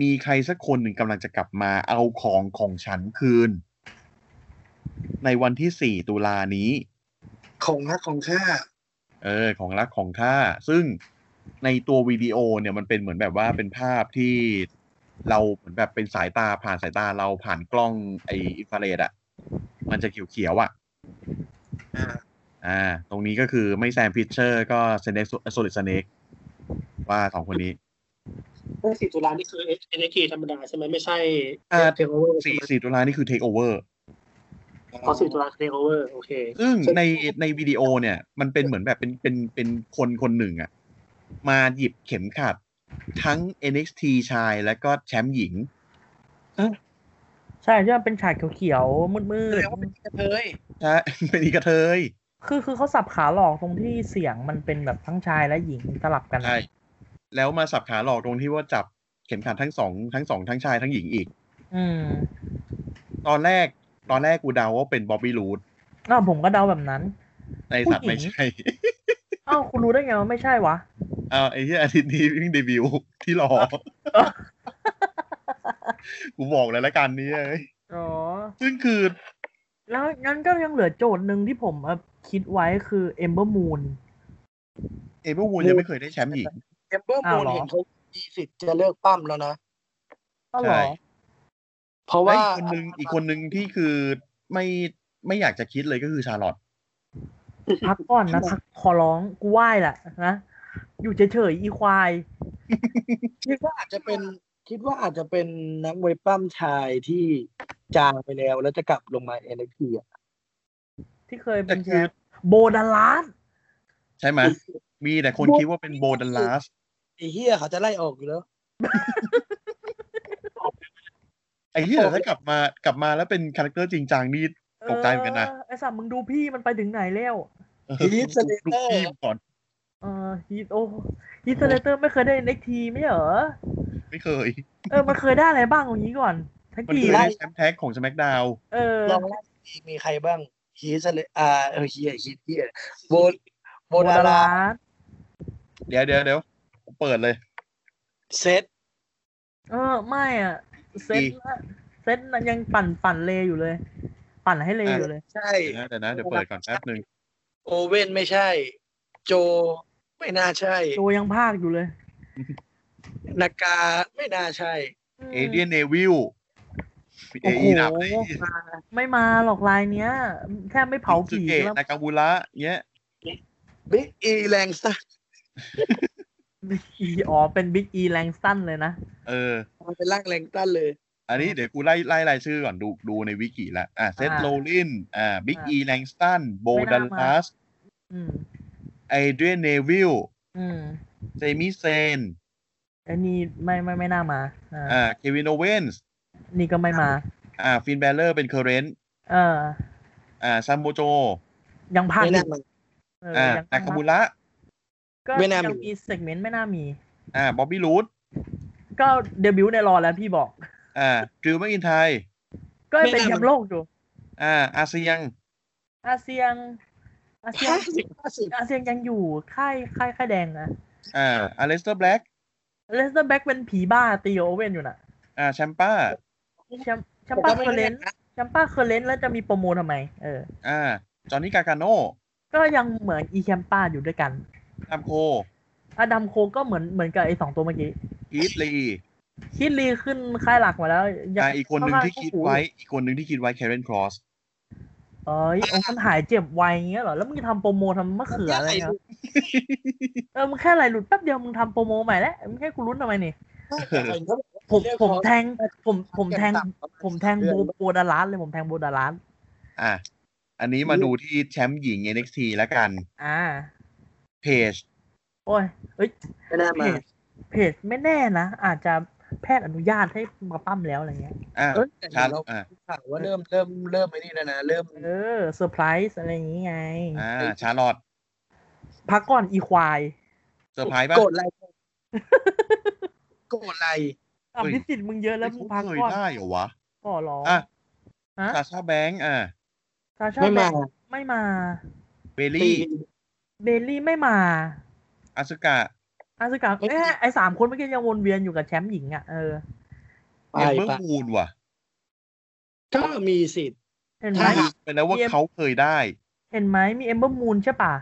B: มีใครสักคนหนึ่งกำลังจะกลับมาเอาของของฉันคืน ในวันที่สี่ตุลานี้
C: ของรักของข้า
B: เออ ของรักของข้าซึ่งในตัววิดีโอเนี่ยมันเป็นเหมือนแบบว่าเป็นภาพที่เราเหมือนแบบเป็นสายตาผ่านสายตาเราผ่านกล้องไออินฟราเรดอ่ะ มันจะเขียวๆอ่ะ
C: อ่า
B: อ่า ตรงนี้ก็คือไม่แซมพิชเชอร์ก็เซเน็กโซลิดสเน็กว่าสองคนนี้
E: เรื่องสี่ตุลานี่คือเอเนจีธรรมดาใช่ไหมไม่ใช่
B: อ่า
E: เทคโอเวอร์
B: สี่สี่ตุลานี่คือเทคโอเวอร์
E: พอสี่ตุลาเทคโอเวอร์โอเค
B: ซึ่งในในวิดีโอเนี่ย มันเป็นเหมือนแบบเป็นเป็นเป็นคนคนหนึ่งอะมาหยิบเข็มขัด ทั้ง NXT ชายและก็แชมป์หญิง
D: ใช่ที่มันเป็นฉากเขียวๆมื
C: แส
D: ด
C: ดงว่าเป็นกระเทย
B: ใช่ เป็นอีกระเทย
D: ๆคือคือเขาสับขาหลอกตรงที่เสียงมันเป็นแบบทั้งชายและหญิงสลับกันอะ
B: ใช่ แล้วมาสับขาหลอกตรงที่ว่าจับเข็มขัดทั้งสองทั้งสองทั้งชายทั้งหญิงอีก
D: อืม
B: ตอนแรกตอนแรกกูเดาว่าเป็นบ๊อบบี้รูด
D: น่าผมก็เดาแบบนั้น
B: ในสัตว์ไม่ใช่
D: เอ้าคุณรู้ได้ไงว่าไม่ใช่วะ
B: อ้าวไอ้ที่อาทิตย์นี้เพิ่งเดบิวต์ที่ รอ
D: อ่ะ
B: กูบอกเลยละกันเนี่ยเอ้ย
D: อ๋อ
B: ซึ่งคือ
D: แล้วงั้นก็ยังเหลือโจทย์หนึ่งที่ผมเอ่อคิดไว้คือ Ember Moon
B: เอเบอร์วูนยังไม่เคยได้แชมป์หญิง
C: เอมเบอร์
D: อ้า
C: มู
D: ว
C: น
D: เหรอ
C: เห็นเขามีสิทธิ์จะเลิกปั้มแล้วนะ
D: ก็หรอ
B: ใช่
C: เพราะ
B: แล้
C: ว่า
B: วอีกคนนึงอีกคนนึงที่คือไม่ไม่อยากจะคิดเลยก็คือชาร์ลอตต์
D: พักก่อนนะพักขอร้องกูไหว้แหละนะ อยู่เฉยๆอีควาย
C: คิดว่าอาจจะเป็นคิดว่าอาจจะเป็นนักมวยปล้ำชายที่จางไปแล้วแล้วจะกลับลงมา NXT อ่ะ
D: ที่เคยเป็
B: แต่
D: นแช
B: คือ
D: มป์โบดาลัส
B: ใช่ไหม มีแต่คนคิดว่าเป็นโบดันลาส
C: ไอ้เฮียเขาจะไล่ออกอยู่แล้ว
B: ไอ้เหี้ย ถ้ากลับมากลับมาแล้วเป็นคาแรคเตอร์จริงจังนี่ ตกใจเหมือนกันนะ
D: เออไอสัตว์มึงดูพี่มันไปถึงไหนแล้ว
B: ลูก
C: Heath Slater
B: พี่ก่อน
D: เออฮีโอฮีเซเลเตอร์ไม่เคยได้เน็กทีไม่เหรอ
B: ไม่เคย
D: เออ มันเคยได้อะไรบ้างอย่างนี้ก่อนทั้ง
B: มัน
D: ที
B: เคย
C: ไล่
B: ได้แชมป์แท็กของสมักดาว
D: เออ
C: ลองไล่ทีมีใครบ้างฮีสเลอ่าเออเฮียฮีเฮียโบนโบนดารา
D: ส
B: เดี๋ยวเดี๋ยวเดี๋ยวเปิดเลย
C: เซต
D: เออ ไม่อ่ะ เซต
B: อี
D: ละเซตน่ะยังปั่นปั่นเลอยู่เลย ปั่นให้เลอยู่เลย
C: ใช่
B: เดี๋ยวนะเดี๋ยวนะเดี๋ยวเปิดก่อนแป๊บนึง
C: โอเว่นไม่ใช่ โจไม่น่าใช่
D: โจยังภาคอยู่เลย
C: นากาไม่น่าใช่
B: เอเดียนเนวิลเอ
D: โอ้โห
B: อีดับเลย
D: ไม่มาหรอกลายเนี้ย แทบไม่เผา
B: สุ
D: ผี
B: เกะ
D: แล้ว
B: นากามูระเนี้ย
C: บิ๊กอีแรงสัก
D: บิ๊กอีอ๋อเป็นบิ๊กอีแรงสั้นเลยนะ
B: เออ
C: เป็นร่างแรงต้านเลย
B: อันนี้เดี๋ยวกูไล่ไล่รายชื่อก่อนดูดูในวิกิละอ่ะเซธ
D: อ่า
B: โรลินอ่าบิ๊ก
D: อ่า
B: อีแลงสตันโบ
D: ไม่
B: ดั
D: น่า
B: ล
D: มา
B: ลัส
D: อืม
B: ไอเดรียนเนวิล
D: อืม
B: เซมิเซน
D: อันนี้ไม่ไม่ไม่น่ามาอ่า
B: อ่าเควินโอเวนส์
D: นี่ก็ไม่มา
B: อ่าฟินแบลเลอร์เป็นเคอร์เรนต์
D: เออ
B: อ่าซัมโมโจ
D: ยังภาค
C: ไม่
D: อยู่
C: น่ามา
D: เออ
B: อ่า
D: ยัง
B: นา
D: ภาค
B: คามูระ
D: ก็
C: ไม่น่ามี
D: ยังมีเซกเมนต์ไม่น่ามี
B: อ่าบ๊อบบี้รูด
D: ก็เดบิวต์ในรอแล้วพี่บอก
B: อ่าดริวแมกอินไทย
D: ก็
C: ไม่
D: เป็น
C: น่า
D: แช
C: มั
D: ม
C: น
D: ป์โลกอยู่
B: อ่าอาเซียง
D: อาเซียง อาเซียง
C: ห้าสิบห้าสิบ
D: อาเซียงยังอยู่ ค่ายค่ายค่ายแดงนะ
B: อ่าอเลสเตอร์แบล็ก
D: เลสเตอร์แบ็กเป็นผีบ้าตีโอเว่นอยู่น่ะ
B: อ่าแชมป้า
D: แชมป์แชมป้าเคอร์เลนต์แชมป้าเคอร์เลนต์แล้วจะมีโปรโมททำไม เออ
B: อ่าจอห์นนี่กาการโน
D: ก็ยังเหมือนอีแชมป้าอยู่ด้วยกัน
B: ทามโค
D: อดัมโคก็เหมือนเหมือนกับไอ้สองตัวเมื่อกี้
B: อีทลี
D: คิดลีขึ้นค่ายหลักมาแล้วยัง
B: อ่าอีกคนหนึ่งที่คิดไว้อีกคนหนึ่งที่คิดไว้แคเรนครอส
D: เอ้ยองค์มันหายเจ็บไวอย่างเงี้ยเหรอ แล้วมึงทำโปรโมทำมะเขืออะไรเนี่ย เออมึงแค่ไหลหลุดแป๊บเดียวมึงทำโปรโมใหม่แล้วมึงให้กูรุ้นทำไมนี่ผมผมแทงผมผมแทง ผมแทงโบโบดาลัสเลยผมแทงโบดาลัส
B: อ่ะ อันนี้มาดูที่แชมป์หญิง NXT แล้วกัน
D: อ่า
B: เพจ
D: โอ้ยเอ้ย
C: ไม่น่า
D: เพ
C: มา
D: จเพจไม่แน่นะ อาจจะแพทย์อนุญาตให้มาปั้มแล้วอะไรเงี้ย
B: อ่ะ
C: เอ้ยแต่
B: ชาร์ล
C: เรา
B: อ่ะ
C: ข่าวว่าเริ่มเริ่มเริ่มไอ้นี่แล้วนะเริ่ม
D: เออเซอร์ไพรส์อะไรอย่างงี้ไง
B: อ่าชาร์ลอต
D: พักก่อนอีควาย
B: เซอร์ไพรส์ป่ะ
C: โกรธอะไรโกรธอะไร
D: อ่ะพิสิทธิ์มึงเยอะแล้วมึงพัก
B: เคย
D: ก่อน
B: ได้เหรอวะ
D: ก่อร้อง
B: อ่ะ
D: ฮะ
B: ซาชาแบงค์อ่ะ
D: ซาชา
C: ไม่มา
D: ไม่มา
B: เบลลี่
D: เบลลี่ไม่มา
B: อาซึกะ
D: อาสึกะเอ๊ะไอสามคนเมื่อกี้ยังวนเวียนอยู่กับแชมป์หญิงอ่ะเออ
C: ไป
B: เอเบอ
C: ไป
B: ร์บูนว่ะ
C: ก็มีสิทธิ์
D: เห็นไห
C: ใช่
D: ม
C: ถ้าหาก
B: ไปแล้วว่า
D: เยี่ยม
B: เขาเคยได้
D: เห็นไหมมีเอมเบอร์มูนใช่ป่ะ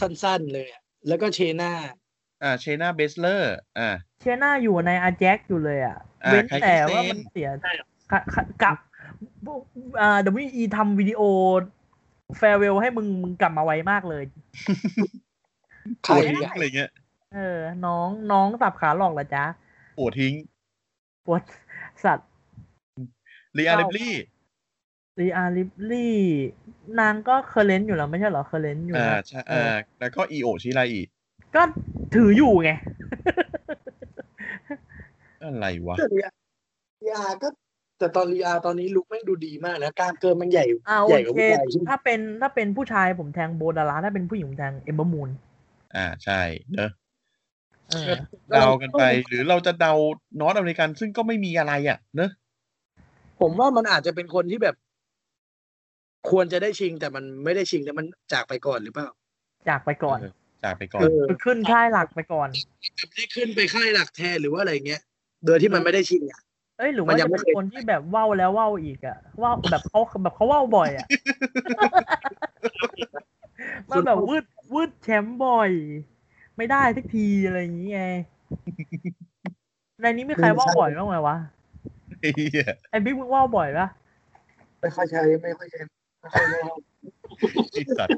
C: สั้นๆเลยอะแล้วก็เชน่า
B: อ่าเชนาเบสเลอร์ อ่า
D: เชียร์หน้าอยู่ในอาแจ็คอยู่เลยอ่ะ
B: อ่า
D: เว้น
B: ใคร
D: แต่
B: ที่
D: ว่า
B: เซ็น
D: มันเสีย
E: ใช่ครับ
D: ค่ะค่ะกับอ่า WE ทำวิดีโอ แฟร์เวลให้มึงมึงกลับมาไวมากเลย
C: ใคร
B: ปวด
C: อีก
B: ทิ้ง
C: อะ
B: อะไรเงี้ย
D: เออ น้องน้องสับขาหลอกเหรอจ๊ะ
B: ปวดทิ้ง
D: ปวดสัตว์
B: ลีอาร์เดบลี่
D: รีอาริบลี่ นางก็เคอร์เลนต์อยู่แล้วไม่ใช่เหรอเคอร์เลนต์อยู่
B: อ่า
D: แล้ว
B: ใช่อ่าแล้วก็อีโอชิราอี
D: ก็ถืออยู่ไง
B: อะไรวะ
C: เรียรีอาก็ แต่ตอนรีอาตอนนี้ลุกแม่งดูดีมากนะกล้ามเกินมันใหญ่
D: อ่า
C: ให
D: โอ
C: ญ่กว่า
D: เค
C: ผู้ชายใช่ไหม
D: ถ้าเป็นถ้าเป็นผู้ชายผมแทงโบดาราถ้าเป็นผู้หญิงผมแทงเอมเบอร์มูน
B: อ่าใช่เนอะ
D: เออ
B: เดากันไป หรือเราจะเดานอตอเมริกันซึ่งก็ไม่มีอะไรอ่ะ เนอะ
C: ผมว่ามันอาจจะเป็นคนที่แบบ ควรจะได้ชิงแต่มันไม่ได้ชิงแต่มันจากไปก่อนหรือเปล่า
D: จากไปก่อน
B: เจากไปก่อ
C: เอน อ
D: ขึ้นค่ายหลักไปก่อน
C: แบบได้ขึ้นไปค่ายหลักแทนหรือว่าอะไรเงี้ยโดยที่มันไม่ได้ชิงอะ
D: เอ้ยหรือ
C: มั
D: ว่าน
C: ยั
D: จะ
C: งไม่เค
D: เป็น
C: ย
D: คนที่แบบเว้าวแล้วเว้าวอีกอะเว้าวแบบเขาแบบเขาเว้าวบ่อย อะมันแบบวืดวืดแชมป์บ่อย ไม่ได้สักทีอะไรอย่างเงี้ยในนี้มีใครเว้าวบ่อยบ้างไหมวะ
B: ไอ้เหี้ย
D: ไอ้บิ๊กมึงเว้าวบ่อยปะ
C: ไม่ค่อยใช้ไม่ค่อยใช้ไม่ค่อยใช้
B: ไอ้สัตว์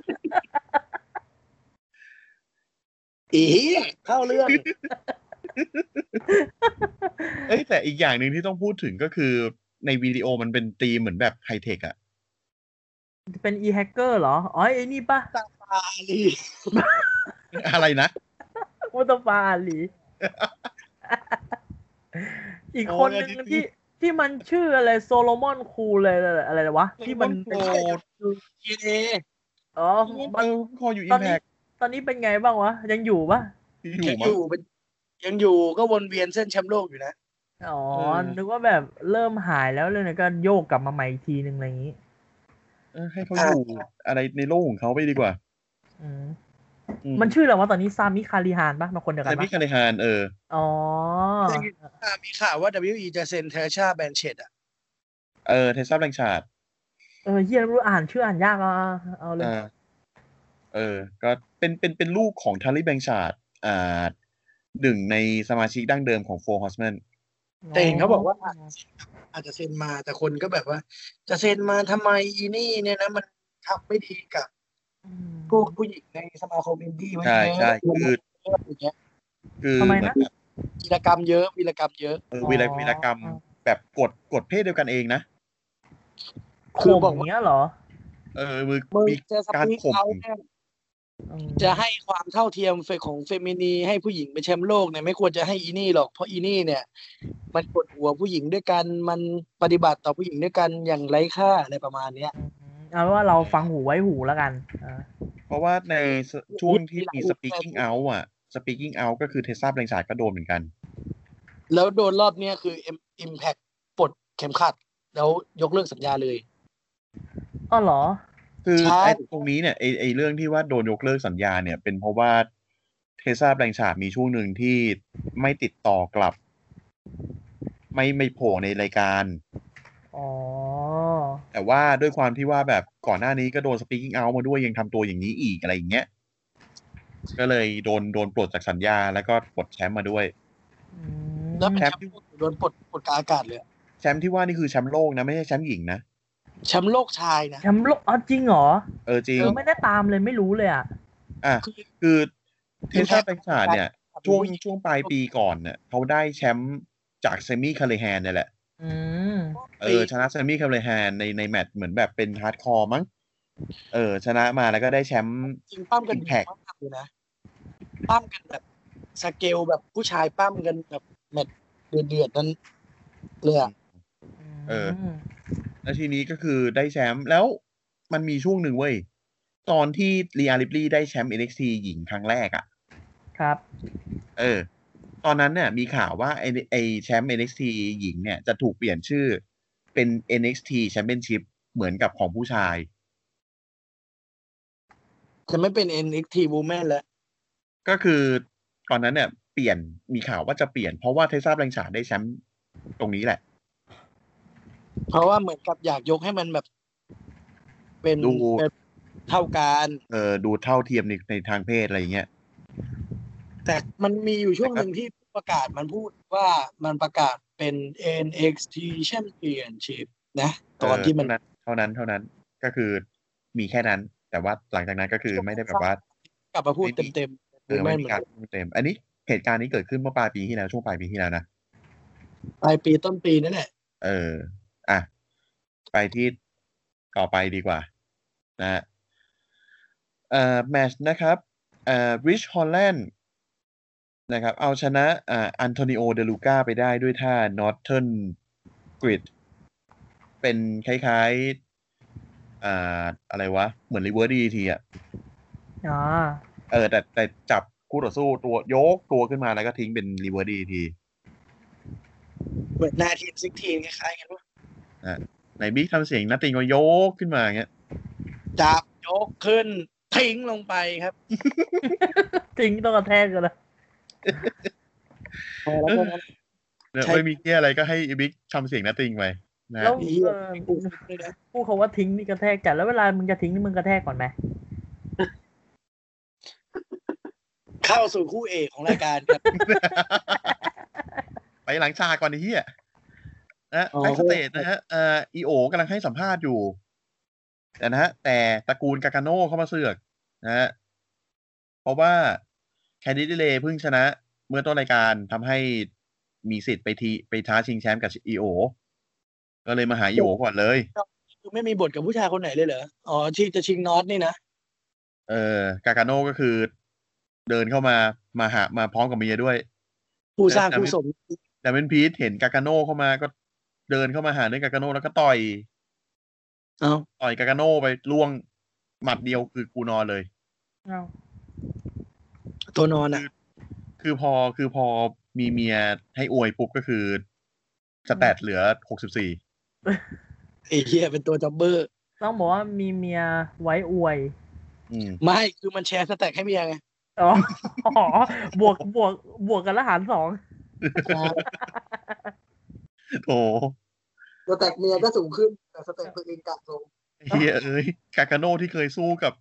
C: อีเหี้ยเข้าเรื่อง
B: เอ้ยแต่อีกอย่างหนึ่งที่ต้องพูดถึงก็คือในวิดีโอมันเป็นธีมเหมือนแบบไฮเทคอ่ะ
D: เป็น e hacker เหรออ๋อไอ้นี่ปะ
C: อาลี
B: อะไรนะ
D: มุตฟาอาลีอีกคนหนึ่ง
B: โอ้ย
D: ที่ที่มันชื่ออะไรโซโลมอนคูลเลยอะไรวะที่มัน
B: โกรธ
C: เอเอ
D: อ๋อ
B: เออคออยู่อิ
D: ตอ
B: ม
D: น
B: แพ
D: นี้
B: ก
D: ตอนนี้เป็นไงบ้างวะ ยังอยู่ปะ
B: อยู่
C: ยัง
B: มั้
C: อง ยู่เป็นยังอยู่ก็วนเวียนเส้นแชมป์โลกอยู่นะ
D: อ๋อ
B: เออ
D: นึกว่าแบบเริ่มหายแล้วเลยนะก็โยกกลับมาใหม่อีกทีหนึ่งอะไรอย่างนี้
B: เออให้เขาอยู่อะไรในโลกของเขาไปดีกว่า
D: อืม
B: อื
D: มันชื่ออะไรวะตอนนี้ซามิคาริฮานปะมาคนเดียวกั
B: ใช่
D: น
B: มิ
D: ปะ
B: คาเลฮานเออ
D: อ๋อ
C: ใช่ อ่ามีข่าวว่า WE จะเซ็นเทชาแบนเชตอ่ะ
B: เออเทสซาแบงชาด
D: เออเฮียไม่รู้อ่านชื่ออ่านยากอ่ะเอาเลย
B: อ่าเออ ก็เป็นเป็นเป็นลูกของทาริแบงชาดอ่าหนึ่งในสมาชิกดั้งเดิมของโฟร์ฮอสแมน
C: แต่เห็นเขาบอกว่า อาจจะเซ็นมาแต่คนก็แบบว่า จะเซ็นมาทำไมอีนี่เนี่ยนะ มันทำไม่ดีกับ
D: อืม
C: พวกผู้หญิงในสมาคมอินดี้ไว้
B: ใช่
C: เยอะ
B: ใช่คือ
C: อะไรอย่างเงี้ย
B: คือ
D: ทำไมนะ
B: เหมือนแบบ
C: วีรกรรมเยอะวีรกรรมเยอะ
B: เออวีรวีรกรรมแบบกดกดเพศเดียวกันเองนะ
D: ข่มอย่างเงี้ยเหรอ
B: เออมือ
C: มึง
B: มี
C: จะส
B: การ
C: ปีก
B: ข่ม
C: เอาเนี่ย
D: อืม
C: จะให้ความเท่าเทียมของเฟมินีให้ผู้หญิงเป็นแชมป์โลกเนี่ยไม่ควรจะให้อีนี่หรอกเพราะอีนี่เนี่ย มันกดหัวผู้หญิงด้วยกันมันปฏิบัติต่อผู้หญิงด้วยกันอย่างไร้ค่าอะไรประมาณเนี้ย
D: เอาเป็นว่าเราฟังหูไว้หูแล้วกันอ่า
B: เพราะว่าในช่วงที่มี speaking out อ่ะ speaking out ก็คือเทสซาแบงชาดก็โดนเหมือนกัน
C: แล้วโดนรอบเนี้ยคืออิมแพคปลดเข็มขัด แล้วยกเลิกสัญญาเลย
D: อ๋อเหรอ
B: คือ
C: ใช่
B: ไอ้ตรงนี้เนี่ยไอ้ไอ้เรื่องที่ว่าโดนยกเลิกสัญญาเนี่ย เป็นเพราะว่าเทสซาแบงชาดมีช่วงหนึ่งที่ไม่ติดต่อกลับ ไม่ไม่โผล่ในรายการ
D: อ๋อ
B: แต่ว่าด้วยความที่ว่าแบบก่อนหน้านี้ก็โดน speaking out มาด้วยยังทำตัวอย่างนี้อีกอะไรอย่างเงี้ยก็เลยโดนโดนปลดจากสัญญา แล้วก็ปลดแชมป์มาด้วย
D: อืม
C: แล้วเป็นแชมป์โดนปลดปลดกลางอากาศเลยอะ
B: แชมป์ที่ว่านี่คือแชมป์โลกนะไม่ใช่แชมป์หญิงนะ
C: แชมป์โลกชายนะ
D: แชมป์โลกอ๋อจริงเหรอ
B: เออจริง
D: เออไม่ได้ตามเลยไม่รู้เลยอ่ะ
B: อ่ะ
C: คือ
B: คือเทสซาแบงชาดเนี่ย ช่วงช่วงปลายปีก่อนเนี่ยเขาได้แชมป์จากเซมิคาเลแฮนเนี่ยแหละ
D: อืม
B: เออชนะเซมิคาเลแฮนในในแมตช์เหมือนแบบเป็นฮาร์ดคอร์มั้งเออ ชนะมาแล้วก็ได้แชมป์
C: จริงปั้มกันดี
B: Impact
C: มากเลยนะปั้มกันแบบสเกลแบบผู้ชายปั้มกันแบบแมตช์เดือดๆนั้นเลยอะ
B: เออ แล้วทีนี้ก็คือได้แชมป์แล้วมันมีช่วงหนึ่งเว้ย ตอนที่ลีอาริปลีได้แชมป์ NXT หญิงครั้งแรกอะ่ะ
D: ครับ
B: เออ ตอนนั้นเนี่ยมีข่าวว่าไอไอแชมป์ NXT หญิงเนี่ยจะถูกเปลี่ยนชื่อเป็น NXT Championship เหมือนกับของผู้ชาย
C: จะไม่เป็น NXT Women แล้ว
B: ก็คือตอนนั้นเนี่ย เปลี่ยนมีข่าวว่าจะเปลี่ยน เพราะว่าเทสซาแรงฉานได้แชมป์ตรงนี้แหละ
C: เพราะว่าเหมือนกับอยากยกให้มันแบบ เป็น
B: ดู
C: เป็นเท่ากัน
B: เออดูเท่าเทียมในในทางเพศอะไรอย่างเงี้ย
C: แต่มันมีอยู่ช่วงหนึ่งที่ผู้ประกาศมันพูดว่ามันประกาศเป็น NXT Championship นะ ตอนที่มัน
B: เเท่านั้นเท่านั้นเท่านั้นก็คือมีแค่นั้น แต่ว่าหลังจากนั้นก็คือไม่ได้แบบว่า
C: กลับมาพูด
B: ไม่มี
C: เต็มๆ
B: เอ
C: หรือ อ
B: ไม่
C: ไม่
B: มี
C: เหมือน
B: การพูดเต็ม อันนี้เหตุการณ์นี้เกิดขึ้นเมื่อปลายปีที่แล้วช่วงปลายปีที่แล้วนะ
C: ปลายปีต้นปีนั่นแหละ
B: เออ อ่ะ ไปที่ต่อไปดีกว่า นะฮะเอ่อแมชนะครับเอ่อริชฮอลแลนด์นะครับ เอาชนะอ่าอันโทนิโอเดลูกาไปได้ด้วยท่านอ r t เทิ n นกริดเป็นคล้ายๆอ่าอะไรวะ เหมือนรีเวิร์ดีทีอ่ะ
D: อ่า
B: เออแต่แต่จับคู่ต่อสู้ตัวโยกตัวขึ้นมาแล้วก็ทิ้งเป็นรีเวิร์ดดีที
C: เหมือนนาทีซิกทีคล้ายๆกันว่า
B: ไหนบิ๊กทำเสียงนัตติงก็โยกขึ้นมาอย่างเงี้ย
C: จับยกขึ้น ทิ้งลงไปครับ
D: ทิ้งต้องกระแทกกันเลย
C: แล้วก็นั้น
B: เนี่ย
C: ใช่
B: ไม่มีเกี้ยอะไรก็ให้บิ๊กทำเสียงนัตติงไปนะ
D: แล้ว
C: มี
D: เออ
C: ปูด้วยนะ
D: พูดเขาว่าทิ้งนี่กระแทกจัดแล้วเวลามึงจะทิ้งนี่มึงกระแทกก่อนไหม
C: เข้าสู่คู่เอกของรายการครับ
B: ไปหลังฉากก่อนไอ้เหี้ยนะ
C: อ๋อ
B: แบ็กสเตจนะฮะเอ่ออีโอกำลังให้สัมภาษณ์อยู่แต่นะฮะ แต่ตระกูลกากาโน่เข้ามาเสือกนะฮะเพราะว่าแคนดิเดเลเพิ่งชนะ เมื่อต้นรายการทำให้มีสิทธิ์ไปทีไปท้าชิงแชมป์กับอีโอก็เลยมาหาอีโอก่อนเลย
C: คือไม่มีบทกับผู้ชายคนไหนเลยเหรอ อ๋อที่จะชิงน็อตนี่นะ
B: เออกากาโน่ก็คือเดินเข้ามามาหามาพร้อมกับเมียด้วย
C: ผู้สร้างผู้สม
B: แต่เป็นพีทเห็นกากาโน่เข้ามาก็เดินเข้ามาหาเรื่องกากาโน่แล้วก็ต่อย
C: เอ้า
B: ต่อยกากาโน่ไปล่วงหมัดเดียวคือกูนอนเลย
D: เอ้า
C: ตัวนอนอ่ะ
B: คือพอคือพอมีเมียให้อวยปุ๊บก็คือสแตทเหลือหกสิบสี่
C: ไอ้เหี้ยเป็นตัวจ็อบเบอร์
D: ต้องบอกว่ามีเมียไว้อวย
B: อืม
C: ไม่ คือมันแชร์สแต็กให้เมียไง
D: อ๋อ บวกบวกบวกกันละหารสอง
B: โอ้
C: สแต็กเมียก็สูงขึ้น แต่สแต็กตัวเองกะลง
B: เฮียเอ้ยกากาโน่ที่เคยสู้กับ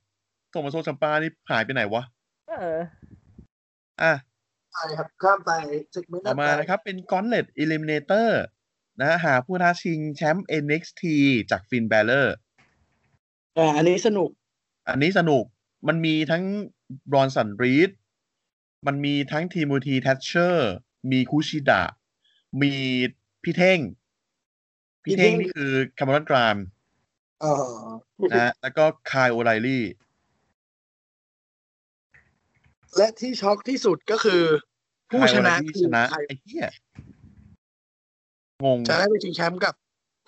B: โทมัสโซชัมปานี่หายไปไหนวะ
D: เออ
B: อ่ะ
C: ไปครับ ข้ามไปเช็คเมนต์
B: ต่อมานะครับ เป็น Gauntlet Eliminator นะหาผู้ท้าชิงแชมป์ NXT จาก Finn Balor
C: อ่าอันนี้สนุก
B: อันนี้สนุกมันมีทั้ง Bronson Reed มันมีทั้ง Timothy Thatcher มีคุชิดะ มีพี่เท่ง พี่เท่งนี่
C: พี่เท่ง
B: คือคาร์มอนกราม
C: อ๋อ
B: นะ แล้วก็คายโอไลลี่
C: และที่ช็อกที่สุดก็คือ ผู้ชนะ
B: ชนะ
C: ใคร
B: ไอ้เหี้ยงง
C: จะได้ไปชิงแชมป์กับ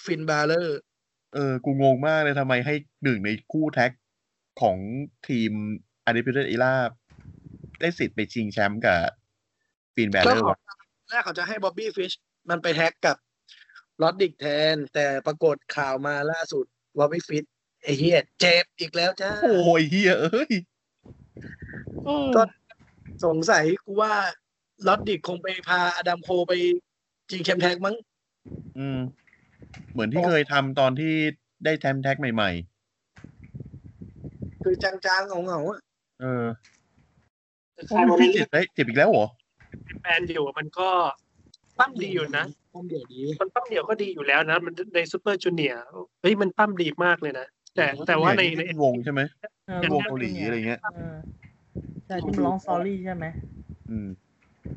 C: ฟินบาเลอร์
B: เออ กูงงมากเลยทำไมให้หนึ่งในคู่แท็กของทีมอ n d i ิ u ิเ d อร์อีลาได้สิทธิ์ไปชิงแชมป์กับฟีนแบลเล
C: ก็
B: อร์
C: ขอแรกเขาจะให้บ๊อบบี้ฟิชมันไปแท็กกับลอดดิกแทน แต่ปรากฏข่าวมาล่าสุดบ๊อบบี้ฟิชไอ้เหี้ยเจ็บอีกแล้วจ้า
B: โอ้ยเฮียเอ้ย
C: ก็สงสัยกูว่าลอดดิกคงไปพาอดัมโคไปจิงแชมป์แท็กมั้ง
B: อืม เหมือนที่เคยทำตอนที่ได้แชมป์แท็กใหม่
C: คือจางๆเหงาๆอะ
B: ๆ เออ
E: ชายวัน
B: พี่
E: นี้
B: เจ็บได้เจ็บอีกแล้วเหรอ
E: แบนอยู่มันก็ปั้มดีอยู่นะ
C: ปั้มเดียวดี
E: มันปั้มเดี่ยวก็ดีอยู่แล้วนะ มันในซูเปอร์จูเนียร์เฮ้ยมันปั้มดีมากเลยนะ แต่แต่ว่าในใน
B: วงใช่ไหม
D: เออ
E: ป็น
B: วงเกาหลีอะไรเงี้ย
D: เออใช่ที่มันร้องซอรี่ใช่ไหม
B: อืม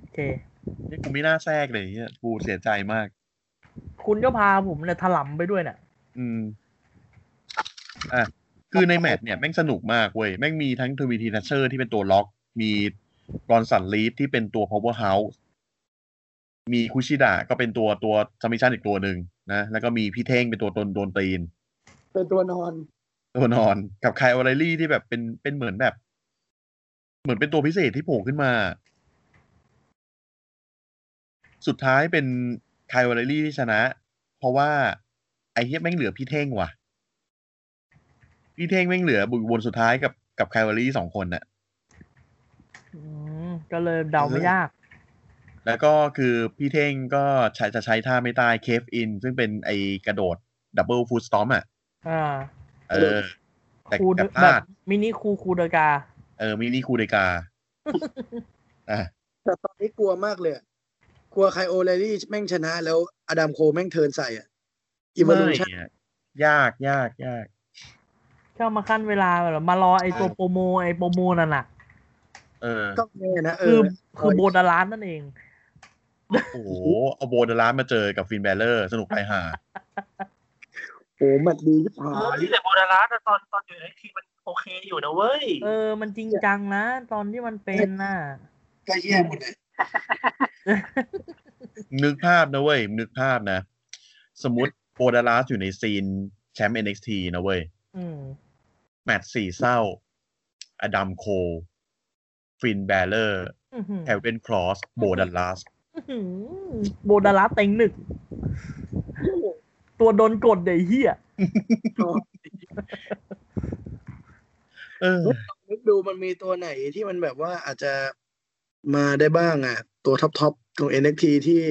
D: โอเค
B: นี่กูไม่น่าแทรกเลยเฮียกูเสียใจมาก
D: คุณก็พาผมเนี่ยถลำไปด้วยเนี่ย
B: อืม อ่ะ คือในแมตช์เนี่ย แม่งสนุกมากเว้ย แม่งมีทั้งทวีทีนัชเชอร์ที่เป็นตัวล็อก มีรอนสันลีฟที่เป็นตัว power house มีคุชิดะก็เป็นตัวตัวซัมมิชันอีกตัวหนึ่งนะ แล้วก็มีพี่เท่งเป็นตัวตนโดนตีน
C: เป็นตัวนอน
B: ตัวนอนกับไคลโอไรลี่ที่แบบเป็นเป็นเหมือนแบบ เหมือนเป็นตัวพิเศษที่โผล่ขึ้นมา สุดท้ายเป็นไคลโอไรลี่ที่ชนะ เพราะว่าไอ้เฮียแม่งเหลือพี่เท่งว่ะ พี่เท่งแม่งเหลือบุคคลสุดท้ายกับกับไคลโอไรลี่สองคนน่ะ
D: อืม ก็เลยเดาไม่ยาก
B: แล้วก็คือพี่เท่งก็ใช้จะใช้ท่าไม่ตายเคฟอิน ซึ่งเป็นไอกระโดดดับเบิลฟู s สตอมอ่ะ
D: อ่า
B: เออ แต่
D: ครู
B: แต่พ
D: แบ
B: ลา
D: บ
B: ด
D: มินิครูครูเดกา
B: เออมินิคูเดกาอ่ะ
C: แต่ตอนนี้กลัวมากเลยอะกลัวไคโอเลรี่แม่งชนะ แล้วอดัมโคลแม่งเทิร์นใส่อ่ะอีเว
B: ไม่
C: ลูชัน
B: อะยากยากยาก
D: ชอบมาขั้นเวลาแบบมารอไอ้ตัวโปรโมไอ้โปรโมนั่นน่ะ
B: เออ
C: ก็แน่นะเอ
D: คือ
C: อ
D: คือโบดาลานนั่นเอง
B: โอ้โห เอาโบดาลานมาเจอกับฟินแบลเลอร์ สนุกไป หา
C: โอ้หมัดดีที่ผา
E: เฮ้
C: ย
E: ยแต่โบดาราสอะตอนตอนอยู่ในทีมันโอเคอยู่นะเว้ย
D: เออ มันจริงจังนะ ตอนที่มันเป็นน่ะ
C: ก็เยี่ยหมดเลย
B: นึกภาพนะเว้ย นึกภาพนะ สมมติโบดาลานอยู่ในซีนแชมป์ NXT นะเว้ย
D: อืม
B: แมตช์สี่เศร้า อดัมโค ฟินแบลเลอร์
D: อื้อหือ
B: แฮร์เดนครอส โบดัลลัส
D: อื้อหือโบดาลานเต็งหนึ่งตัวโดนกดเดี๋ยวไอ้เฮีย
B: เออ
C: นึกดูมันมีตัวไหนที่มันแบบว่าอาจจะมาได้บ้างอ่ะ ตัวท็อปท็อปตรง NXT ที่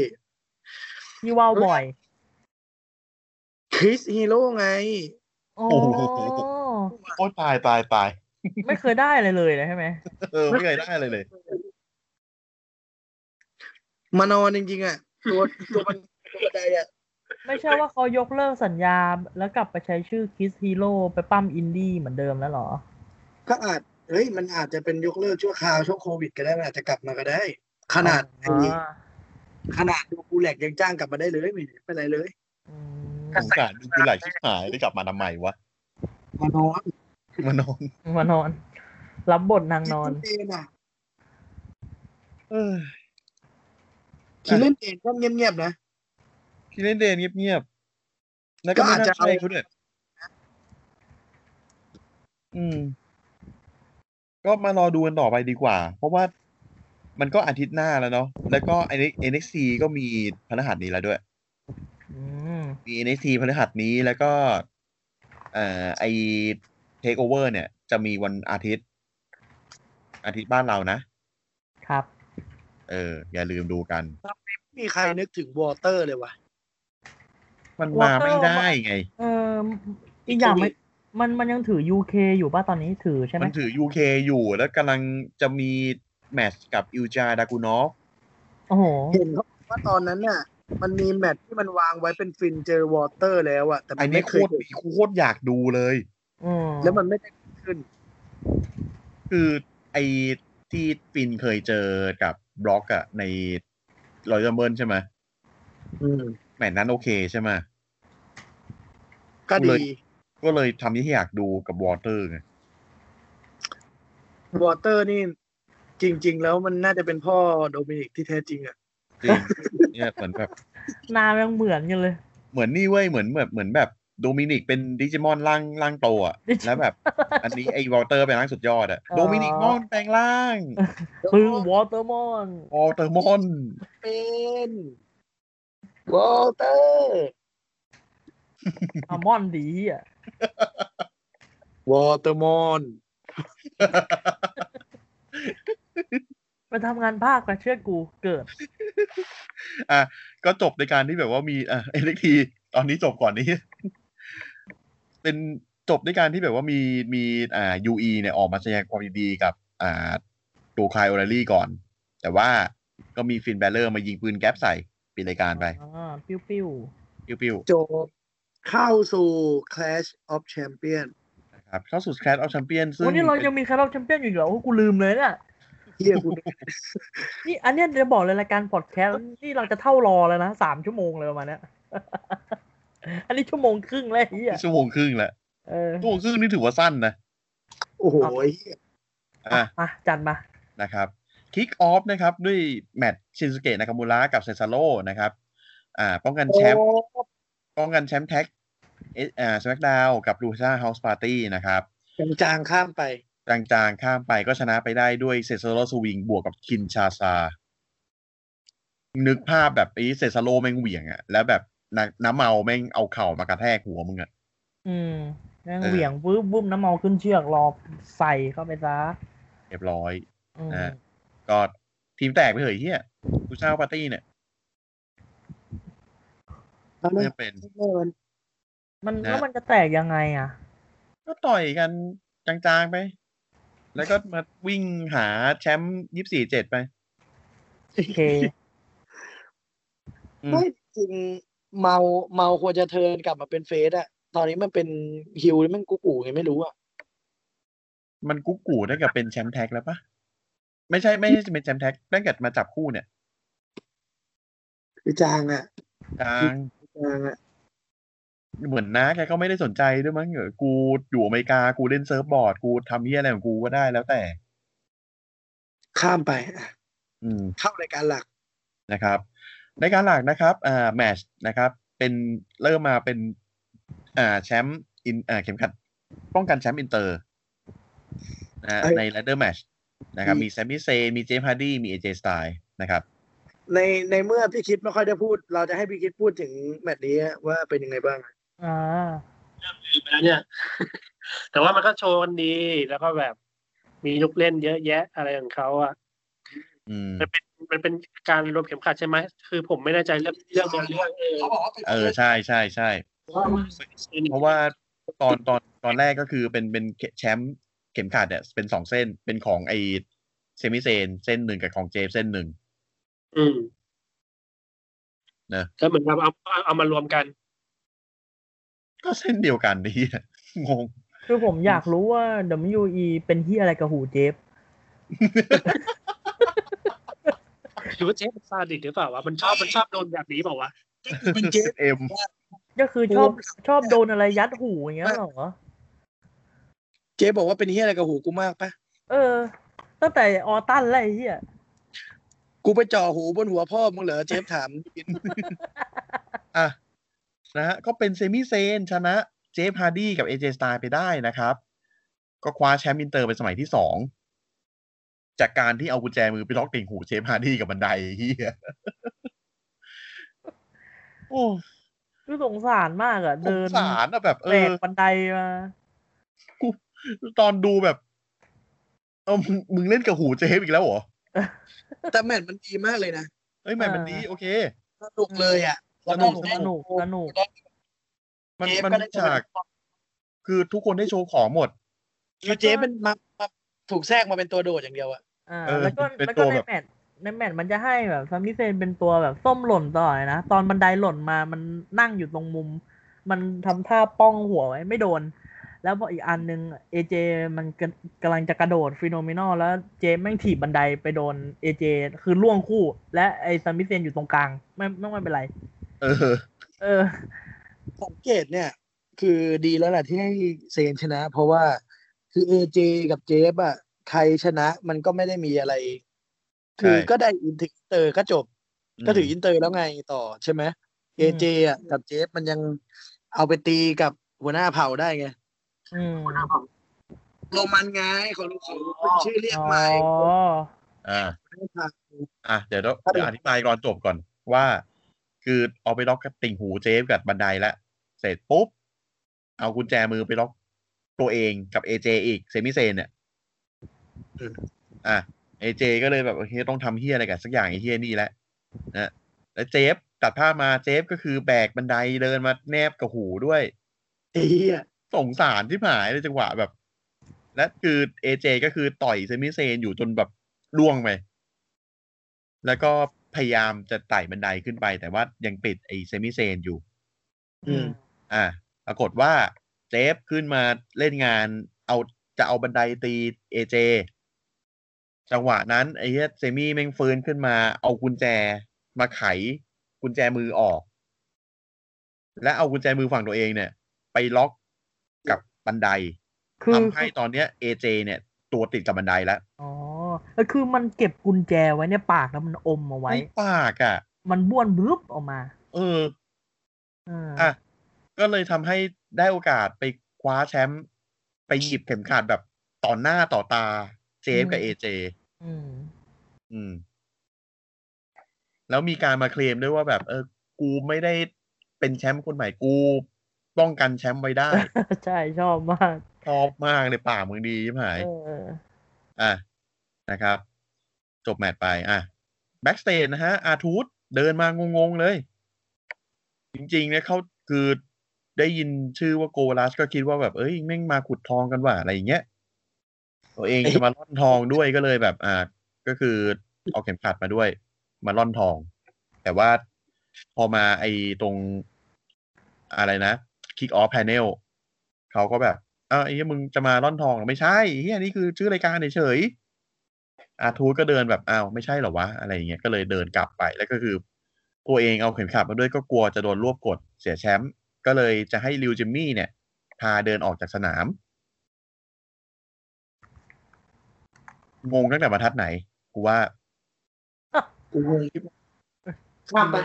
D: ที่ว่าวบ่อย
C: คริสฮีโร่ไง
D: โอ้
B: โอ้โห โอ้ตายตายตาย
D: ไม่เคยได้อะไรเลยนะใช่ไหม
B: เออ ไม่เคยได้เลยเลย
C: มานอนจริงๆอ่ะ ตัวตัวมันตัวใดอ่ะ
D: ไม่ใช่ว่าเขายกเลิกสัญญา แล้วกลับไปใช้ชื่อคิสฮีโร่ไปปั้มอินดี้เหมือนเดิมแล้วเหรอ
C: ก็อาจ เฮ้ย มันอาจจะเป็นยกเลิกชั่วคราวช่วงโควิดก็ได้ มันอาจจะกลับมาก็ได้ ขนาดไอ้
D: อ๋อ
C: ขนาดดูกูแหลกยังจ้างกลับมาได้เลยไม่เป็นไรเลย
D: อืม
B: สงสารมึงกูไหลชิบหายได้กลับมาทำไมวะ
C: มานอน
B: มานอน
D: มานอน รับบทนางนอน
C: คิดเล่นเองอ่ะ
B: เออ
C: คิดเล่นเองก็เงียบๆนะ
B: ที่เล่นเดนเงียบๆ แล้วก็ไม่
C: ก็อาจจะ
B: น่า
C: เอา
B: ใช่เขาด้วยอืม ก็มารอดูกันต่อไปดีกว่า เพราะว่ามันก็อาทิตย์หน้าแล้วเนาะ แล้วก็ NXT ก็มีพฤหัสนี้แล้วด้วย
D: อืม
B: มี NXT พฤหัสนี้แล้วก็ เอ่อไอ Takeover เนี่ย จะมีวันอาทิตย์ อาทิตย์บ้านเรานะ
D: ครับ
B: เออ อย่าลืมดูกัน
C: มีใครนึกถึงวอเตอร์เลยวะ
B: มันมาไม่
D: Water
B: ได้ไง
D: เอออีกอย่างมันมันมันยังถือ UK อยู่ป่ะตอนนี้ถือใช่ไหม
B: มันถือ UK อยู่แล้วกำลังจะมีแมตช์กับอิวจาดากูนอฟ
D: โอ้โห
C: เห็นเขาบอกว่าตอนนั้นน่ะ มันมีแมตช์ที่มันวางไว้เป็นฟินเจอวอเตอร์แล้วอ่ะ แต่มั
B: อัน
C: น
B: นี้
C: ไม่
B: โค
C: เคย
B: ตร
C: เกิด
B: ดีโคตรอยากดูเลย
D: อืม
C: แล้วมันไม่ได้ขึ้น
B: คือไอที่ฟินเคยเจอกับบล็อกอะในรอย a เบิ e ใช่ไหม
C: อืม
B: แมตช์นั้นโอเคใช่ไหม
C: ก็ดี
B: ก็เลยทำที่อยากดูกับวอเตอร์ไง
C: วอเตอร์นี่จริง ๆ แล้วมันน่าจะเป็นพ่อโดมินิกที่แท้จริงอ่ะ
B: จริง เนี่ยเหมือนแบบ
D: หนามันยังเหมือนกันเลย
B: เหมือนนี่เว้ย เหมือนแบบเหมือนแบบโดมินิกเป็นดิจิมอนร่างร่างโตอะแล้วแบบ อันนี้ไอวอเตอร์เป็นร่างสุดยอดอะ
D: อ๋อ
B: โดมินิกมอนแปลงร่าง
D: ปืนวอเตอร์มอน
B: วอเตอร์มอน
C: เป็นวอลเตอร์
D: อามอนดีอ่ะ
C: วอเตอร์มอน
D: ไปทำงานภาคไปเชื่อกูเกิด
B: ก็จบในการที่แบบว่ามีอ่ะเอ็นทีตอนนี้จบก่อนนี้ เป็นจบในการที่แบบว่ามีมีอ่ายูอีเนี่ยออกมาแสดงความยินดีกับ อ่าตัวคลายโอเรลลี่ก่อน แต่ว่าก็มีฟินแบลเลอร์มายิงปืนแก๊ปใส่ปิดรายการไป
D: อ่า ปิ้วปิ้ว
B: ปิ้วปิ้ว
C: จบเข้าสู่ Clash of Champion
B: ๆนะครับเข้าสู่แคสออฟแชมเปี้ยนซึ่ง
D: วันนี้เรายังมีคาร์ลแชมเปี้ยนอยู่อีกเหรอโอ้กูลืมเลยเนี่ย
C: เฮียกู
D: นี่อันเนี้ยจะบอกเลยรายการพอดแคสต์นี่เราจะเท่ารอแล้วนะสามชั่วโมงเลยประมาณเนี้ย อันนี้ชั่วโมงครึ่งแล้วไอ้เฮีย
B: ชั่วโมงครึ่งแหละ
D: เออ
B: ชั่วโมงครึ่งนี่ถือว่าสั้นนะ
C: โอ้โหไอ้เฮีย
B: อ่ะ
D: อ่ะจัดมา
B: นะครับคิกออฟนะครับ ด้วยแมตช์ชินสเกะนากามูระกับเซซาโร่นะครับ อ่า ป้องกันแชมป์ป้องกันแชมป์แท็กเอสอ่าสแมกดาวกับลูซ่าเฮาส์ปาร์ตี้นะครับ
C: จางๆข้ามไป
B: จางๆข้ามไปก็ชนะไปได้ด้วยเซซาโร่สวิงบวกกับคินชาซา นึกภาพแบบไอ้เซซาโร่แม่งเหวี่ยงอะแล้วแบบน้ำน้ำเมาแม่งเอาเข่ามากระแทกหัวมึงอะ
D: อืมแม่งเหวี่ยงวืบวุ้มน้ำเมาขึ้นเชือกรอใส่เข้าไปซะ
B: เรียบร้อย
D: อืม
B: อ่า กอดทีมแตกไปเหยเฮียกูเศร้าปาร์ตี้เนี่ย
C: แล้ว
B: น่า
C: เนี่ย
B: จะเป็น
C: มัน
D: มัน
B: นะ
D: แล้วมันจะแตกยังไงอ่ะ
B: ก็ต่อยกันจางๆไป แล้วก็มาวิ่งหาแชมป์ยี่สี่เจ็ดไป
D: โอ เค
B: อืม
C: ไม่จริงเมาเมาควรจะเทิร์นกลับมาเป็นเฟสอะตอนนี้มันเป็นฮิวหรือมันกูกูไงไม่รู้อะ
B: มันกุ๊กกูได้กับเป็นแชมป์แท็กแล้วปะไม่ใช่ไม่ใช่เป็นแชมป์แท็กตั้งแต่มาจับคู่เนี่ย
C: คือจางอะ
B: จาง
C: จางอะ
B: เหมือนนะแกก็ไม่ได้สนใจด้วยมั้งเหรอกูอยู่อเมริกากูเล่นเซิร์ฟบอร์ดกูทำเฮียอะไรของกูก็ได้แล้วแต่
C: ข้ามไปอะ
B: อืม
C: เข้ารายการหลัก
B: นะครับในการหลักนะครับอ่าแมชนะครับ เป็นเริ่มมาเป็นอ่าแชมป์อินอ่าเข็มขัด ป้องกันแชมป์อินเตอร์นะฮะ
C: ไอ้
B: ใน l ลเดอร์แมชนะครับ
C: อืม
B: มีแซมมี่เซนมีเจมส์ฮาร์ดีมีเอเจสไตล์นะครับ
C: ในในเมื่อพี่คิดไม่ค่อยได้พูด เราจะให้พี่คิดพูดถึงแมตช์นี้ว่าเป็นยังไงบ้าง
D: อ่า
E: ไปแล้วเนี่ย แต่ว่ามันก็โชว์กันดีแล้วก็แบบมีลูกเล่นเยอะแยะอะไรของเขาอ่ะ
B: อืม
E: มันเป็นการรวมเข็มขัดใช่ไหม คือผมไม่แน่ใจเรื่องเรื่องเรื่องเออ
C: เขาบอกว่าเป็น
B: เออ ใช่ใช่ใช่ เพราะว่าตอนตอนตอนแรกก็คือเป็นเป็นแชมป์เข็มขัดเนี่ยเป็นสองเส้นเป็นของไอเซมิเซนเส้นหนึ่งกับของเจมส์เส้นหนึ่ง
E: อืม
B: นะ
E: ก็เหมือนกับเอาเอาเอามารวมกัน
B: ก็เส้นเดียวกัน ดิเหี้ยงง
D: คือผมอยากรู้ว่า WE เป็นที่อะไรกับหูเจฟ
E: หรือว่าเจ๊เป็นซาดิสหรือเปล่าวะ มันชอบมันชอบโดนแบบนี้เปล่าวะ
C: เป็นเจฟ
B: เอ็ม
D: ก็คือชอบ
C: โอ้
D: ชอบโดนอะไรยัดหูอย่างเงี้ยเหรอ
C: เจฟบอกว่าเป็นเฮียอะไรกับหูกูมากปะ
D: เออ ตั้งแต่ออตันแล้วไอ้เหี้ย
C: กูไปจ่อหูบนหัวพ่อมึงเหรอเจฟถาม
B: อ่ะนะฮะก็เป็นเซมิเซนชนะเจฟฮาร์ดี้กับเอเจสไตล์ไปได้นะครับ ก็คว้าแชมป์อินเตอร์เป็นสมัยที่สอง จากการที่เอากุญแจมือไปล็อกติ่งหูเจฟฮาร์ดี้กับบันไดเฮียโอ้
D: คือสงสารมากอะ
B: ส
D: เดิ
B: ง
D: น
B: สารอะแบบ เอ
D: แบก
B: อ
D: บันไดมา
B: ตอนดูแบบ เออมึงมึงเล่นกับหูเจฟอีกแล้วเหรอ
C: แต่แมตช์มันดีมากเลยนะ
B: เอ้ยแหม่มันดี
D: เออ
B: โอเค
C: สนุกเลยอ่ะ
D: สนุกสนุกสนุก
B: มัน
C: เจฟ
B: มัน
C: ก็ได้
B: ฉากคือทุกคนได้โชว์ของหมด
C: คือเจฟมันมามาถูกแทรกมาเป็นตัวโดดอย่างเดียวอะ
D: อ่า
B: เออ
D: แล้วก็
B: เป็น
D: แล้ว
B: ตั
D: ก็
B: ว
D: ใน
B: แบบ
D: แมตช์ในแมตช์มันจะให้แบบซามิเซนเป็นตัวแบบส้มหล่นต่อยนะ ตอนบันไดหล่นมามันนั่งอยู่ตรงมุม มันทำท่าป้องหัวไว้ไม่โดน แล้วพออีกอันนึงเอเจมันกะกำลังจะกระโดดฟีโนเมนอลแล้วเจแม่งถีบบันไดไปโดนเอเจคือล่วงคู่ และไอซามิเซนอยู่ตรงกลาง ไม่ไม่ไม่เป็นไร
B: เออ
D: เออ
C: สังเกตเนี่ย คือดีแล้วแหละที่ให้เซนชนะ เพราะว่าคือเอเจกับเจฟอะใครชนะมันก็ไม่ได้มีอะไร คือ
B: ใช่
C: ก็ได้อินถึงเตอร์ก็จบ ก็ถือ
B: ม
C: อินเตอร์แล้วไงต่อใช่ไหมเอเจอ่ะกับเจฟมันยังเอาไปตีกับหัวหน้าเผ่าได้ไง
D: อืม
C: โรมันไงของลูกเขาเป็นชื่อเรียก
D: อ๋
C: ใหม่
D: อ
B: อ่า
C: หัวหน้าเผ่า
B: อ่ะเดี๋ยวเรา
C: ครับผม
B: เดี๋ยวอธิบายก่อนจบก่อนว่า คือเอาไปล็อกกับติ่งหูเจฟกับบันไดแล้วเสร็จปุ๊บ เอากุญแจมือไปล็อกตัวเองกับเอเจอีกเซมิเซนเนี่ยอ่ะเอเจก็เลยแบบโอเคต้องทำเฮียอะไรกันสักอย่างไอเฮียนี่แหละนะแล้วเจฟตัดผ้าพมาเจฟก็คือแบกบันไดเดินมาแนบกับหูด้วย
C: ไอ้เหี้ย
B: สงสารที่หายเลยจังหวะแบบ และคือเอเจก็คือต่อยเซมิเซนอยู่จนแบบล่วงไป แล้วก็พยายามจะไต่บันไดขึ้นไป แต่ว่ายังติดไอเซมิเซนอยู่
D: อืม
B: อ่าปรากฏว่าเจฟขึ้นมาเล่นงาน เอาจะเอาบันไดตีเอเจ จังหวะนั้นไอ้เหี้ยเซมี่แม่งฟื้นขึ้นมา เอากุญแจมาไขกุญแจมือออก และเอากุญแจมือฝั่งตัวเองเนี่ย ไปล็อกกับบันได
D: คือ
B: ทำให้ตอนเนี้ยเอเจเนี่ย ตัวติดกับบันไดแล้ว
D: อ๋อแล้วคือมันเก็บกุญแจไว้ในปากแล้วมันอมเอาไว้
B: ไม่ปากอ่ะ
D: มันบ้วนบึ้บออกมา
B: เออ
D: เอออ
B: อ่ะ ก็เลยทำให้ได้โอกาสไปคว้าแชมป์ไปหยิบเข็มขัดแบบต่อหน้าต่อตาเจฟกับเอเจ
D: อืม
B: อืม แล้วมีการมาเคลมด้วยว่าแบบ เออ กูไม่ได้เป็นแชมป์คนใหม่กู ป้องกันแชมป์ไว้ได้
D: ใช่ชอบมาก
B: ชอบมากเลยป่ามึงดีใช่ไหม
D: เออ
B: อ่ะนะครับ จบแมตช์ไป อ่ะแบ็กสเตจนะฮะ อาทูตเดินมางงๆเลย จริงๆเนี่ยเขาคือได้ยินชื่อว่าโกลัสก็คิดว่าแบบ เอ้ยแม่งมาขุดทองกันว่ะอะไรอย่างเงี้ย ตัวเองจะมาล่อนทองด้วยก็เลยแบบ อ่า ก็คือเอาเข็มขัดมาด้วย มาล่อนทอง แต่ว่าพอมาไอตรงอะไรนะคิกออฟแพเนลเขาก็แบบ อ้าวไอ้เหี้ยมึงจะมาล่อนทองเหรอไม่ใช่เฮียนี่คือชื่อรายการเฉยๆอาทูตก็เดินแบบอ้าวไม่ใช่เหรอวะอะไรอย่างเงี้ยก็เลยเดินกลับไปแล้วก็คือ ตัวเองเอาเข็มขัดมาด้วยก็กลัวจะโดนรวบกดเสียแชมป์ก็เลยจะให้ริวจิมมี่เนี่ย พาเดินออกจากสนาม งงตั้งแต่บรรทัดไหน กูว่า
C: กูงงที่ข้ามไป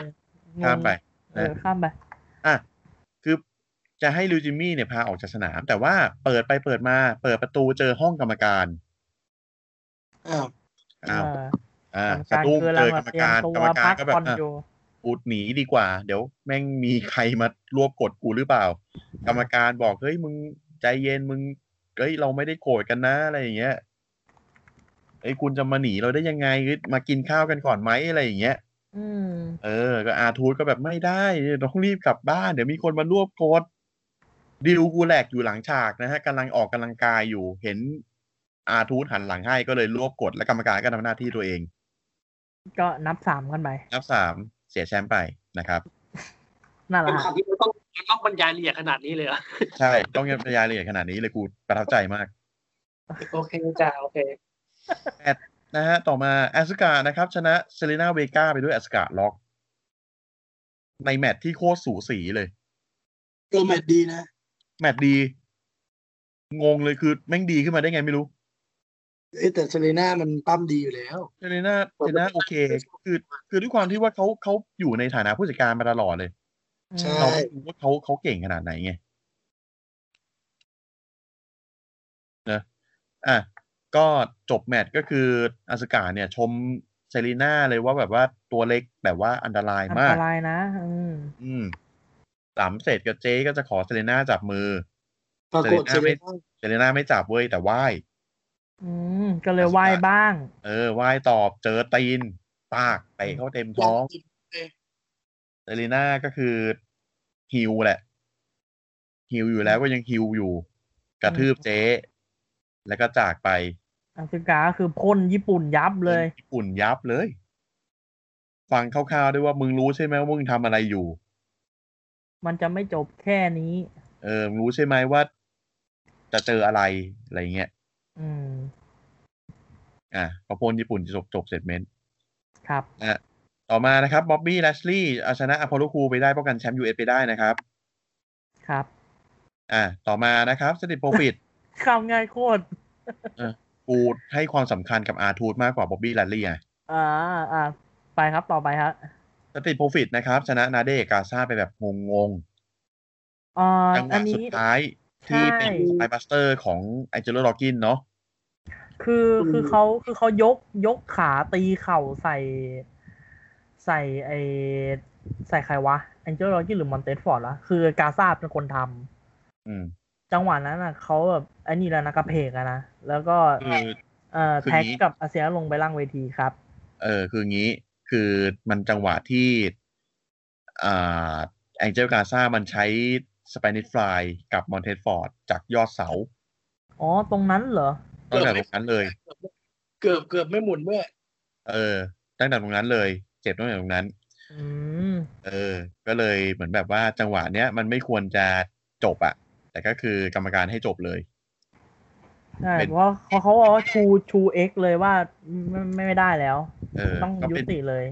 B: ข้ามไป
D: เออข้ามไป
B: อ่ะคือจะให้ลิวจิมมี่เนี่ยพาออกจากสนาม แต่ว่าเปิดไปเปิดมาเปิดประตูเจอห้องกรรมการ
C: อ้าว
B: อ้าว
D: เ
B: อ่าก กระตุ้งเจอกรรมการ
D: เตย
B: กรรมการ
D: พั
B: ก็แบบ
D: ผ่อน
B: อ่ะ
D: อยู่
B: กูหนีดีกว่า เดี๋ยวแม่งมีใครมารวบกดกูหรือเปล่า กรรมการบอกเฮ้ยมึงใจเย็นมึงเฮ้ยเราไม่ได้โกรธกันนะอะไรอย่างเงี้ยไอ้ยคุณจะมาหนีเราได้ยังไงเฮ้ยมากินข้าวกันก่อนไหมอะไรอย่างเงี้ย
D: อืม
B: เออ ก็อาทูตก็แบบไม่ได้ต้องรีบกลับบ้าน เดี๋ยวมีคนมารวบกดดิวกูแหลกอยู่หลังฉากนะฮะกำลังออกกำลังกายอยู่ เห็นอาทูตหันหลังให้ก็เลยรวบกดและกรรมการก็ทำหน้าที่ตัวเอง
D: ก็นับสามกันไป
B: นับสามเสียแชมป์ไปนะครับ
D: น่ารั
E: เป็น
D: ก
E: คำที่มันต้องมันต้องบรรยายละเอียดขนาดนี้เลยเหรอ
B: ใช่ ต้องยันพยายละเอียดขนาดนี้เลยกูประทับใจมาก
E: โอเคจ้าโอเค
B: นะฮะ ต่อมาแอสกานะครับ ชนะเซเลนาเวกาไปด้วยแอสกาล็อก ในแมตช์ที่โคตรสูสีเลย
C: เออแมตช์ดีนะ
B: แมตช์ดี งงเลยคือแม่งดีขึ้นมาได้ไงไม่รู้
C: เอ้ยแต่เซเลน่ามันปั้มดีอยู่แล้ว
B: เจเลน่าเจเลน่าโอเค คือคือด้วยความที่ว่าเขาเขาอยู่ในฐานะผู้จัดการมาตลอดเลย
C: ใช่
B: เราไม่รู้ว่าเขาเขาเก่งขนาดไหนไงนะอ่ะก็จบแมตช์ก็คืออาสกาเนี่ย ชมเซรีน่าเลยว่าแบบว่าตัวเล็กแบบว่าอันตราย
D: อัน
B: มา
D: ต
B: ก
D: รายนะอืม
B: อืมสามเสร็จกับเจ๊ก็จะขอเซรีน่าจับมือ
C: ปรากฏเซเลน่า
B: เซรีน่าไม่จับเว้ยแต่ไหว้
D: อืมก็เลยไหว้บ้าง
B: เออไหว้ตอบเจอตีนปากเตะเข้าเต็มท้อง เซรีน่าก็คือฮิวแหละฮิวอยู่แล้วก็ยังฮิวอยู่ กระทืบเจ๊แล้วก็จากไป
D: อังสกาก็คือพ่นญี่ปุ่นยับเลย
B: ญี่ปุ่นยับเลย ฟังคร่าวๆด้วยว่ามึงรู้ใช่ไหมว่ามึงทำอะไรอยู่
D: มันจะไม่จบแค่นี้
B: เออมึงรู้ใช่ไหมว่า จะเจออะไรอะไรเงี้ย
D: อืม
B: อ่ะพอพลญี่ปุ่นจบจบเสร็จเมนต์
D: ครับ
B: ต่อมานะครับบ๊อบบี้แลชลี่เอาชนะอพอลโลคูไปได้ป้องกันแชมป์ยูเอสไปได้นะครับ
D: ครับ
B: อ่ะต่อมานะครับสติโปรฟิต
D: ข้ามง่ายโคตร
B: กูให้ความสำคัญกับอาทูตมากกว่าบ๊อบบี้แลชลี่ไง
D: อ่าอ่าไปครับต่อไปฮะ
B: สติโปรฟิตนะครับ ชนะนาเดกาซาไปแบบงง
D: อ่า
B: ๆจังห
D: อั
B: วะ
D: น
B: สุ
D: นี้
B: ดท้ายที่เป็น
D: ใช่
B: สไปบัสเตอร์ของไอเจโรดอกินเนาะ
D: คือคือเขาคือเขายกยกขาตีเข่าใส่ ใส่ไอใส่ใครวะแองเจลโรกี้หรือมอนเตสฟอร์ดละคือกาซาเป็นคนทำ
B: อืม
D: จังหวะนั้นน่ะเขาแบบไอ้นี่แล้วนะกระเพกอะนะ แล้วก็
B: คือ
D: เอ่อ
B: คือ
D: แท็ก
B: งี้
D: กับอาเซียลงไปล่างเวทีครับ
B: เออคืองี้ คือมันจังหวะที่อ่าแองเจลกาซามันใช้สเปนิชฟลายกับมอนเทสฟอร์ดจากยอดเสา
D: อ๋อตรงนั้นเหรอ
B: ตั้งแต่ตรงนั้นเลย
C: เกือบเกือบไม่หมุนด้วย
B: เออ ตั้งแต่ตรงนั้นเลย เจ็บตั้งแต่ตรงนั้น
D: อืม
B: เออ ก็เลยเหมือนแบบว่าจังหวะเนี้ยมันไม่ควรจะจบอะแต่ก็คือกรรมการให้จบเลย
D: ใช่
B: เป็น
D: เพราะเขาเขาบอกว่าชูชูเอ็กเลยว่าไม่ไม่ไม่ได้แล้ว
B: เออ
D: ต้อง
B: ก็
D: ยุ
B: เป็น
D: ติเลย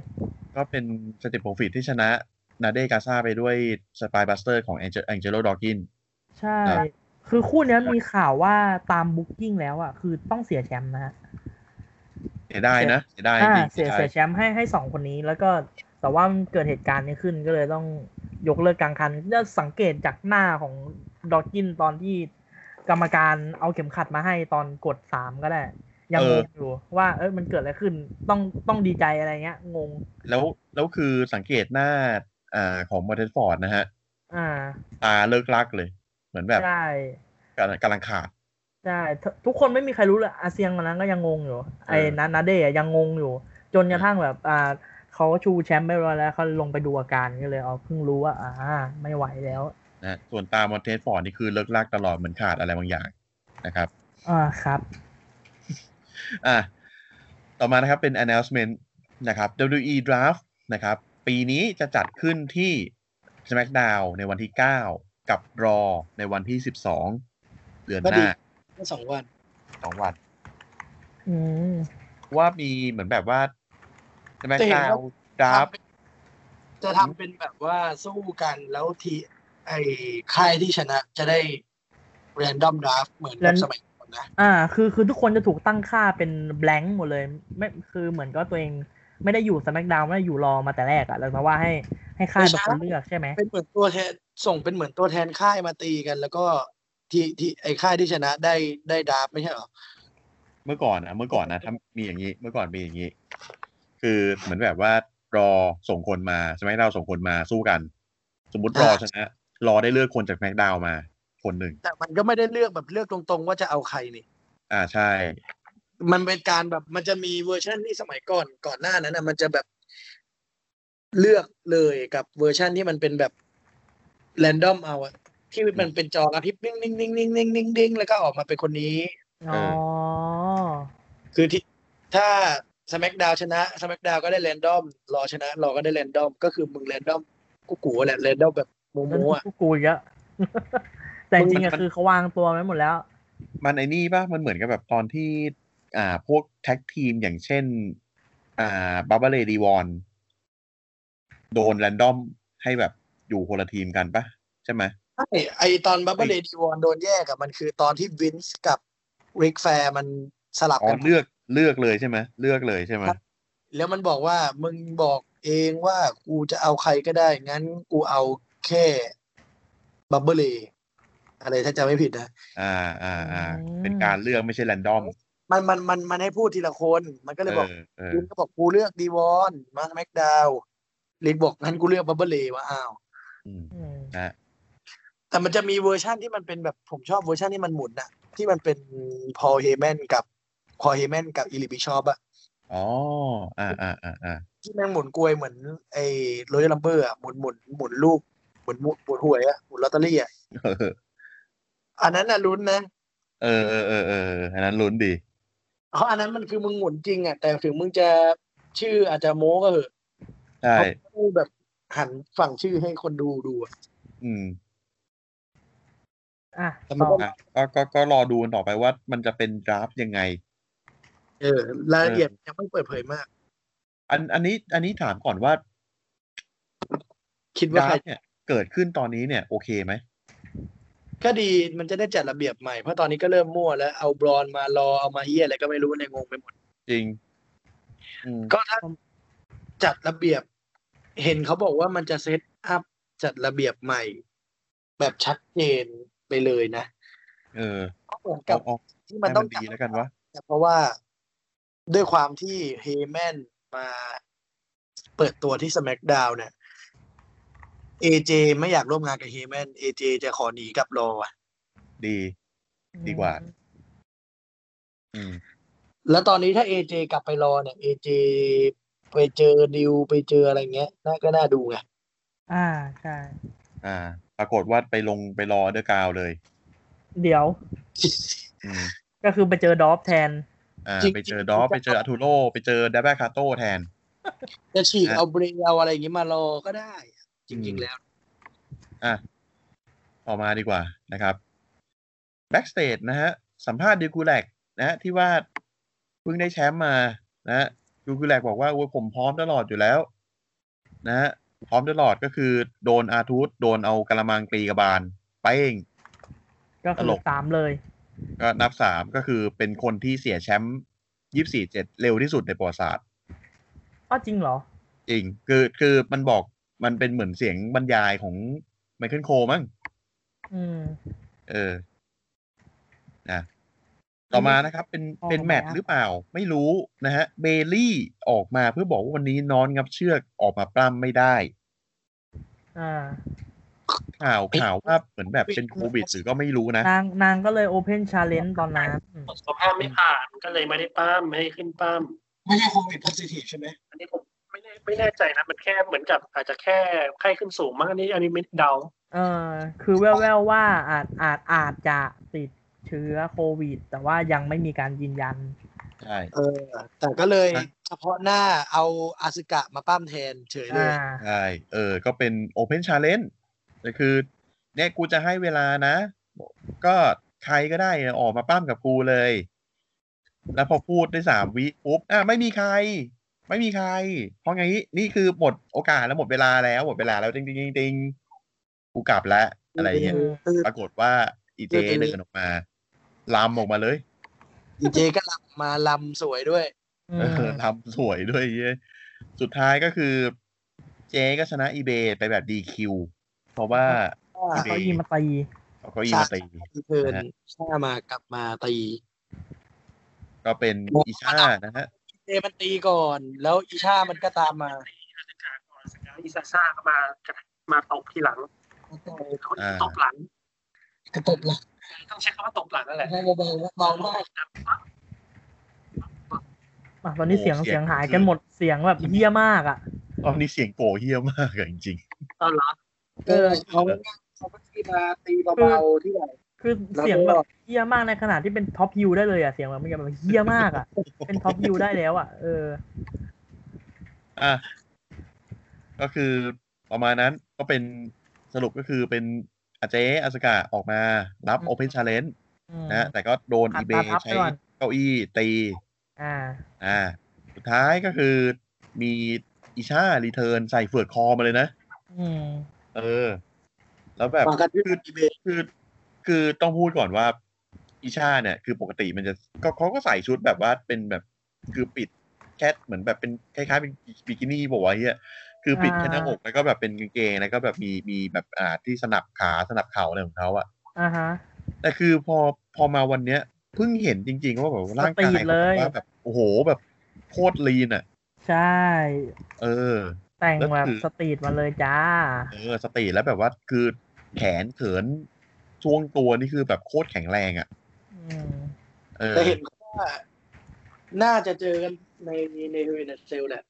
B: ก็เป็นสเตปโปรฟิตที่ชนะนาเดกาซาไปด้วยสปายบัสเตอร์ของแองเจแองเจโลดอกิน
D: ใช่
B: ครับ
D: คือคู่เนี้ยมีข่าวว่าตามบุ๊กกิ้งแล้วอ่ะ คือต้องเสียแชมป์นะฮะ
B: เสียได้นะ เสียได้
D: อ่า
B: จริงๆ
D: เสีย
B: ใช่
D: เสียแชมป์ให้ให้สองคนนี้ แล้วก็แต่ว่ามันเกิดเหตุการณ์นี้ขึ้นก็เลยต้องยกเลิกกลางคันจะสังเกตจากหน้าของดอกกินตอนที่กรรมการเอาเข็มขัดมาให้ตอนกดสามก็ได้ ยังงงอยู่ว่าเอ้ยมันเกิดอะไรขึ้นต้องต้องดีใจอะไรเงี้ย งง
B: แล้วแล้วคือสังเกตหน้าอ่าของมอเตสฟอร์ดนะฮะ
D: อ่า
B: ตาเลิกลักเลย เหมือนแบบ
D: ใช่
B: กำลังกำลังขาด
D: ใช่ทุทุกคนไม่มีใครรู้เลยอาเซียงวันนั้นก็ยังงงอยู่ ไอ้
B: เออ
D: นัทนาเดะยังงงอยู่ จนกระทั่งแบบ อ่าเขาชูแชมป์ไปแล้วแล้วเขาลงไปดูอาการก็เลยเอาเพิ่งรู้ว่า อ่า ไม่ไหวแล้ว
B: นะส่วนตามอนเทสฟอร์ดนี่คือเลิกลากตลอดเหมือนขาดอะไรบางอย่างนะครับ
D: อ่าครับ
B: อ่ะต่อมานะครับเป็น announcement นะครับ WE Draft นะครับ ปีนี้จะจัดขึ้นที่ SmackDown ในวันที่ 9 กับ Raw ในวันที่ 12 เดือนหน้า
C: แค่สองวัน
B: สองวัน
D: อืม
B: ว่ามีเหมือนแบบว่า SmackDown
C: ท
B: Draft
C: ำจะทำเป็นแบบว่าสู้กันแล้วทีไอ้ค่ายที่ชนะจะได้ r รนดอมดราฟเหมือนกับ
D: Ran-
C: สมัยก่อนนะ
D: อ่า คือคือทุกคนจะถูกตั้งค่าเป็นแบง n ์หมดเลย ไม่คือเหมือนก็ตัวเองไม่ได้อยู่สมักดาวไม่ได้อยู่รอมาแต่แรกอะแล้วมาว่าให้ให้ค่ายเป็นคนเลือกใช่ไหม
C: เป็นเหมือนตัวแทนส่งเป็นเหมือนตัวแทนค่ายมาตีกัน แล้วก็ที่ที่ไอ้ค่ายที่ชนะได้ได้ดราฟไม่ใช่เหรอ
B: เมื่อก่อนนะเมื่อก่อนนะถ้ามีอย่างนี้ เมื่อก่อนมีอย่างนี้ คือเหมือนแบบว่ารอส่งคนมาใช่ไหมเราส่งคนมาสู้กัน สมมติรอชนะรอได้เลือกคนจากแมกดาวมาคนหนึ่ง
C: แต่มันก็ไม่ได้เลือกแบบเลือกตรงๆ ว่าจะเอาใครนี่
B: อ่าใช่
C: มันเป็นการแบบมันจะมีเวอร์ชันที่สมัยก่อนก่อนหน้านั้นนะมันจะแบบเลือกเลยกับเวอร์ชันที่มันเป็นแบบแรนดอมเอาอะที่มันเป็นจอกระพริบนิ่งนิ่งนิ่งนิ่งนิ่งนิ่งนิ่งแล้วก็ออกมาเป็นคนนี้
D: อ๋อ
C: คือที่ถ้าสมักดาวชนะสมักดาวก็ได้แรนดอมรอชนะรอก็ได้แรนดอมก็คือมึงแรนดอมกูกูแหละแรนดอมแบบโมโมๆอะ
D: กูกูเยอะ แต่จริงๆอะคือเขาวางตัวไว้หมดแล้ว
B: มันไอ้นี่ป่ะ มันเหมือนกับแบบตอนที่ อ่า พวกแท็กทีมอย่างเช่น อ่าบาบาเลดีวอนโดนแรนดอมให้แบบอยู่คนละทีมกันป่ะ ใช่ไหม
C: ใช่ไอตอนบับเบิลเลดีวอนโดนแยกอะมันคือตอนที่วินส์กับริกแฟร์มันสลับ
B: อ๋อ
C: กัน
B: เลือกเลือกเลยใช่ไหมเลือกเลยใช่ไหม
C: ครับ แล้วมันบอกว่ามึงบอกเองว่ากูจะเอาใครก็ได้ งั้นกูเอาแค่บับเบิลเลอะไรถ้าจะไม่ผิดนะ
B: อ่าอ่าอ่า
D: อืม
B: เป็นการเลือกไม่ใช่แรนดอม
C: มันมันมันมันให้พูดทีละคน มันก็เลย
B: เอ
C: บอก
B: อเออ
C: คุณก็บอกกูเลือกดีวอนมาสแมกดาวลินบอกงั้นกูเลือกบับเบิลเลว่าอ้าว
B: อืม
D: อืม
B: นะ
C: แต่มันจะมีเวอร์ชั่นที่มันเป็นแบบผมชอบเวอร์ชั่นที่มันหมุนอะที่มันเป็นพอเฮแมนกับพอเฮแมนกับอิลิบิชอปอะ
B: อ๋ออ่าอ่าอ่าอ่า
C: ที่แม่งหมุนกลวยเหมือนไอ้โรยัลลัมเบอร์อะหมุนหมุนหมุนลูกหมุนหมุนหมุนหวยอะหมุนลอตเตอรี่อะ
B: เออ
C: อันนั้นน่ะลุ้นนะ
B: เออเออเออเอออันนั้นลุ้นดี
C: เพราะอันนั้นมันคือมึงหมุนจริงอ่ะ แต่ถึงมึงจะชื่ออาจจะโม้ก็เหอะ
B: ใช่
C: เขาพูดแบบหันฝั่งชื่อให้คนดูดูอะ
B: อืม
D: อ่ะ
C: แต่มั
D: ต่
C: น
D: อ
C: ก็
B: อ่ะก็ก็ก็รอดูกันต่อไปว่ามันจะเป็นดราฟต์ยังไง
C: เออรายละเอียดยังไม่เปิดเผยมาก
B: อันอันนี้อันนี้ถามก่อนว่า
C: คิด
B: ด
C: ว่า
B: รา
C: ใคร
B: ฟต์เนี่ยเกิดขึ้นตอนนี้เนี่ยโอเคไหม
C: ก็ดีมันจะได้จัดระเบียบใหม่ เพราะตอนนี้ก็เริ่มมั่วแล้วเอาบรอนมารอเอามาเยี่ยอะไรก็ไม่รู้ในยงงไปหมด
B: จริง อืม
C: ก็ถ้าจัดระเบียบ เห็นเขาบอกว่ามันจะเซตอัพจัดระเบียบใหม่ แบบชัดเจนไปเลยนะ
B: เออ
C: เหมือนกั
B: เอา
C: บ
B: เอา
C: ที่
B: ให้
C: มั
B: มัน น
C: ต้อง
B: ดีแล้วกันวะ
C: แต่เพราะว่าด้วยความที่เฮแมนมาเปิดตัวที่ส c k กดาวเนี่ยเอเจไม่อยากร่วมงานกับเฮแมนเอเจจะขอหนีกลับรอว่ะ
B: ดี ดีกว่า อืม
C: แล้วตอนนี้ถ้าเอเจกลับไปรอเนี่ยเอเจไปเจอดิวไปเจออะไรเงี้ยน่าก็น่าดูไง
D: อ่าใช่
B: อ่า ปรากฏว่าไปลงไปรอเดอร์กาวเลย
D: เดี๋ยว
B: อืม
D: ก็คือไปเจอดอฟแทน
B: อ่าไปเจอดอฟไปเจออาทูโรไปเจอเดบ้าคาโต้แทน
C: จะฉีก
B: อ่ะ
C: เอาเบรเอาอะไรอย่างงี้มารอก็ได้ จริง ๆ แล้ว
B: อ่ะต่อมาดีกว่านะครับ backstage นะฮะ สัมภาษณ์ดิวกูแลกนะฮะที่ว่าเพิ่งได้แชมป์มานะฮะดิวกูแลกบอกว่าโอ้ยผมพร้อมตลอดอยู่แล้ว นะฮะพร้อมตลอดก็คือโดนอาทูตโดนเอากระมังตีกระบาลไปเอง
D: ก็คือสามเลย
B: ก็นับสามก็คือเป็นคนที่เสียแชมป์ยี่สี่เจ็ดเร็วที่สุดในประวัติศาสตร์
D: อ้าวจริงเหรอ
B: จริง คือคือมันบอกมันเป็นเหมือนเสียงบรรยายของไมเคิลโคมั้ง
D: อืม
B: เออ นะ ต่อมานะครับ เป็น
D: ออก
B: เป็น
D: มา
B: แมตช์
D: แล้ว
B: หรือเปล่า ไม่รู้นะฮะ เบลลี่ออกมาเพื่อบอกว่าวันนี้นอนงับเชือกออกมาปล้ำไม่ได้
D: อ่า
B: ข่าวข่าวว่าเหมือนแบบเป็นโควิดหรือก็ไม่รู้นะ
D: นางนางก็เลยโอเพนชาเลนจ์ตอนนั้น
E: สุขภาพไม่ผ่านก็เลยไม่ได้ป้ามไม่ให้ขึ้นป้าม
C: ไม่ใช่โควิดโพซิทีฟใช่ไหม
E: อันนี้ผมไม่แน่ไม่แน่ใจนะมันแค่เหมือนกับอาจจะแค่ไข้ขึ้นสูงมั้งอันนี้อันนี้ไม่เดา
D: เออคือแว่วๆว่าอาจอาจอาจจะติดเชื้อโควิด แต่ว่ายังไม่มีการยืนยัน
B: ใช่
C: เออ แต่ก็เลยเฉพาะหน้าเอาอาสึกะมาปั้มแทนเฉยเลย
D: อ่า
B: ใช่เออ ก็เป็น Open Challenge ก็คือ เนี่ยกูจะให้เวลานะ ก็ใครก็ได้นะออกมาปั้มกับกูเลย แล้วพอพูดได้สามวิปุ๊บอ่ะไม่มีใคร ไม่มีใคร เพราะไงนี่คือหมดโอกาสแล้วหมดเวลาแล้วหมดเวลาแล้วจริงจริงจริงกูกลับแล้วอะไรเงี้ย ปรากฏว่าอีเจเดินออกมาลำออกมาเลย
C: ดีเจก็ลำมาลำสวยด้วย
D: อืม
B: เออ ทำสวยด้วยเย้ยสุดท้ายก็คือ เจ๊ก็ชนะอีเบไปแบบดีคิวเพราะว่า
D: เอาเก้าอี้มาตี
B: เอาเก้าอี้มาตี
C: ที่เพิ่น
B: นะฮะ
C: ช่ามากลับมาตี
B: ก็เป็นอีชานะฮะ
C: เจมันตีก่อน แล้วอีช่ามันก็ตามมา
E: ราชการก่อนแล้วอิซาซ่าก็มากระมาตบทีหลังเขา
B: อ่า
E: ตบหลัง
C: กระตบหลัง
E: ต้องใช้คำว่าตบหลังนั่นแหละ
C: เบาๆเบามาก
D: อ่ะตอนนี้
B: โอ้
D: เสียง
B: เสียง
D: เสียงหาย
B: คือ
D: กันหมดเสียงแบบเยี่ยมากอ่ะ
B: ตอนนี้เสียงโกเฮี้ยมากอะจริง
E: ตอนหลัง
C: เออเขาเขาก็ตีมาตีเบาๆที่ไหน
D: คือ
C: แล้วก็
D: เสียงแบบเยี่ยมากในขณะที่เป็นท็อปยูได้เลยอ่ะเสียงแบบมันแบบเยี่ยมากอ่ะ เป็นท็อปยูได้แล้วอ่ะเออ
B: ๆอ่ะก็คือประมาณนั้นก็เป็นสรุปก็คือเป็นอาเจ๊อาสกาออกมารับโอเพนชาเลน g ์
D: อืม
B: นะฮะแต่ก็โดนอีเบ
D: ตัดทับไป
B: ใช้
D: ก่อน
B: เก้าอี้ตี
D: อ่า
B: อ่า สุดท้ายก็คือมีอีชารีเทิร์นใส่เฟือดคอมาเลยนะ
D: อืม
B: เออ แล้วแบบ
C: มากันที่ดีเบต
B: คือคือต้องพูดก่อนว่าอีชาเนี่ย คือปกติมันจะก็เขาก็ใส่ชุดแบบว่าเป็นแบบคือปิดแค่เหมือนแบบเป็นคล้ายๆเป็นบิกินี่บอกว่าเฮียคือปิดแค่หน้าอกแล้วก็แบบเป็นกางเกงแล้วก็แบบมีมีแบบอ่าที่สนับขาสนับเข่าอะไรของเขาอะ
D: อ่าฮะ
B: แต่คือพอพอมาวันเนี้ยเพิ่งเห็นจริง ๆ ว่าแบบว่าร่างกาย
D: สตรีทเลย
B: ว่าแบบโอ้โหแบบโคตรลีนอะ
D: ใช่
B: เออ
D: แต่ง
B: แล้ว
D: แบบ
B: คือ
D: สตรีทมาเลยจ้า
B: เออสติแล้วแบบว่าคือแขนเขินช่วงตัวนี่คือแบบโคตรแข็งแรงอะ
D: อืม
B: เออ
C: แต่เห็นว่า น่าจะเจอกันในในเฮเนเซลแหละ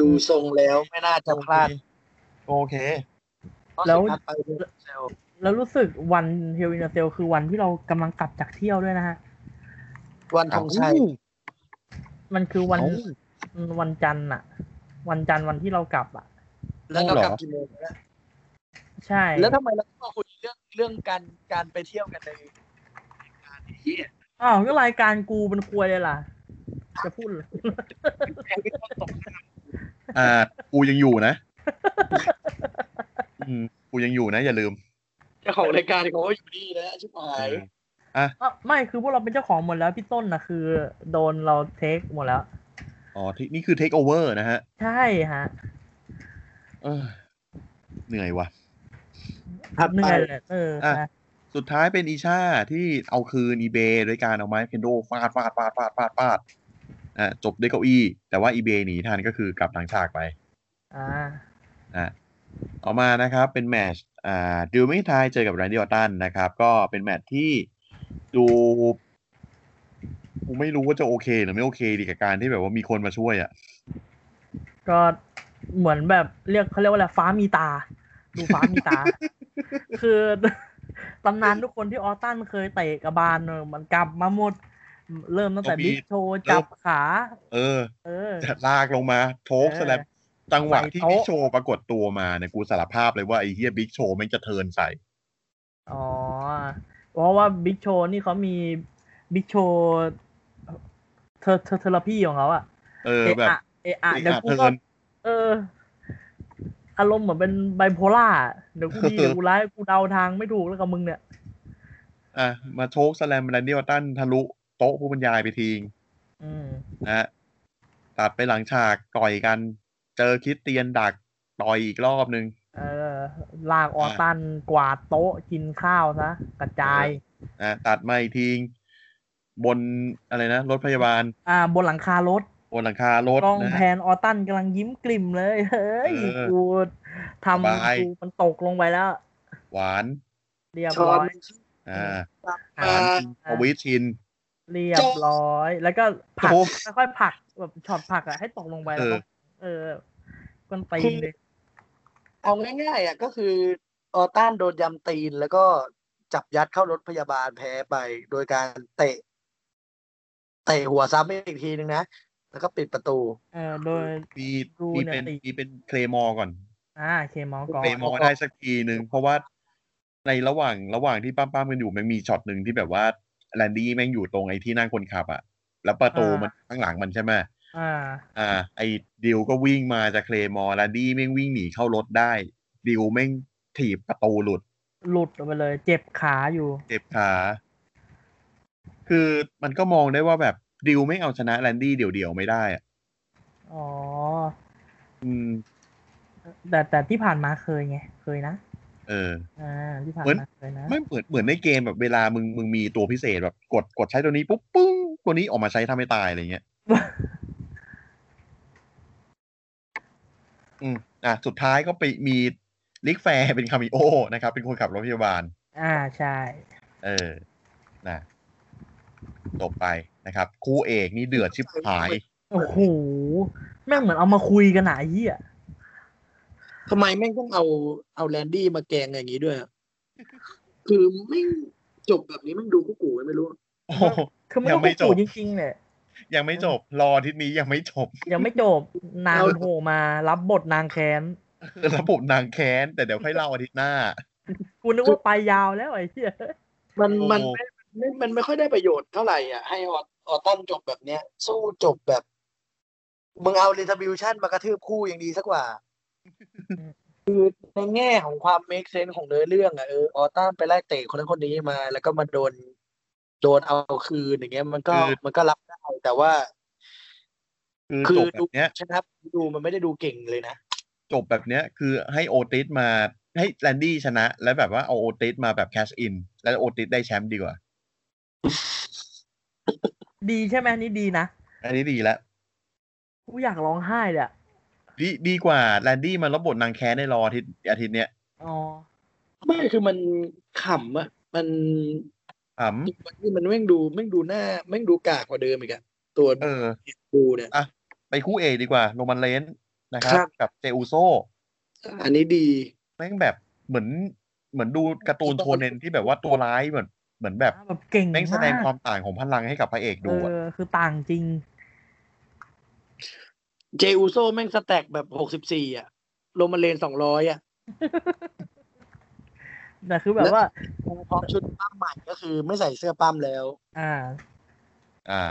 C: ดูทรงแล้วไม่น่าจะพลาด
B: โอเค
D: แล้ว
C: เพราะสุดท้ายไปเฮเนเซล
D: แล้วรู้สึกวันเฮลวินาเซลคือวันที่เรากำลังกลับจากเที่ยวด้วยนะฮะ
C: วันธงชัย
D: มันคือวัน
B: เอ้า
D: วันจันทร์อ่ะ วันจันทร์วันที่เรากลับอ่ะ
C: แล้วเรากลับกี่โมงนะ
D: ใช่
C: แล้วทำไมเราต้องมาคุยเรื่องเรื่องการการไปเที่ยวกันใน
D: อ้าวก็รายการกูเป็นควยเลยล่ะ จะพูดเหรอ
B: อ่า กูยังอยู่นะ อืม กูยังอยู่นะ อย่าลืม
C: เจ้าของรายการเขาก็อยู่นี่นะชิบหาย
B: อ่ะ
D: อ่ะไม่คือพวกเราเป็นเจ้าของหมดแล้วพี่ต้นนะคือ โดนเราเทคหมดแล้ว
B: อ๋อที่นี่คือเทคโอเวอร์นะฮะ
D: ใช่ฮะ
B: เออ เหนื่อยว่ะ
D: เหนื่อยเลยเออ
B: อ่ะ
D: นะ
B: สุดท้ายเป็นอีชาที่เอาคืนอีเบโดยการเอาไม้เคนโดฟาดฟาดฟาดฟาดฟาดฟาดอ่ะจบด้วยเก้าอี้ แต่ว่าอีเบหนีทันก็คือกลับหลังฉากไป
D: อ่า
B: นะต่อมานะครับ เป็นแมตชอ่าดิวไม่ทายเจอกับแรนดี้ออตตันนะครับ ก็เป็นแมตชที่ดูกูไม่รู้ว่าจะโอเค หรือไม่โอเค ดีกับการที่แบบว่ามีคนมาช่วยอ่ะ
D: ก็เหมือนแบบเรียกเขาเรียกว่าอะไรฟ้ามีตา ดูฟ้ามี ตา คือ ตำนานทุกคนที่ออตตันเคยเตะกระบาลเออมันกลับมาหมด เริ่มตั้งแต่
B: เอามีด
D: บิ๊กโชว์
B: เริ่ม
D: จับขา
B: เออ
D: เออ
B: จะลากลงมาโชก
D: เออ
B: สแลมจังหวะที่
D: ใส่โต๊ะ
B: บิ๊กโชว์ปรากฏตัวมาเนี่ยกูสารภาพเลยว่าไอ้เฮียบิ๊กโชว์แม่งจะเทิร์นใส่
D: อ๋อ เพราะว่าบิ๊กโชว์นี่เขามีบิ๊กโชว์เทอร์เทอร์พีของเขาอะ
B: เออ
D: เอะ
B: แบบ
D: อะเอะอะ
B: เตะ
D: เดี๋ยว
B: ขา
D: กู
B: เทิ
D: ก็
B: ร์น
D: เออ อารมณ์เหมือนเป็นไบโพล่าเดี๋ยวกูดี
B: เออ
D: เดี๋ยวกูร้ายกูเดาทางไม่ถูกแล้วกับมึงเนี่ย
B: อ่ะมาโชกสแลมแรนดี้ออตตันทะลุโต๊ะผู้บรรยายไปทิ้ง
D: อืม
B: นะฮะตัดไปหลังฉากต่อยกัน เจอคริดเตียนดักต่อยอีกรอบนึง
D: เออ ลากออตันกวาดโต๊ะกินข้าวซะกระจาย
B: นะตัดมาอีกทิ้งบนอะไรนะ รถพยาบาล
D: อ่า บนหลังคารถ
B: บนหลังคารถ
D: กล้อง
B: นะ
D: แพ
B: ฮะ
D: นออตันกำลังยิ้มกลิ่มเลย เฮ้ย
B: เออ
D: กู ทำ
B: สบาย
D: ครูมันตกลงไปแล้ว
B: หวาน
D: เรียบ
C: ช้อ
D: ร้อน ย
B: อ่าห
D: อ่า
B: วานกินเอาไวิชิน
D: เรียบร้อย แล้วก็ผัก
B: โอ้
D: ค่อยๆผักแบบช็อตผักอ่ะให้ตกลงไปแล้
B: เออ
D: วก็เออกันตีนเลย
C: เอาง่ายๆอ่ะก็คือออต้านโดนยำตีนแล้วก็จับยัดเข้ารถพยาบาลแพ้ไป โดยการเตะ เตะหัวซ้ำอีกทีนึงนะ แล้วก็ปิดประตู
D: เออโดย
B: มี
D: ครู
B: มี
D: เนี่ย
B: เป็น
D: ติ
B: มีเป็นเคลมอร์ก่อน
D: อ่าเคมอลก่อน
B: เปมองได้สักทีหนึ่งเพราะว่าในระหว่างระหว่างที่ป้ามป้ามๆกันอยู่มันมีช็อตหนึ่งที่แบบว่าแลนดี้แม่งอยู่ตรงไอ้ที่นั่งคนขับอะแล้วประตูมันข้างหลังมันใช่ไหม
D: อ่า
B: อ่า ไอ้ดิวก็วิ่งมาจะเคลมอร์แลนดี้แม่งวิ่งหนีเข้ารถได้ดิวแม่งถีบประตูหลุด
D: หลุดออกไปเลย เจ็บขาอยู่
B: เจ็บขาคือมันก็มองได้ว่าแบบดิวไม่เอาชนะแลนดี้เดี่ยวๆไม่ได้อะ
D: อ๋อ
B: อืม
D: แต่แต่ที่ผ่านมาเคยไงเคยนะ
B: เออ
D: อ่าที่ผ่านมาเคยนะ
B: ไม่เหมือนเหมือนในเกมแบบเวลามึงมึงมีตัวพิเศษแบบกดกดใช้ตัวนี้ปุ๊บปึ้งตัวนี้ออกมาใช้ทำให้ตายอะไรเงี้ย อืมอ่ะสุดท้ายก็ไปมีลิกแฟร์เป็นคามิโอนะครับ เป็นคนขับรถพยาบาล
D: อ่าใช่
B: เออนะจบไปนะครับ คู่เอกนี่เดือดชิบ หาย
D: โอ้โหแม่งเหมือนเอามาคุยกันอะไอ้เหี้ย
C: ทำไมแม่งต้องเอาเอาแลนดี้มาแกล้งอย่างนี้ด้วยอะคือแม่งจบแบบนี้แม่งดูกูกูไม่รู้
B: โอ้โห
D: คือมัน
B: ยั
D: ต้อง ง
B: ไม่จบ
D: คุยจริงๆเนี่ย
B: ยังไม่จบ รออาทิศนี้ยังไม่จบ
D: ยังไม่จบนาง
C: เอา
D: โผล่มารับบทนางแค้น
B: ระบบนางแค้น แต่เดี๋ยวค่อยเล่าอาทิตย์หน้า
D: กูนึกว่าไปยาวแล้วไอ้เหี้ย
C: มัน
B: โอ้
C: มันไม่ มันไม่ค่อยได้ประโยชน์เท่าไหร่อ่ะ ให้ออออตันจบแบบเนี้ย สู้จบแบบ มึงเอาเรทบิวชั่นมากระทืบคู่ยังดีสักกว่า คือในแง่ของความเมคเซนของเนื้อเรื่องอ่ะเออออตันไปไล่เตะคนนั้นคนนี้มา แล้วก็มาโดน โดนเอาคืนอย่างเงี้ย มันก็
B: คือ
C: มันก็รับได้ แต่ว่า
B: คือจ
C: คือบ
B: แบ
C: ดู
B: บเนี้ย
C: ชนะดูมันไม่ได้ดูเก่งเลยนะ
B: จบแบบเนี้ยคือให้โอติสมาให้แลนดี้ชนะ แล้วแบบว่าเอาโอติสมาแบบแคชอิน แล้วโอติสได้แชมป์ดีกว่า
D: ดีใช่ไหมนี่ดีนะ
B: อันนี้ดีแล้ว
D: กูอยากร้องไห้เลยอะ
B: ดีดีกว่าแลนดี้มารับบทนางแค้นในรออาทิตย์อาทิตย์เนี้ย
D: อ๋อ
C: ไม่คือมันขำอ่ะ มัน
B: อ๋
C: นี่มันแม่งดูแม่งดูหน้าแม่งดูกากกว่าเดิมอีกอะตัว
B: ำเออ
C: ดูเนี่ย
B: ไปคู่เอกดีกว่าโรมันเลนนะครับ
C: ครับ
B: กับเจอูโซ
C: อันนี้ดี
B: แม่งแบบเหมือนเหมือนดูการ์ตูนโชเนนที่แบบว่าตัวร้ายเหมือนเหมือนแบบ
D: แบบเก่ง
B: แม่งแสดง
D: มาก
B: ความต่างของพลังให้กับพระเอก
D: เอ
B: ดูอะ
D: อคือต่างจริง
C: เจอูโซแม่งสแต็กแบบหกสิบสี่อะโรมันเลนสองร้อยอะ
D: แต่คือแบบว่า
C: พร้อมชุดปั้มใหม่ก็คือไม่ใส่เสื้อปั้มแล้ว
D: อ่า
B: อ่า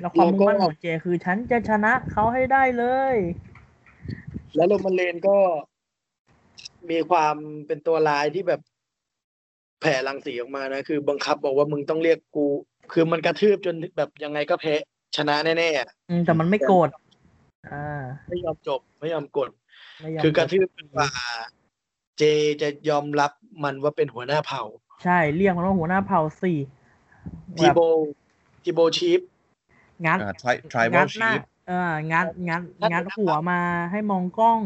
D: แล้วความมุ่งมั่น
C: แล้วก็
D: ของเจคือฉันจะชนะเขาให้ได้เลย
C: แล้วโรมันเลนก็ มีความเป็นตัวร้ายที่แบบแผ่รังสีออกมานะ คือบังคับบอกว่ามึงต้องเรียกกู คือมันกระทืบจนแบบยังไงก็แพ้ชนะแน่ๆอะ
D: อืมแต่มันไม่โกรธอ่า
C: ไม่ยอมจบ ไม่ยอมกด
D: ไม่ยอม
C: คือกระทืบจนกว่า เจจะยอมรับมันว่าเป็นหัวหน้าเผ่า
D: ใช่เรียกมันว่าหัวหน้าเผ่าสี่
C: ที
D: แบบ
C: โบทีโบชีฟ
D: งัด
B: อ่า tri-
D: งั
B: tribal
D: ดหน้า
B: chief
D: เอองัดงัด
C: งั
D: งั
C: ด
D: ด
C: หน้า
D: หัวมาให้มองกล้อง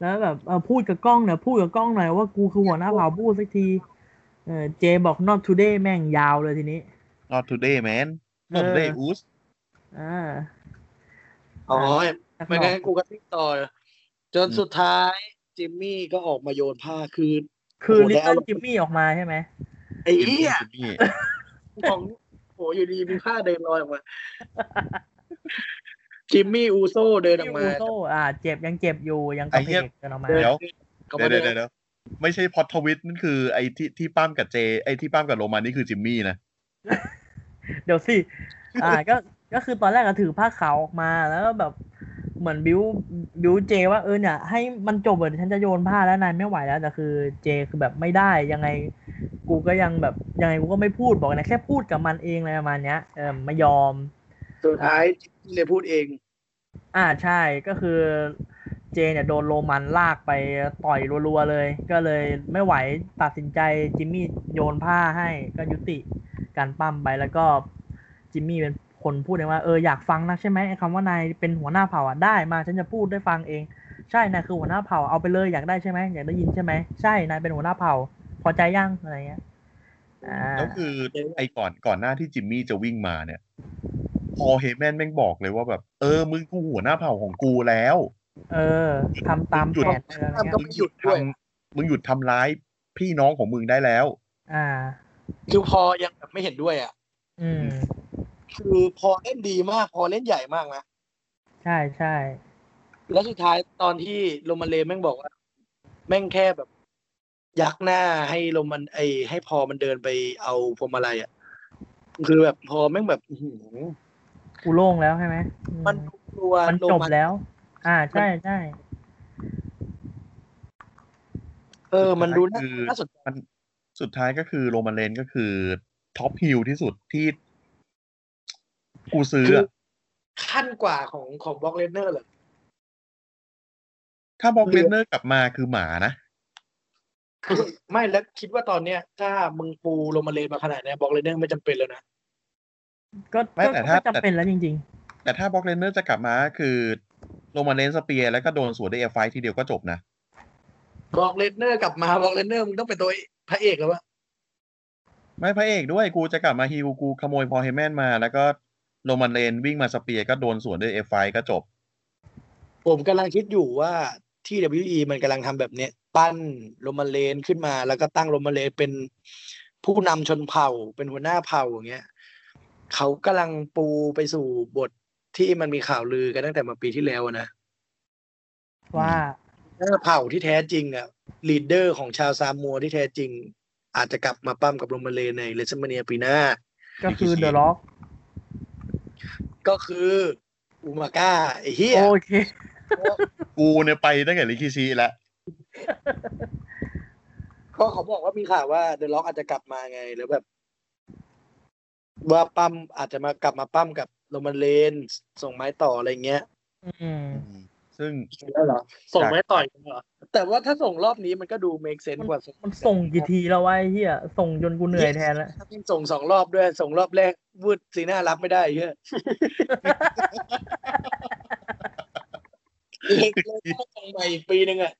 D: แล้วแบบเออพูดกับกล้องหน่อยพูดกับกล้องหน่อยว่ากูคือหัวหน้าเผ่าพูดสักทีเออเจบอก not today แม่งยาวเลยทีนี้
B: not today man not
D: เออ
B: today us
D: อ่า
C: อ๋อ
D: นัก
C: ไม่
D: ร้อ
C: งั้
D: ง
C: นกูกระทิบต่อ จน
B: อืม
C: สุดท้าย จิมมี่ก็ออกมาโยนผ้าคืน
D: คือ
C: โอ้โห
D: ลิต
C: แล้
D: เติ้
C: ว
D: ลจิมมี่ออกมาใช่ไหม
C: ไอ้ เหี้ย
B: จิมมี่
C: ของโหอยู่ดีมีผ้าเดินลอยออกมา จิมมี่อูโซเดินออกมา
D: อูโซอ่า เจ็บยังเจ็บอยู่ยังกระ
B: ไอ้
D: เพ
B: เหี้ย
D: กกันออกมา
B: เดี๋ยว
C: ก็
B: เดี๋ยว
C: ไม่
B: เดี๋ยวเดี๋ยวไม่ใช่พอดทวิตนั่นคือไอ้ที่ที่ป้ามกับเจ ไอ้ที่ป้ามกับโรมันนี่คือจิมมี่นะ
D: เดี๋ยวสิ อ่า ก็ ก็คือตอนแรกก็ถือผ้าขาวออกมา แล้วก็แบบ เหมือนบิว บิวเจว่าเออเนี่ย ให้มันจบเถอะฉันจะโยนผ้าแล้วนายไม่ไหวแล้วแต่คือเจคือแบบไม่ได้ ยังไง กูก็ยังแบบ ยังไงกูก็ไม่พูดบอกนะแค่พูดกับมันเองอะไรประมาณเนี้ย เออไม่ยอม
C: สุดท้ายจิมมี่เลยพูดเอง
D: อ่าใช่ ก็คือเจเนี่ยโดนโรมันลากไปต่อยรัวๆเลย ก็เลยไม่ไหวตัดสินใจจิมมี่โยนผ้าให้ก็ยุติการปั้มไปแล้วก็จิมมี่เป็นคนพูดเองว่าเอออยากฟังนะใช่ไหมไอ้คำว่านายเป็นหัวหน้าเผ่าอ่ะได้มาฉันจะพูดได้ฟังเอง ใช่นายคือหัวหน้าเผ่าเอาไปเลยอยากได้ใช่ไหมอยากได้ยินใช่ไหมใช่นายเป็นหัวหน้าเผ่า พอใจยังอะไรเงี้ยอ่า
B: แล้วคือไอ้ก่อนก่อนหน้าที่จิมมี่จะวิ่งมาเนี่ย พอเฮแมนแม่งบอกเลยว่าแบบ เออมึงกูหัวหน้าเผ่าของกูแล้ว
D: เออทำตามแผนอะไร
C: ทำ
D: เงี้
C: ก็
D: ย
C: ไม่หยุดด้วย
B: มึงหยุดทำร้ายพี่น้องของมึงได้แล้ว
D: อ่า
C: คือพอยังแบบไม่เห็นด้วยอ่ะ
D: อืม
C: คือพอเล่นดีมาก พอเล่นใหญ่มากนะ
D: ใช่ใช่
C: แล้วสุดท้ายตอนที่โรมันเลนแม่งบอกว่า แม่งแค่แบบ ยักหน้าให้โรมันไอให้พอมันเดินไปเอาพวงมาลัยอ่ะ คือแบบพอแม่งแบบอื้อหือ
D: กูโล่งแล้วใช่ไหมอืม
C: มันกลัว
D: มัน
C: โร
D: จบ
C: มัน
D: แล้ว อ่า ใช่ใช่
C: เออ มันดูน่า
B: คือ
C: น่าสนใจ
B: มันสุดท้ายก็คือโรมันเลนก็คือท็อปฮิลที่สุดที่กูซื้อ
C: คือ
B: อะ
C: ขั้นกว่าของของบล็อกเลนเนอร์เหรอ
B: ถ้าบอก
C: คือ
B: เลนเนอร์กลับมาคือหมานะ
C: ไม่แล้วคิดว่าตอนเนี้ย ถ้ามึงปูโรมันเลนมาขนาดเนี้ยบล็อกเลนเนอร์ไม่จำเป็นแล้วนะ
D: ก็
B: ไม่
D: ก็
B: แต่
D: ก็
B: ถ้า
D: จำเป็นแล้วจริง
B: แต่ถ้าบอกเลนเนอร์จะกลับมาคือโรมันเลนสเปียร์แล้วก็โดนสวนด้วยแอร์ไฟท์ทีเดียวก็จบนะ
C: บอกเลนเนอร์กลับมาบอกเลนเนอร์มึงต้องเป็นตัวพระเอกแล้ววะ
B: ไม่พระเอกด้วยกูจะกลับมาฮิลกูขโมยพอลเฮแมนมา แล้วก็โรมันเลนวิ่งมาสเปียร์ก็โดนสวนด้วยเอฟไฟก็จบ
C: ผมกำลังคิดอยู่ว่าที่ WE มันกำลังทำแบบเนี้ยปั้นโรมันเลนขึ้นมา แล้วก็ตั้งโรมันเลนเป็นผู้นำชนเผ่าเป็นหัวหน้าเผ่าอย่างเงี้ยเขากำลังปูไปสู่บทที่มันมีข่าวลือกันตั้งแต่เมาปีที่แล้วอะนะ
D: ๆ ว่า
C: หัวหน้าเผ่าที่แท้จริงอ่ะลีดเดอร์ของชาวซามัวที่แท้จริง อาจจะกลับมาปั้มกับโรมันเลนในเลสเมเนียปีหน้า
D: ก็คือเดอะล็อก
C: ก็คืออูมาก้าไอ้เฮีย
D: โอเค
B: กูเนี่ยไปตั้งแต่ลิคิชิแล้ว
C: ก็เขาบอกว่ามีข่าวว่าเดอะล็อกอาจจะกลับมาไงแล้วแบบ ว่าปั้มอาจจะมากลับมาปั้มกับโรมันเลนส์ส่งไม้ต่ออะไรเงี้ย
D: อืม
B: ซึ่ง
C: แล้วเหรอ
E: ส่งไม้ต่อยกันเหรอ
C: แต่ว่าถ้าส่งรอบนี้มันก็ดูเม e เซนกว่า
D: มันส่งกี่ทีแล้ววะไอ้เหี้ยส่งจนกูเหนื่อยแทนแล้ว
C: ถ้าพี่ส่งสองรอบด้วย ส่งรอบแรกวืดสีหน้ารับไม่ได้เยอะเล็กเลยต้องส่งใหม่อีกปีหนึ่งอ่ะ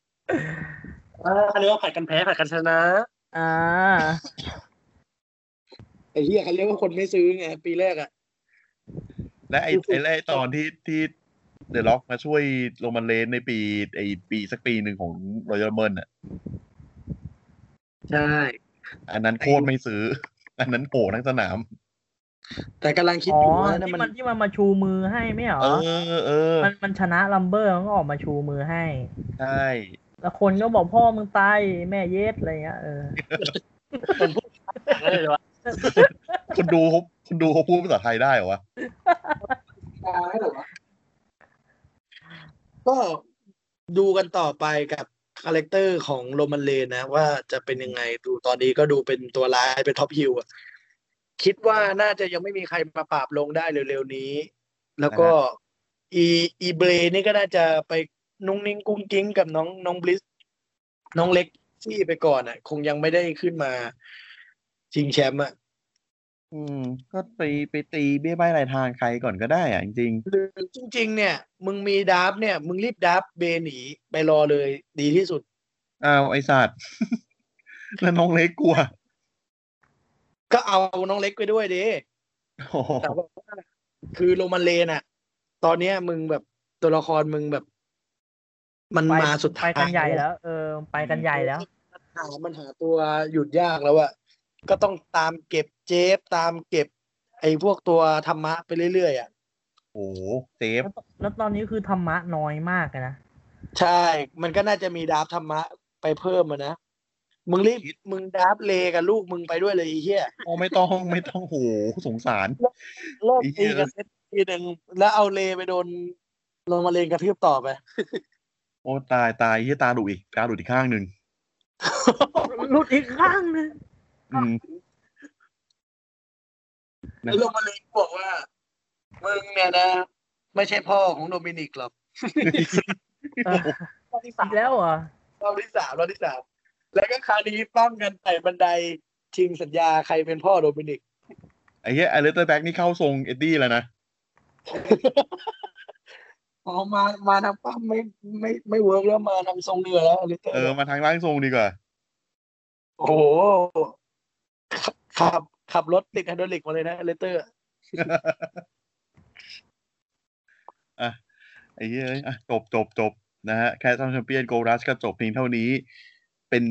E: อ่าอันนี้ว่าผัดกันแพ้ผัดกันชนะ
D: อ่า
C: ไอ้เหี้ยเขาเรียกว่าคนไม่ซื้อไงปีแรกอ่ะ
B: และไอ้ไอ้และไอ้ตอนที่ที่เดอะล็อกมาช่วยโรมันเลนในปีไอ้ปีสักปีหนึ่งของรอยัลเมินอ่ะ
E: ใช่
B: อันนั้นโคตรไม่ซื้อ อันนั้นโผล่ทั้งสนาม
C: แต่กำลังคิด
D: อ๋อ
C: อยู่ว่านั่น
D: ที่
C: มัน
D: มันที่มันมาชูมือให้ไม่เหรอ
B: เออ เออ
D: มันมันชนะลัมเบอร์มันก็ออกมาชูมือให้
B: ใช่
D: แล้วคนก็บอกพ่อมึงตายแม่เย็ดอะไรเงี้ยเออ
E: ได้เลยวะ
B: คนดูเขาคนดูเขาพูดภาษาไทยได้เหรอวะ
C: ตายเหรอวะก็ดูกันต่อไปกับคาแรคเตอร์ของโรมันเลนนะ ว่าจะเป็นยังไงดูตอนนี้ก็ดูเป็นตัวร้ายเป็นท็อปฮิลอะคิดว่าน่าจะยังไม่มีใครมาปราบลงได้เร็วๆนี้ แล้วก็ อีอีเบรนี่ก็น่าจะไปนุ่งนิ่งกุ้งกิ้งกับน้องน้องบลิส น้องเล็กซี่ไปก่อนอ่ะ คงยังไม่ได้ขึ้นมาชิงแชมป์อ่ะ
B: อืม ก็ไปไปตีเบี้ยใบายลายทางใครก่อนก็ได้อ่ะจริง
C: หรือจริง ๆ เนี่ย มึงมีดับเนี่ย มึงรีบดับเบหนีไปรอเลย ดีที่สุด
B: ๆอ้าวไอสัตว์ แล้วน้องเล็กกลัว
C: ก็เอาน้องเล็กไปด้วยดิ
B: โอ้โห
C: แต่ว่าคือโรมันเลนอะตอนเนี้ยมึงแบบตัวละครมึงแบบ มัน
D: ไป
C: มาสุด
D: ไป
C: ท้าย
D: กันใหญ่แล้ว เออ ไปกันใหญ่แล้ว
C: หามันหาตัวหยุดยากแล้วอะก็ต้องตามเก็บเจฟตามเก็บ ไอ้พวกตัวธรรมะไปเรื่อยๆอะ
B: โอ้โหเซฟ
D: แล้วตอนนี้คือธรรมะน้อยมากเลยนะ
C: ใช่ มันก็น่าจะมีดับธรรมะไปเพิ่มมานะมึงรีบมึงดับเลกับลูกมึงไปด้วยเลยไอ้เฮีย
B: โอ้ไม่ต้องไม่ต้องโอ้โหสงสาร
C: เลิก
B: ไอ้เหี้
C: ตี
B: ย
C: กันเซตทีหนึ่งแล้วเอาเลไปโดนลงมาเลนกระทืบต่อไป
B: โอ้ตายตายเฮียตาดุอีกตาดุอีกข้างหนึ่ง
D: หลุดอีกข้างหนึง
B: อืม นะ
C: แล้วลงมาเลนบอกว่า มึงเนี่ยนะ ไม่ใช่พ่อของโดมินิกหรอก
D: เออ
C: รอบที่สา
D: อี
C: ม
D: กแล้วเหรอ
C: รอบที่สามรอบที่สามแล้วก็คราวนี้ปั้มกันไต่บันไดชิงสัญญาใครเป็นพ่อโดมินิก
B: ไอ้เหี้ยไอเลสเตอร์แบ็กนี่เข้าทรงเอ็ดดี้แล้วนะ
C: อ๋อมามาทางป้าไม่ไม่ไม่เวิร์กแล้วมาทางทรงเรือแล้วลิเตอ
B: เออ
C: ร์
B: มาทางร่างทรงดีกว่า
C: โอ้โหขับขับรถติดไฮดรอลิกมาเลยนะลิเตอร์
B: อ่ะไอ้เหี้ยเอ้ยอ่ะจบจบจบนะฮะแคทซัมแชมเปี้ยนโกรัสก็จบเพียงเท่านี้ เป็น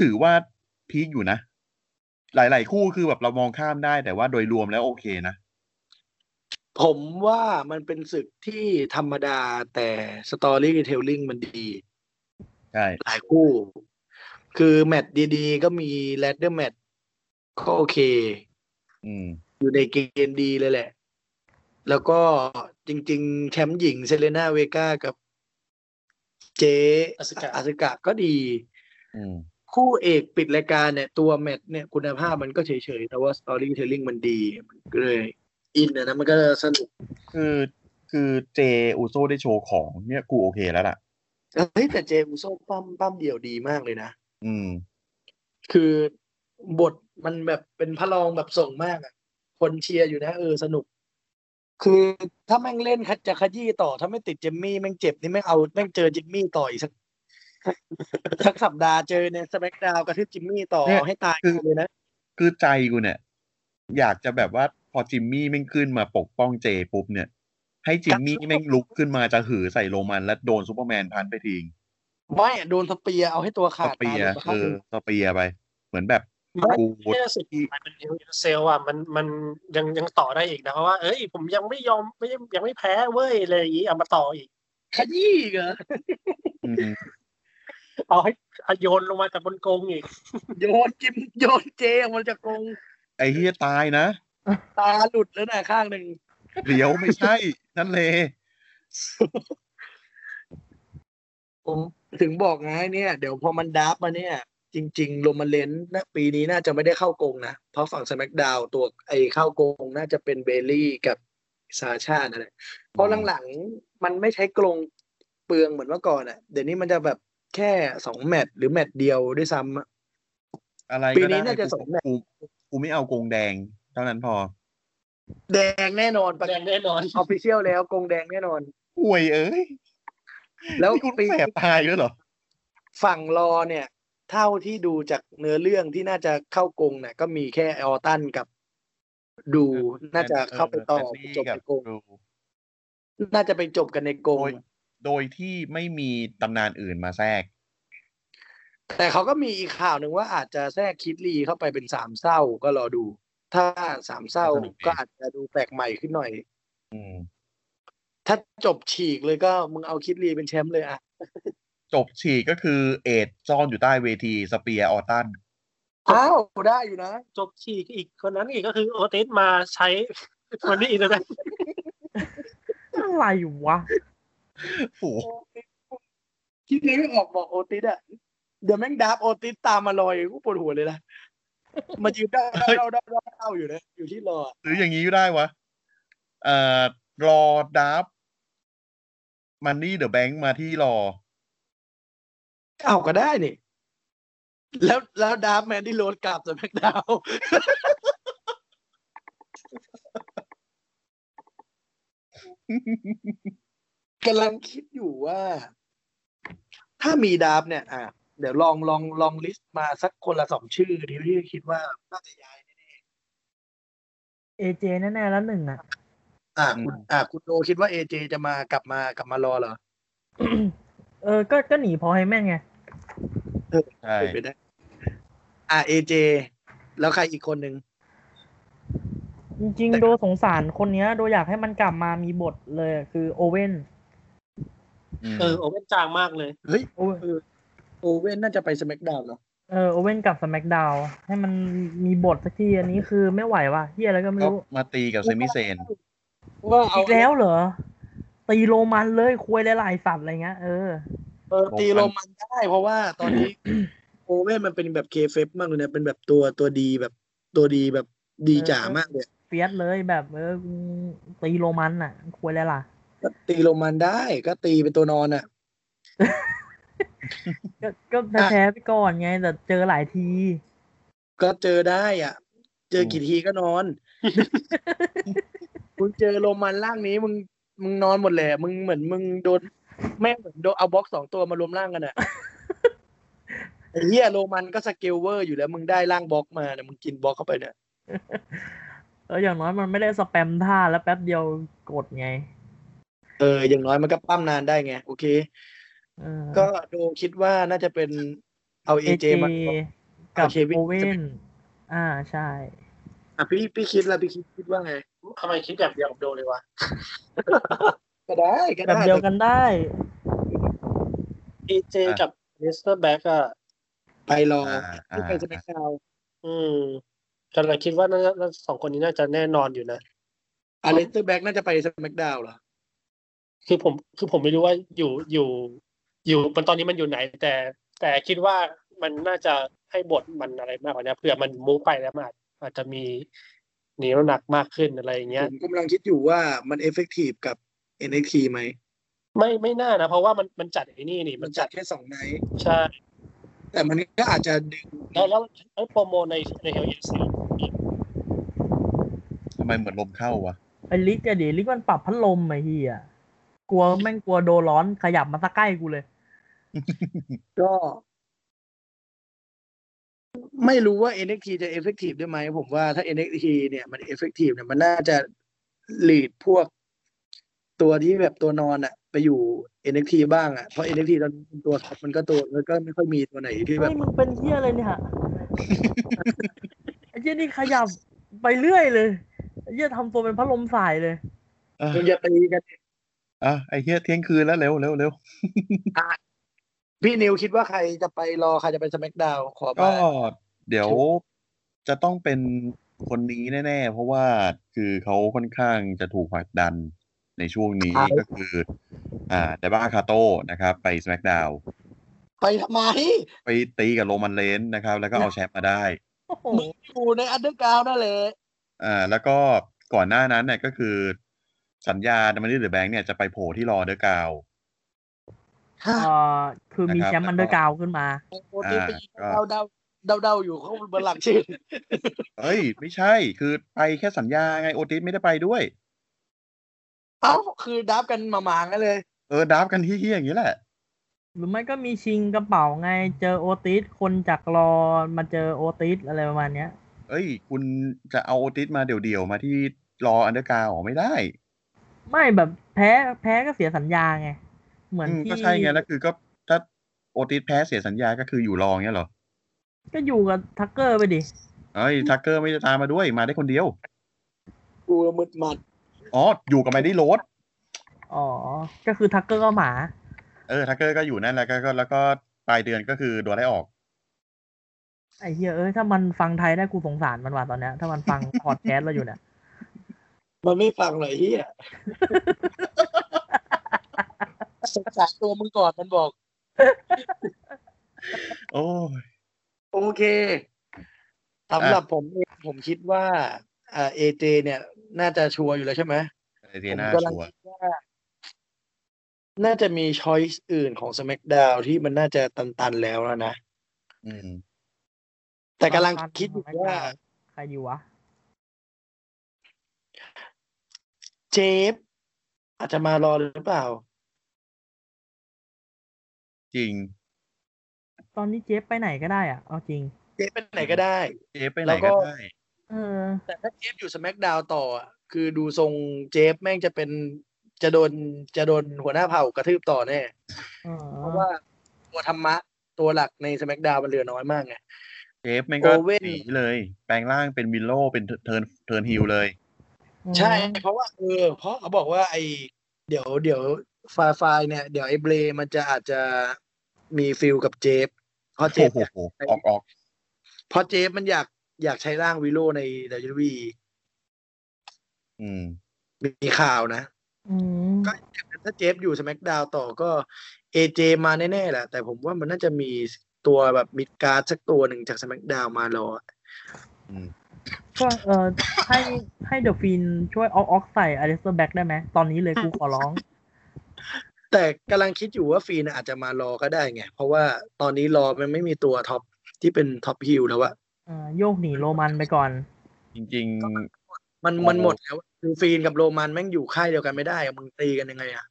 B: ถือว่าพีคอยู่นะ หลาย ๆ คู่คือแบบเรามองข้ามได้แต่ว่าโดยรวมแล้วโอเคนะ
C: ผมว่ามันเป็นศึกที่ธรรมดาแต่สตอรี่เทลลิ่งมันดี
B: ใช่
C: หลายคู่ คือแมตช์ดีๆ ก็มีแรดเดอร์แมตช์ก็โอเค
B: อืม
C: อยู่ในเกณฑ์ดีเลยแหละ แล้วก็จริง ๆ แชมป์หญิงเซเลนาเวกากับเจ
E: อาสึกะ
C: อาสึกะก็ดี
B: อืม
C: คู่เอกปิดรายการเนี่ย ตัวแมตช์เนี่ยคุณภาพมันก็เฉยๆ แต่ว่าสตอรี่เทลลิ่งมันดีมันก็เลย อินอะนะมันก็สนุก
B: คือคือเจอูโซได้โชว์ของเนี่ยกูโอเคแล้วล่ะ
C: เฮ้ยแต่เจอุโซปั้มปั้มเดี่ยวดีมากเลยนะ
B: อืม
C: คือบทมันแบบเป็นพระรองแบบส่งมากอะคนเชียร์อยู่นะ เออสนุก คือถ้าแม่งเล่นคัดจะขยี้ต่อ ถ้าไม่ติดเจมมี่แม่งเจ็บนี่แม่งเอาแม่งเจอจิมมี่ต่ออีกสัก สักสัปดาห์เจอเนี่ยสแปกดาวกระทืบจิมมี่ต่อ
B: เนี่ย
C: ให้ตายเลยนะ
B: คือใจกูเนี่ย อยากจะแบบว่าพอจิมมี่แม่งขึ้นมาปกป้องเจปุ๊บเนี่ย ให้จิมมี่แม่งลุกขึ้นมาจะหือใส่โรมันแล้วโดนซูเปอร์แมนพันไปทิ้ง
C: ไม่อะโดนสเปียร์เอาให้ตัว
B: ส
C: ขาด
B: เปียร์
C: ตายไปข้า
B: เอง
C: ห
B: อ
C: นึ่ง
B: สเปียร์ไป เหมือนแบบกู
E: ไม่ได้สุดมันเป็นเซลล์อ่ะมันมันยังยังต่อได้อีกนะเพราะว่าเอ้ยผมยังไม่ยอมไม่ยังไม่แพ้เว้ยอะไรอย่างงี้เอามาต่ออีก
C: ขยี้อีกเหรอ
B: อืม
E: เอาให้เอาโยนลงมาจากบนกรงอีก
C: โยนจิมโยนเจออกมาจากกรง
B: ไอ้เฮียตายนะ
C: ตาหลุดแล้วนะข้างหนึ่ง
B: เดี๋ยวไม่ใช่ นั่นเลย
C: ผมถึงบอกไงเนี่ย เดี๋ยวพอมันดับมาเนี่ย จริงๆโรมันเลนส์นะปีนี้น่าจะไม่ได้เข้ากรงนะ เพราะฝั่งส c k กดาวตัวไอ้เข้ากรงน่าจะเป็นเบลลี่กับซาชานั่นแหละเพราะหลังๆ มันไม่ใช้กรงเปลืองเหมือนเมื่อก่อนอะ่ะ เดี๋ยวนี้มันจะแบบแค่สองแมตช์หรือแมตช์เดียวด้วยซ้ำอะ
B: อะไร
C: ปี
B: ก็
C: นี้
B: ได้
C: น่าจะสองแมตช์
B: กูกูไม่เอากงแดง เท่านั้นพอ
C: แดงแน่นอนประ
E: แด
C: กาง ศ
E: แน่น อน
C: ออฟฟิเชียลแล้วกรงแดงแน่นอน
B: ห่วยเอ้ย
C: แล้ว
B: นี่กู
C: ปี
B: แสบตายด้วยเหรอ
C: ฝั่งรอเนี่ย เท่าที่ดูจากเนื้อเรื่องที่น่าจะเข้ากรงเนี่ยก็มีแค่ออตันกับดูน่าจะเข้าไปต่อ
B: แนนี่
C: จบ
B: กับ
C: ในกรง
B: ดู
C: น่าจะไปจบกันในกรง
B: โดยโดยที่ไม่มีตำนานอื่นมาแทรก
C: แต่เขาก็มีอีกข่าวหนึ่งว่าอาจจะแทรกคิดลีเข้าไปเป็นสามเศร้าก็รอดู ถ้าสามเศร้า
B: สนุกดี
C: ก็อาจจะดูแปลกใหม่ขึ้นหน่อย
B: อืม
C: ถ้าจบฉีกเลยก็มึงเอาคิดลีเป็นแชมป์เลยอะ
B: จบฉีกก็คือเอดซ่อนอยู่ใต้เวทีสเปียร์ออตัน
C: อ้าวได้อยู่นะ
E: จบฉีกอีกคนนั้นอีกก็คือโอติสมาใช้มันนี่อีกแล้วนะ
D: อะไรวะ
B: โอ้โห
C: คิดลีไม่ออกบอกโอติสอะเดี๋ยวแม่งดับโอติสตามมาลอยกูปวดหัวเลยนะมายืนเด้าเด้าเด้าเด้าเด้าอยู่นะอยู่ที่รอ
B: หรืออย่างนี้ก็ได้วะ เอ่อ รอดับมันนี่เดอะแบงค์มาที่รอ
C: เอาก็ได้นี่ แล้วแล้วดับแมนที่โรดกลับสแมกดาวน์กำลังคิดอยู่ว่า ถ้ามีดับเนี่ย อ่ะเดี๋ยวลองลองลองลิสต์มาสักคนละสองชื่อที่ที่คิดว่าน่าจะย้าย
D: เอเจแน่ๆแล้วหนึ่งอ่ะ
C: อ่ะ
B: อืม
C: คุณอ่ะคุณโดคิดว่าเอเจจะมากลับมากลับมารอเหรอ
D: เออ ก็ก็หนีพอให้แม่งไง
B: ใช่
C: เป็นไปได้ อ่ะเอเจแล้วใครอีกคนหนึ่ง
D: จริง
C: แต่
D: ๆ โดสงสารคนเนี้ย โดอยากให้มันกลับมามีบทเลยคือโอเว่น
B: อืม
E: เออโอเว่นจางมากเลย
C: เฮ้ย
D: โอเว่น
C: โอเว่นน่าจะไปสแมกดาวเนาะ
D: เออโอเว่นกับสแมกดาวให้มันมีบทสักทีอันนี้คือไม่ไหวว่ะเฮียอะไรก็ไม่
B: ก็
D: รู้
B: มาตีกับเซมิเซน
C: ว่าเอา
D: อีกแล้วเหรอ ตีโรมันเลยคุยหลายๆสัตว์อะไรเงี้ยเออ
C: เออตีโรมันได้ เพราะว่าตอนนี้ โอเว่นมันเป็นแบบเคเฟฟมากเลยนะเป็นแบบตัวตัวดีแบบตัวดีแบบดี
D: เออ
C: จ๋ามากเลย
D: เฟียสเลยแบบเออตีโรมันอ่ะคุยหลาย
C: ก็ตีโรมันได้ก็ตีเป็นตัวนอนอ่ะ
D: ๆก็ก็แพ้ไปก่อนไง แต่เจอหลายที
C: ก็เจอได้อ่ะ เจอกี่ทีก็นอน มึงเจอโรมันร่างนี้มึง มึงนอนหมดแหละมึงเหมือนมึงโดนแม่งเหมือนโดนเอาบล็อกสองตัวมารวมร่างกัน อะไอ้เหี้ยโรมันก็สเกลเวอร์อยู่แล้ว มึงได้ร่างบล็อกมาเนี่ยมึงกินบล็อกเข้าไปเนี่ย
D: เอออย่างน้อยมันไม่ได้สแปมท่าแล้วแป๊บเดียวกดไง
C: เอออย่างน้อยมันก็ปั้มนานได้ไง โอเค
D: เออ
C: ก็โดคิดว่าน่าจะเป็นเอาเอ
D: เอ
C: เจ
D: เจ
C: มา
D: กับ
C: โอเควิ่ง
D: โอเว่นอ่าใช่
C: อ่ะพี่พี่คิดละพี่คิดคิดว่าไง
E: ทำไมคิดแบบเดียวกับโดเลยวะ
C: ก็ได้ก็
D: แบบ
C: ได้
D: เดียวกันได้
E: เอเจกับเลสเตอร์แบ็กอ่ะ
C: ไปรอ
B: อ่าอ่า
C: ที่ไปจะไปข่าว
E: อืมกำลังคิดว่าน่าน่าสองคนนี้น่าจะแน่นอนอยู่นะ
C: อาเลสเตอร์แบ็กน่าจะไปสแมกดาวเหรอ
E: คือผมคือผมไม่รู้ว่าอยู่อยู่ อยู่มันตอนนี้มันอยู่ไหน แต่แต่คิดว่ามันน่าจะให้บทมันอะไรมากกว่านี้เผื่อมันมูฟไปแล้วมันอาจอาจจะมีหนีน้ำหนักมากขึ้นอะไรอย่างเงี้ย
C: ผมกำลังคิดอยู่ว่ามันเอฟเฟกตีฟกับ NXT ไหม
E: ไม่ไม่น่านะ เพราะว่ามันมันจัดไอ้นี่นี่
C: มั
E: มัน น
C: จั
E: จั
C: ด
E: ด
C: แค่สองไนท์
E: ใช่
C: แต่มันก็อาจจะดึง
E: แล้วแล้วแล้วโปรโมในในเฮลเยส
B: ทำไมเหมือนลมเข้าวะ
D: ไอ้ลิกอะดิลิกมันปรับพัดลมไอ้เฮียกลัวแม่งกลัวโดนร้อนขยับมาสักใกล้กูเลย
C: ก็ ไม่รู้ว่า NXT จะเอฟเฟกตีฟได้ไหม ผมว่าถ้า NXT เนี่ยมันเอฟเฟกตีฟเนี่ยมันน่าจะหลีดพวกตัวที่แบบตัวนอนอะไปอยู่ NXT บ้างอะเพราะ NXT ตอนนี้ตัวท็อปมันก็ตัวมันก็ไม่ค่อยมีตัวไหนที่แบ
D: เฮ้
C: บ
D: ยมึงเป็นเฮียอะไร เนี่ยไอ้เฮียนี่ขยับไปเรื่อยเลยไอ้เฮียทำตัวเป็นพัดลมสายเลย
B: อ่ะ
C: มึงจะตีกัน
B: อ่ะไอ้เหี้ยเที่ยงคืนแล้วเร็วเร็วเร็ว
C: พี่นิวคิดว่าใครจะไปรอใครจะไปสแมกดาวขอ
B: ก็
C: มา
B: เดี๋ยวจะต้องเป็นคนนี้แน่ๆ เพราะว่าคือเขาค่อนข้างจะถูกผลักดันในช่วงนี้ก็คือ อ่าเดบ้าคาโต้นะครับ ไป SmackDown
C: ไปทำไม
B: ไปตีกับโรมันเลนส์นะครับ แล้วก็เอาแชมป์มาได้
D: โอ้โห
C: มึงอยู่ในอันเดอร์กราวนั่นแหละ
B: อ่าแล้วก็ก่อนหน้านั้นเนี่ยก็คือ สัญญาดัมเบิลยูแบงค์เนี่ยจะไปโผล่ที่รอเดอร์กาว
C: ฮะ
D: เอ่อคือมีแชมป์มันเดอร์กราวด์ขึ้นมา
C: โปรตีนไปยิง
B: อ่า
C: เดาเดาเดาเดาๆอยู่เขาบนหลังชื่อ
B: เอ้ย ไม่ใช่ คือไปแค่สัญญาไงโอติสไม่ได้ไปด้วย
C: เอ้าคือดับกันมาหมางกันเลย
B: เออดับกันที่เฮี้ยๆอย่างนี้แหละ
D: หรือไม่ก็มีชิงกระเป๋าไง เจอโอติสคนจากรอมาเจอโอติสอะไรประมาณเนี้ย
B: เอ้ย คุณจะเอาโอติสมาเดี่ยวๆ มาที่รออันเดอร์กราวด์อ๋อไม่ได้
D: ไม่แบบแพ้แพ้ก็เสียสัญญาไง เหมือน
B: อืม
D: ที่
B: ก็ใช่ไง แล้วคือก็ถ้าโอติสแพ้เสียสัญญาก็คืออยู่รอเงี้ยเหรอ
D: ก็อยู่กับทักเกอร์ไปดิ
B: เอ้ยทักเกอร์ไม่ได้ตามมาด้วยมาได้คนเดียว
C: กูละมึดมัด
B: อ๋อ อยู่กับไมดี้โรด
D: อ๋อ ก็คือทักเกอร์ก็หมา
B: เออทักเกอร์ก็อยู่นั่นแหละก็ก็แล้วก็ปลายเดือนก็คือโดนไล่ออก
D: ไอ้เฮียเอ้ยถ้ามันฟังไทยได้กูสงสารมันว่ะตอนเนี้ยถ้ามันฟัง พอดแคสต์เราอยู่เนี่ย
C: มันไม่ฟังเลยเฮียสงสารตัวมึงก่อนมันบอก
B: โอ้ย
C: โอเคสำหรับผมเองผมคิดว่าอ่าเอเจเนี่ย น่าจะชัวร์อยู่แล้วใช่ไหม
B: ไอเดียน่า
C: ผมกำลัง
B: ชัวร์
C: คิดว่าน่าจะมีช้อยส์อื่นของ SmackDown ที่มันน่าจะตันๆแล้วแล้วนะ
B: อืม
C: แต่กำลังคิดอยู่ว่า
D: ใครดีวะ
C: เจฟ อาจจะมารอหรือเปล่า
B: จริง
D: ตอนนี้เจฟไปไหนก็ได้อ่ะ เอาจริง
C: เจฟเป็นไหนก็ได้
B: เจฟไปไหน
C: แล้วก็
B: ก็ได้
D: เออ
C: แต่ถ้าเจฟอยู่ SmackDown ต่ออะคือดูทรงเจฟแม่งจะเป็นจะโดนจะโดนหัวหน้าเผ่ากระทืบต่อแน่
D: เออ
C: เพราะว่าตัวธรรมะตัวหลักใน SmackDown มันเหลือน้อยมากไง
B: เจฟแม่งก็
C: โอเว่น
B: หนีเลย แปลงร่างเป็นวิลโลเป็นเทิร์นเทิร์นฮิลเลย
C: ใช่ เพราะว่าเออเพราะเขาบอกว่าไอเดี๋ยวเดี๋ยวไฟล์ไฟล์เนี่ย เดี๋ยวไอเบรมันจะอาจจะมีฟิลกับเจฟเพราะเจ
B: โอ้
C: ฟ
B: โหออกออก
C: เพราะเจฟมันอยากอยากใช้ร่างวิโลใน WWE
B: อืม
C: มีข่าวนะ
D: อืม
C: ก็ ถ้าเจฟอยู่ส c k กดาวต่อก็เอเจมาแน่ๆแหละ แต่ผมว่ามันน่าจะมีตัวแบบมิดการ์ดสักตัวหนึ่งจากส c k กดาวมารอ
B: อืม
D: ก็เออให้ให้เดอะฟินช่วยออกออกใส่อเลสเตอร์แบ็กได้ไหม ตอนนี้เลยกูขอร้อง
C: แต่กำลังคิดอยู่ว่าฟีนอาจจะมารอก็ได้ไง เพราะว่าตอนนี้รอมันไม่มีตัวท็อปที่เป็นท็อปฮิลแล้วอะ
D: เออโยกหนีโรมันไปก่อน
B: จริง
C: ก็ มัน
B: โอ้
C: มันหมดแล้ว คือฟีนกับโรมันแม่งอยู่ค่ายเดียวกันไม่ได้อะมึงตีกันยังไงอ่ะ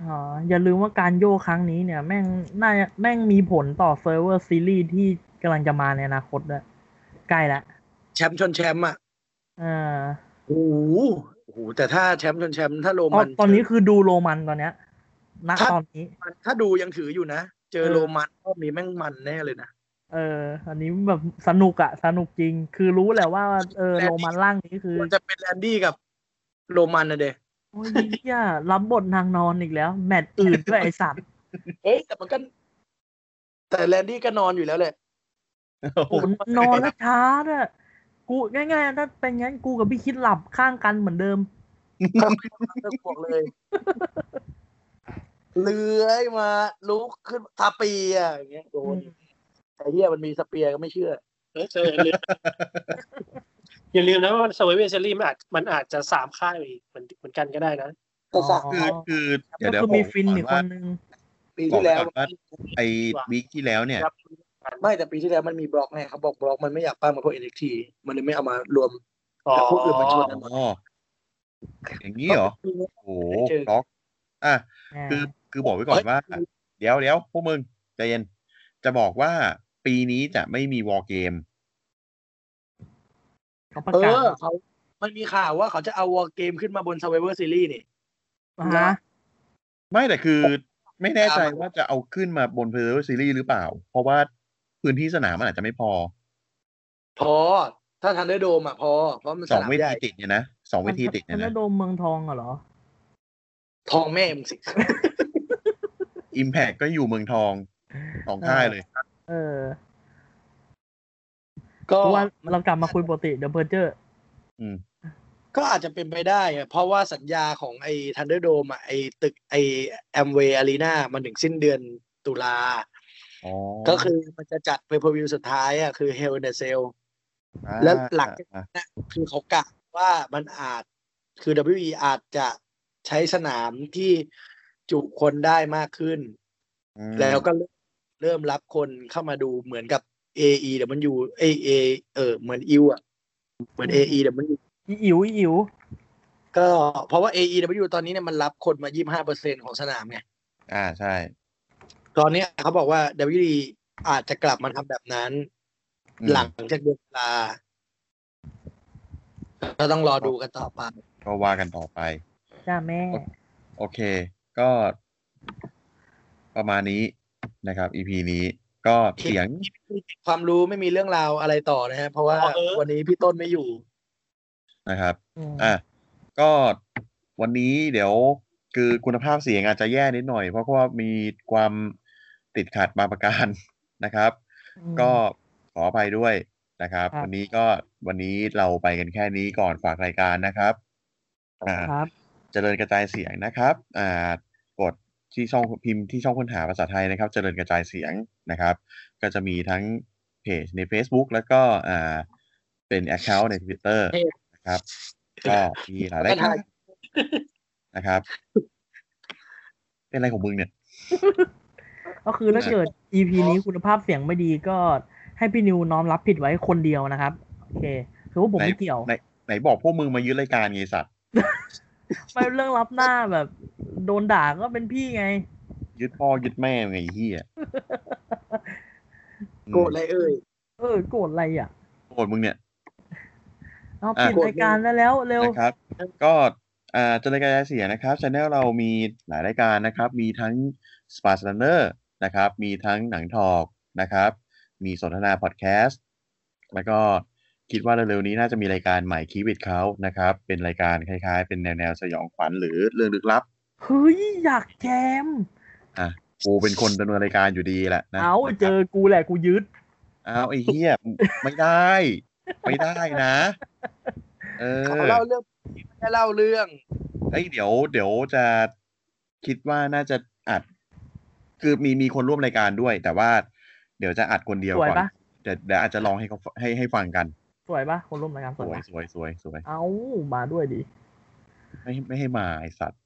D: อ๋ออย่าลืมว่าการโยกครั้งนี้เนี่ย แม่งน่าแม่งมีผลต่อเซิร์ฟเวอร์ซีรีส์ที่กำลังจะมาในอนาคตด้วยใกล้ละ
C: แชมป์ชนแชมป์อ่ะ
D: เออ
C: โอ้โหโอ้โหแต่ถ้าแชมป์ชนแชมป์ถ้าโร
D: ตอ
C: มัน น
D: ตอนนี้คือดูโรมันตอนเนี้ยณ
C: ครับ
D: ตอนนี้
C: ถ้าดูยังถืออยู่นะ เจอ
D: เออ
C: โรมันรอบนี้แม่งมันแน่เลยนะ
D: เอออันนี้แบบสนุกอะสนุกจริง คือรู้แหละว่า เออ
C: แต่
D: โรมันร่างนี้คือ
C: ควรจะเป็นแลนดี้กับโรมันนะเดะ
D: โอ้ยเหี้ยรับบทนางนอนอีกแล้ว แมตช์อื่นด้วยไอสัตว์
C: เอ้ยแต่มันก็แต่แลนดี้ก็นอนอยู่แล้วแหละ
B: โอ้โห
D: นอนแล้วช้าด้วยกูง่ายๆถ้าเป็นงั้นกูกับพี่คิดหลับข้างกันเหมือนเดิม
C: เลิกบอกเลยเลื้อยมาลุกขึ้นทาเปียร์อย่างเงี้ยโดน
D: อืม
C: ไอ้เหี้ยมันมีสเปียร์ก็ไม่เชื่อ
E: เออเจออย่าลืมอย่าลืมนะว่าสวีเวอร์ซีรีส์มันอาจมันอาจจะสามค่ายอีกเหมือนเหมือนกันก็ได้นะ
C: แต่สาม
B: คือคือเดี๋ยว
D: ก็
B: เดี๋ยว
D: คือ
B: ผ
D: มี
B: ม
D: ฟิน
B: ก่อ
D: อี
B: น
D: กค
B: ว่า
D: นนึง
C: ปีที่แล้ว
B: บอกก่อนว่า ไอ้วีคที่แล้วเนี่ย
E: ครับ
C: ไม่แต่ปีที่แล้วมันมีบล็อกไงเขาบอกบล็อกมันไม่อยากป้ามาพวกเอ็นเอ็กทีมันเลยไม่เอามารวม แต่พวกอื่นมันชน
B: อ๋อ อย่างนี้เหรอ โอ้โหบล็อก อ่ะ คือ คือบอกไว้ก่อนว่า เดี๋ยวเดี๋ยวพวกมึงใจเย็น จะบอกว่าปีนี้จะไม่มีวอลเกม
D: เขาป
C: เอก
D: ระาศ
C: อเขามันมีข่าวว่าเขาจะเอาวอลเกมขึ้นมาบน s u r v i v o r Series นี่
D: อ่าฮะ
B: ไม่แต่คือไม่แน่ใจว่าจะเอาขึ้นมาบนเพลย์ซีรีส์หรือเปล่า เพราะว่าพื้นที่สนามมันอาจจะไม่พอ
C: พอ ถ้าทันได้โดมอ่ะพอ เพราะมัน
B: ส
C: ส
B: อง
C: นาม
B: เว
C: ให
B: ที
C: ญ่
B: ติดเนี่ยนะสองเวทีติดเนี่ย
D: มั
B: นะ
D: นโดมเมืองทองอะเหรอ
C: ทองแม่มึงสิ
B: อิมแพกก็อยู่เมืองทองสองค่ายเลย
D: เออ
C: ก็
D: เพราะว่าเรากลับมาคุยปกติเดอะเพอร์เจอร์
B: อืม
C: ก็อาจจะเป็นไปได้อะเพราะว่าสัญญาของไอ้ทันเดอร์โดมอ่ะไอ้ตึกไอ้แอมเวย์อารีนามันถึงสิ้นเดือนตุลา
B: อ๋อ
C: ก็คือมันจะจัดเพ y ร์ e วิวสุดท้ายอ่ะคือ Hell in a Cell
B: า
C: แล้วหลังจาก
B: อ่ะ
C: นะคือเขากะว่ามันอาจคือ WE อาจจะใช้สนามที่จุคนได้มากขึ้น
B: อืม
C: แล้วก็เริ่มเริ่มรับคนเข้ามาดูเหมือนกับ AE เดี๋ยวมันอยู่ AA เออเหมือนอิวอ่ะเหมือน
D: อืม
C: AE เดี๋ยวมันอยู่
D: อีอิ๋วอีอิ๋ว
C: ก็เพราะว่า AE เดี๋ยวมันอยู่ตอนนี้เนี่ยมันรับคนมา 25%ของสนามไง
B: อ่าใช่
C: ตอนเนี้ยเขาบอกว่า WWE อาจจะกลับมาทำแบบนั้น
B: อืม
C: หลังจากเดือนตุลาก็ต้องรอดูกันต่อไป
B: ก็ว่ากันต่อไป
D: จ้าแม่
B: โอเค ก็ ประมาณนี้นะครับ EP นี้ก็เสียง
C: ความรู้ไม่มีเรื่องราวอะไรต่อนะฮะ เพราะว่า
E: อ๋อเออ
C: วันนี้พี่ต้นไม่อยู่
B: นะครับ
D: อืม
B: อ่ะ ก็วันนี้เดี๋ยวคือคุณภาพเสียงอาจจะแย่นิดหน่อย เพราะว่ามีความติดขัดบางประการ นะครับ
D: อืม
B: ก็ขออภัยด้วยนะครับ
D: ครับ
B: วันนี้ก็วันนี้เราไปกันแค่นี้ก่อนฝากรายการนะครับอ่า
D: ครับ
B: เจริญกระจายเสียงนะครับ อ่ากดที่ช่องพิมพ์ที่ช่องค้นหาภาษาไทยนะครับ เจริญกระจายเสียงนะครับ ก็จะมีทั้งเพจใน Facebook แล้วก็อ่าเป็น Account ใน Twitter นะครับ ก็มีหลายรายการนะครับ เป็นอะไรของมึงเนี่ย
D: ก็คือถ้าเกิด EP นี้คุณภาพเสียงไม่ดีก็ให้พี่นิวน้อมรับผิดไว้คนเดียวนะครับ โอเค คือว่าผมไม่เกี่ยว
B: ไหนไหนบอกพวกมึงมายึดรายการไงสัตว์
D: ไม่เรื่องรับหน้าแบบ โดนด่าก็เป็นพี่ไง
B: ยึดพ่อยึดแม่ไงไอ้เฮีย
C: โกรธอะไรเอ่ย
D: เออโกรธอะไรอ่ะ
B: โกรธมึงเนี่ย
D: เอา
B: อ่ะ
D: ปิดรายการได้แล้วเร็ว
B: นะครับ ก็อ่าจะรายการเสียงนะครับช anel เรามีหลายรายการนะครับ มีทั้ง s p a r s l a n n e r นะครับ มีทั้งหนังทอกนะครับ มีสนทนาพอดแคสต์ แล้วก็คิดว่าเร็วๆนี้น่าจะมีรายการใหม่คีวิตเขานะครับ เป็นรายการคล้ายๆ เป็นแนวๆสยองขวัญหรือเรื่องลึกลับ
D: เฮ้ยอยากแจม
B: กูเป็นคนดำเนินรายการอยู่ดีแหละนะ
D: เอาเจอกูแหละกูยึด
B: เอาไอ้เหี้ยไม่ได้ ไม่ได้นะ เออ
C: เขาเล่าเรื่องไม่ได้เล่าเรื่อง
B: เอ้ยเดี๋ยวเดี๋ยวจะคิดว่าน่าจะอัด คือมีมีคนร่วมรายการด้วย แต่ว่าเดี๋ยวจะอัดคนเดียว
D: สวย
B: ก่อน
D: ปะ
B: เดี๋ยวเดี๋ยวอาจจะลองให้เขาให้ให้ฟังกัน
D: สวยปะคนร่วมรายการส
B: ส
D: วย
B: วย
D: ปะ
B: สวยสวยสวย
D: เอามาด้วยดิ
B: ไม่ไม่ให้มาไอสัตว์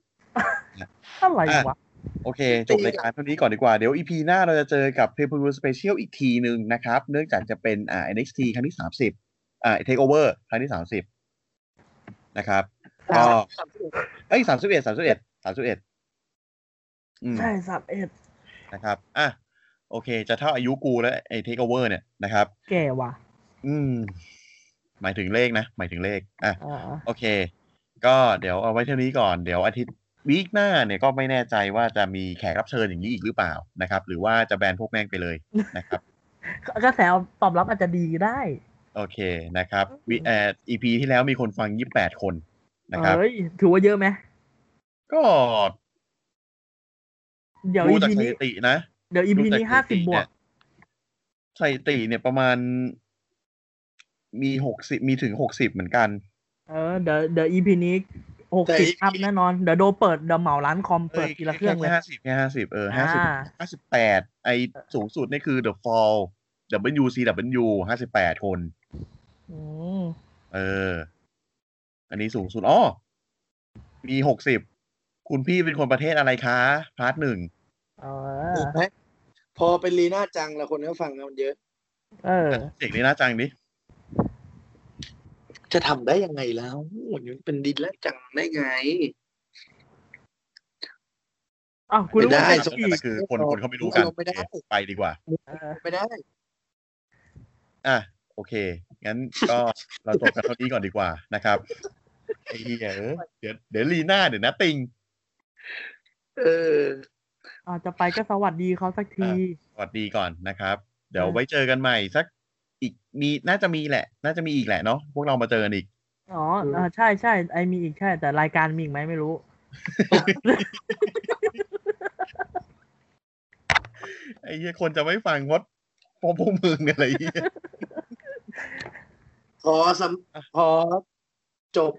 D: อะไร
B: อ่ะ
D: วะ
B: โอเค จบรายการเท่านี้ก่อนดีกว่า เดี๋ยวอีพีหน้าเราจะเจอกับ p a y p e r v i e w Special อีกทีหนึ่งนะครับ เนื่องจากจะเป็นอ่า NXT ครั้งที่สามสิบอ่า Takeover ครั้งที่สามสิบนะครับ ก็
E: สามสิบเอ็ด
B: เอ้ยสามสิบเอ็ดสามสิบเอ็ดสามสิบเอ็ดอืม
D: ใช่สามเอ็ด
B: นะครับ อ่ะ โอเค จะเท่าอายุกูแล้วไอ้เทคโอเวอร์เนี่ยนะครับ
D: แก่ว่ะ
B: อืม หมายถึงเลขนะ หมายถึงเลข อ่ะ
D: อ่า
B: โอเค ก็เดี๋ยวเอาไว้เท่านี้ก่อน เดี๋ยวอาทิตย์วีคหน้าเนี่ยก็ไม่แน่ใจว่าจะมีแขกรับเชิญอย่างนี้อีกหรือเปล่านะครับ หรือว่าจะแบนพวกแม่งไปเลยนะครับ
D: กระแสตอบรับอาจจะดีก็ได้
B: โอเค นะครับวิเอ่อ EP ที่แล้วมีคนฟังยี่แปดคนนะครับ
D: เอ้ยถือว่าเยอะไหม
B: ก็
D: เดี๋ยว
B: ดู
D: อี
B: จากส
D: พีนี้
B: ถิตินะ
D: เดี๋ยวอีพีนี้
B: ดูจก
D: ห้า
B: ส
D: สิ
B: ถิ
D: บ
B: ติ
D: บว
B: เนี่
D: ก
B: ยสถิติเนี่ยประมาณ มีหกสิบมีถึงหกสิบเหมือนกัน
D: เออเดี๋ยวเดี๋ยวอีพีนี้หก
C: แต่
D: สิบ
C: EP
D: อัพแน่นอน เดี๋ยวโดเปิดเดี๋ยวเหมาร้านคอมเปิดทีละเครื่องเลย
B: ห้าสิบแค่ห้าสิบเออ
D: อ่
B: ห้าสิบ
D: า
B: ห้าสิบแปดไอสูงสุดนี่คือ The Fall WCW ห้าสิบแปดคน
D: อืม
B: เออ อันนี้สูงสุดอ๋อมีหกสิบคุณพี่เป็นคนประเทศอะไรคะ พาร์ทหนึ่ง
D: เออ
C: ถูกไหมพอเป็นลีน่าจังแล้วคนก็ฟังกันเยอะ
D: เออ
B: เสียงนี้น่าจังดิ
C: จะทำได้ยังไงแล้วมันเป็นดินและจังได้ไง
D: อ้าวคุณรู้
C: ไม่
D: ว่า
C: ได้
D: เป็น
B: สม
D: อีก
B: แต่คือคนคนเขาไม่รู้กัน
C: ไม่ได้
B: โอเคไปดีกว่า
D: เออ
C: ไม่ได้
B: อ่ะ โอเค งั้นก็เราจบกันเท่านี้ก่อนดีกว่านะครับไอ้เหี้ยเออเดี๋ยวเดี๋ยวลีน่าเดี๋ยวนะติง
C: เออ
D: อาจจะไปก็สวัสดีเขาสักที
B: สวัสดีก่อนนะครับ เดี๋ยว
D: อ่ะ
B: ไว้เจอกันใหม่สักอีกมีน่าจะมีแหละ น่าจะมีอีกแหละเนาะพวกเรามาเจอกันอีก
D: อ๋ออ่าใช่ใช่ไอมีอีกใช่ แต่รายการมีอีกไหมไม่รู้
B: ไอ้เหี้ยคนจะไม่ฟังเพราะเพราะพวกมึงเนี่ยอะไรเหี้ย
C: ขอสำขอจบ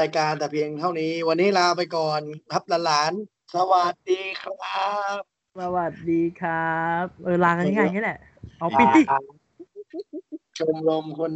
C: รายการแต่เพียงเท่านี้ วันนี้ลาไปก่อนครับหลานๆสวัสดีครับ
D: สวัสดีครับ เออลากันง่ายๆอย่างนี้แหละ เอาปิดดิ
C: ชมรมคน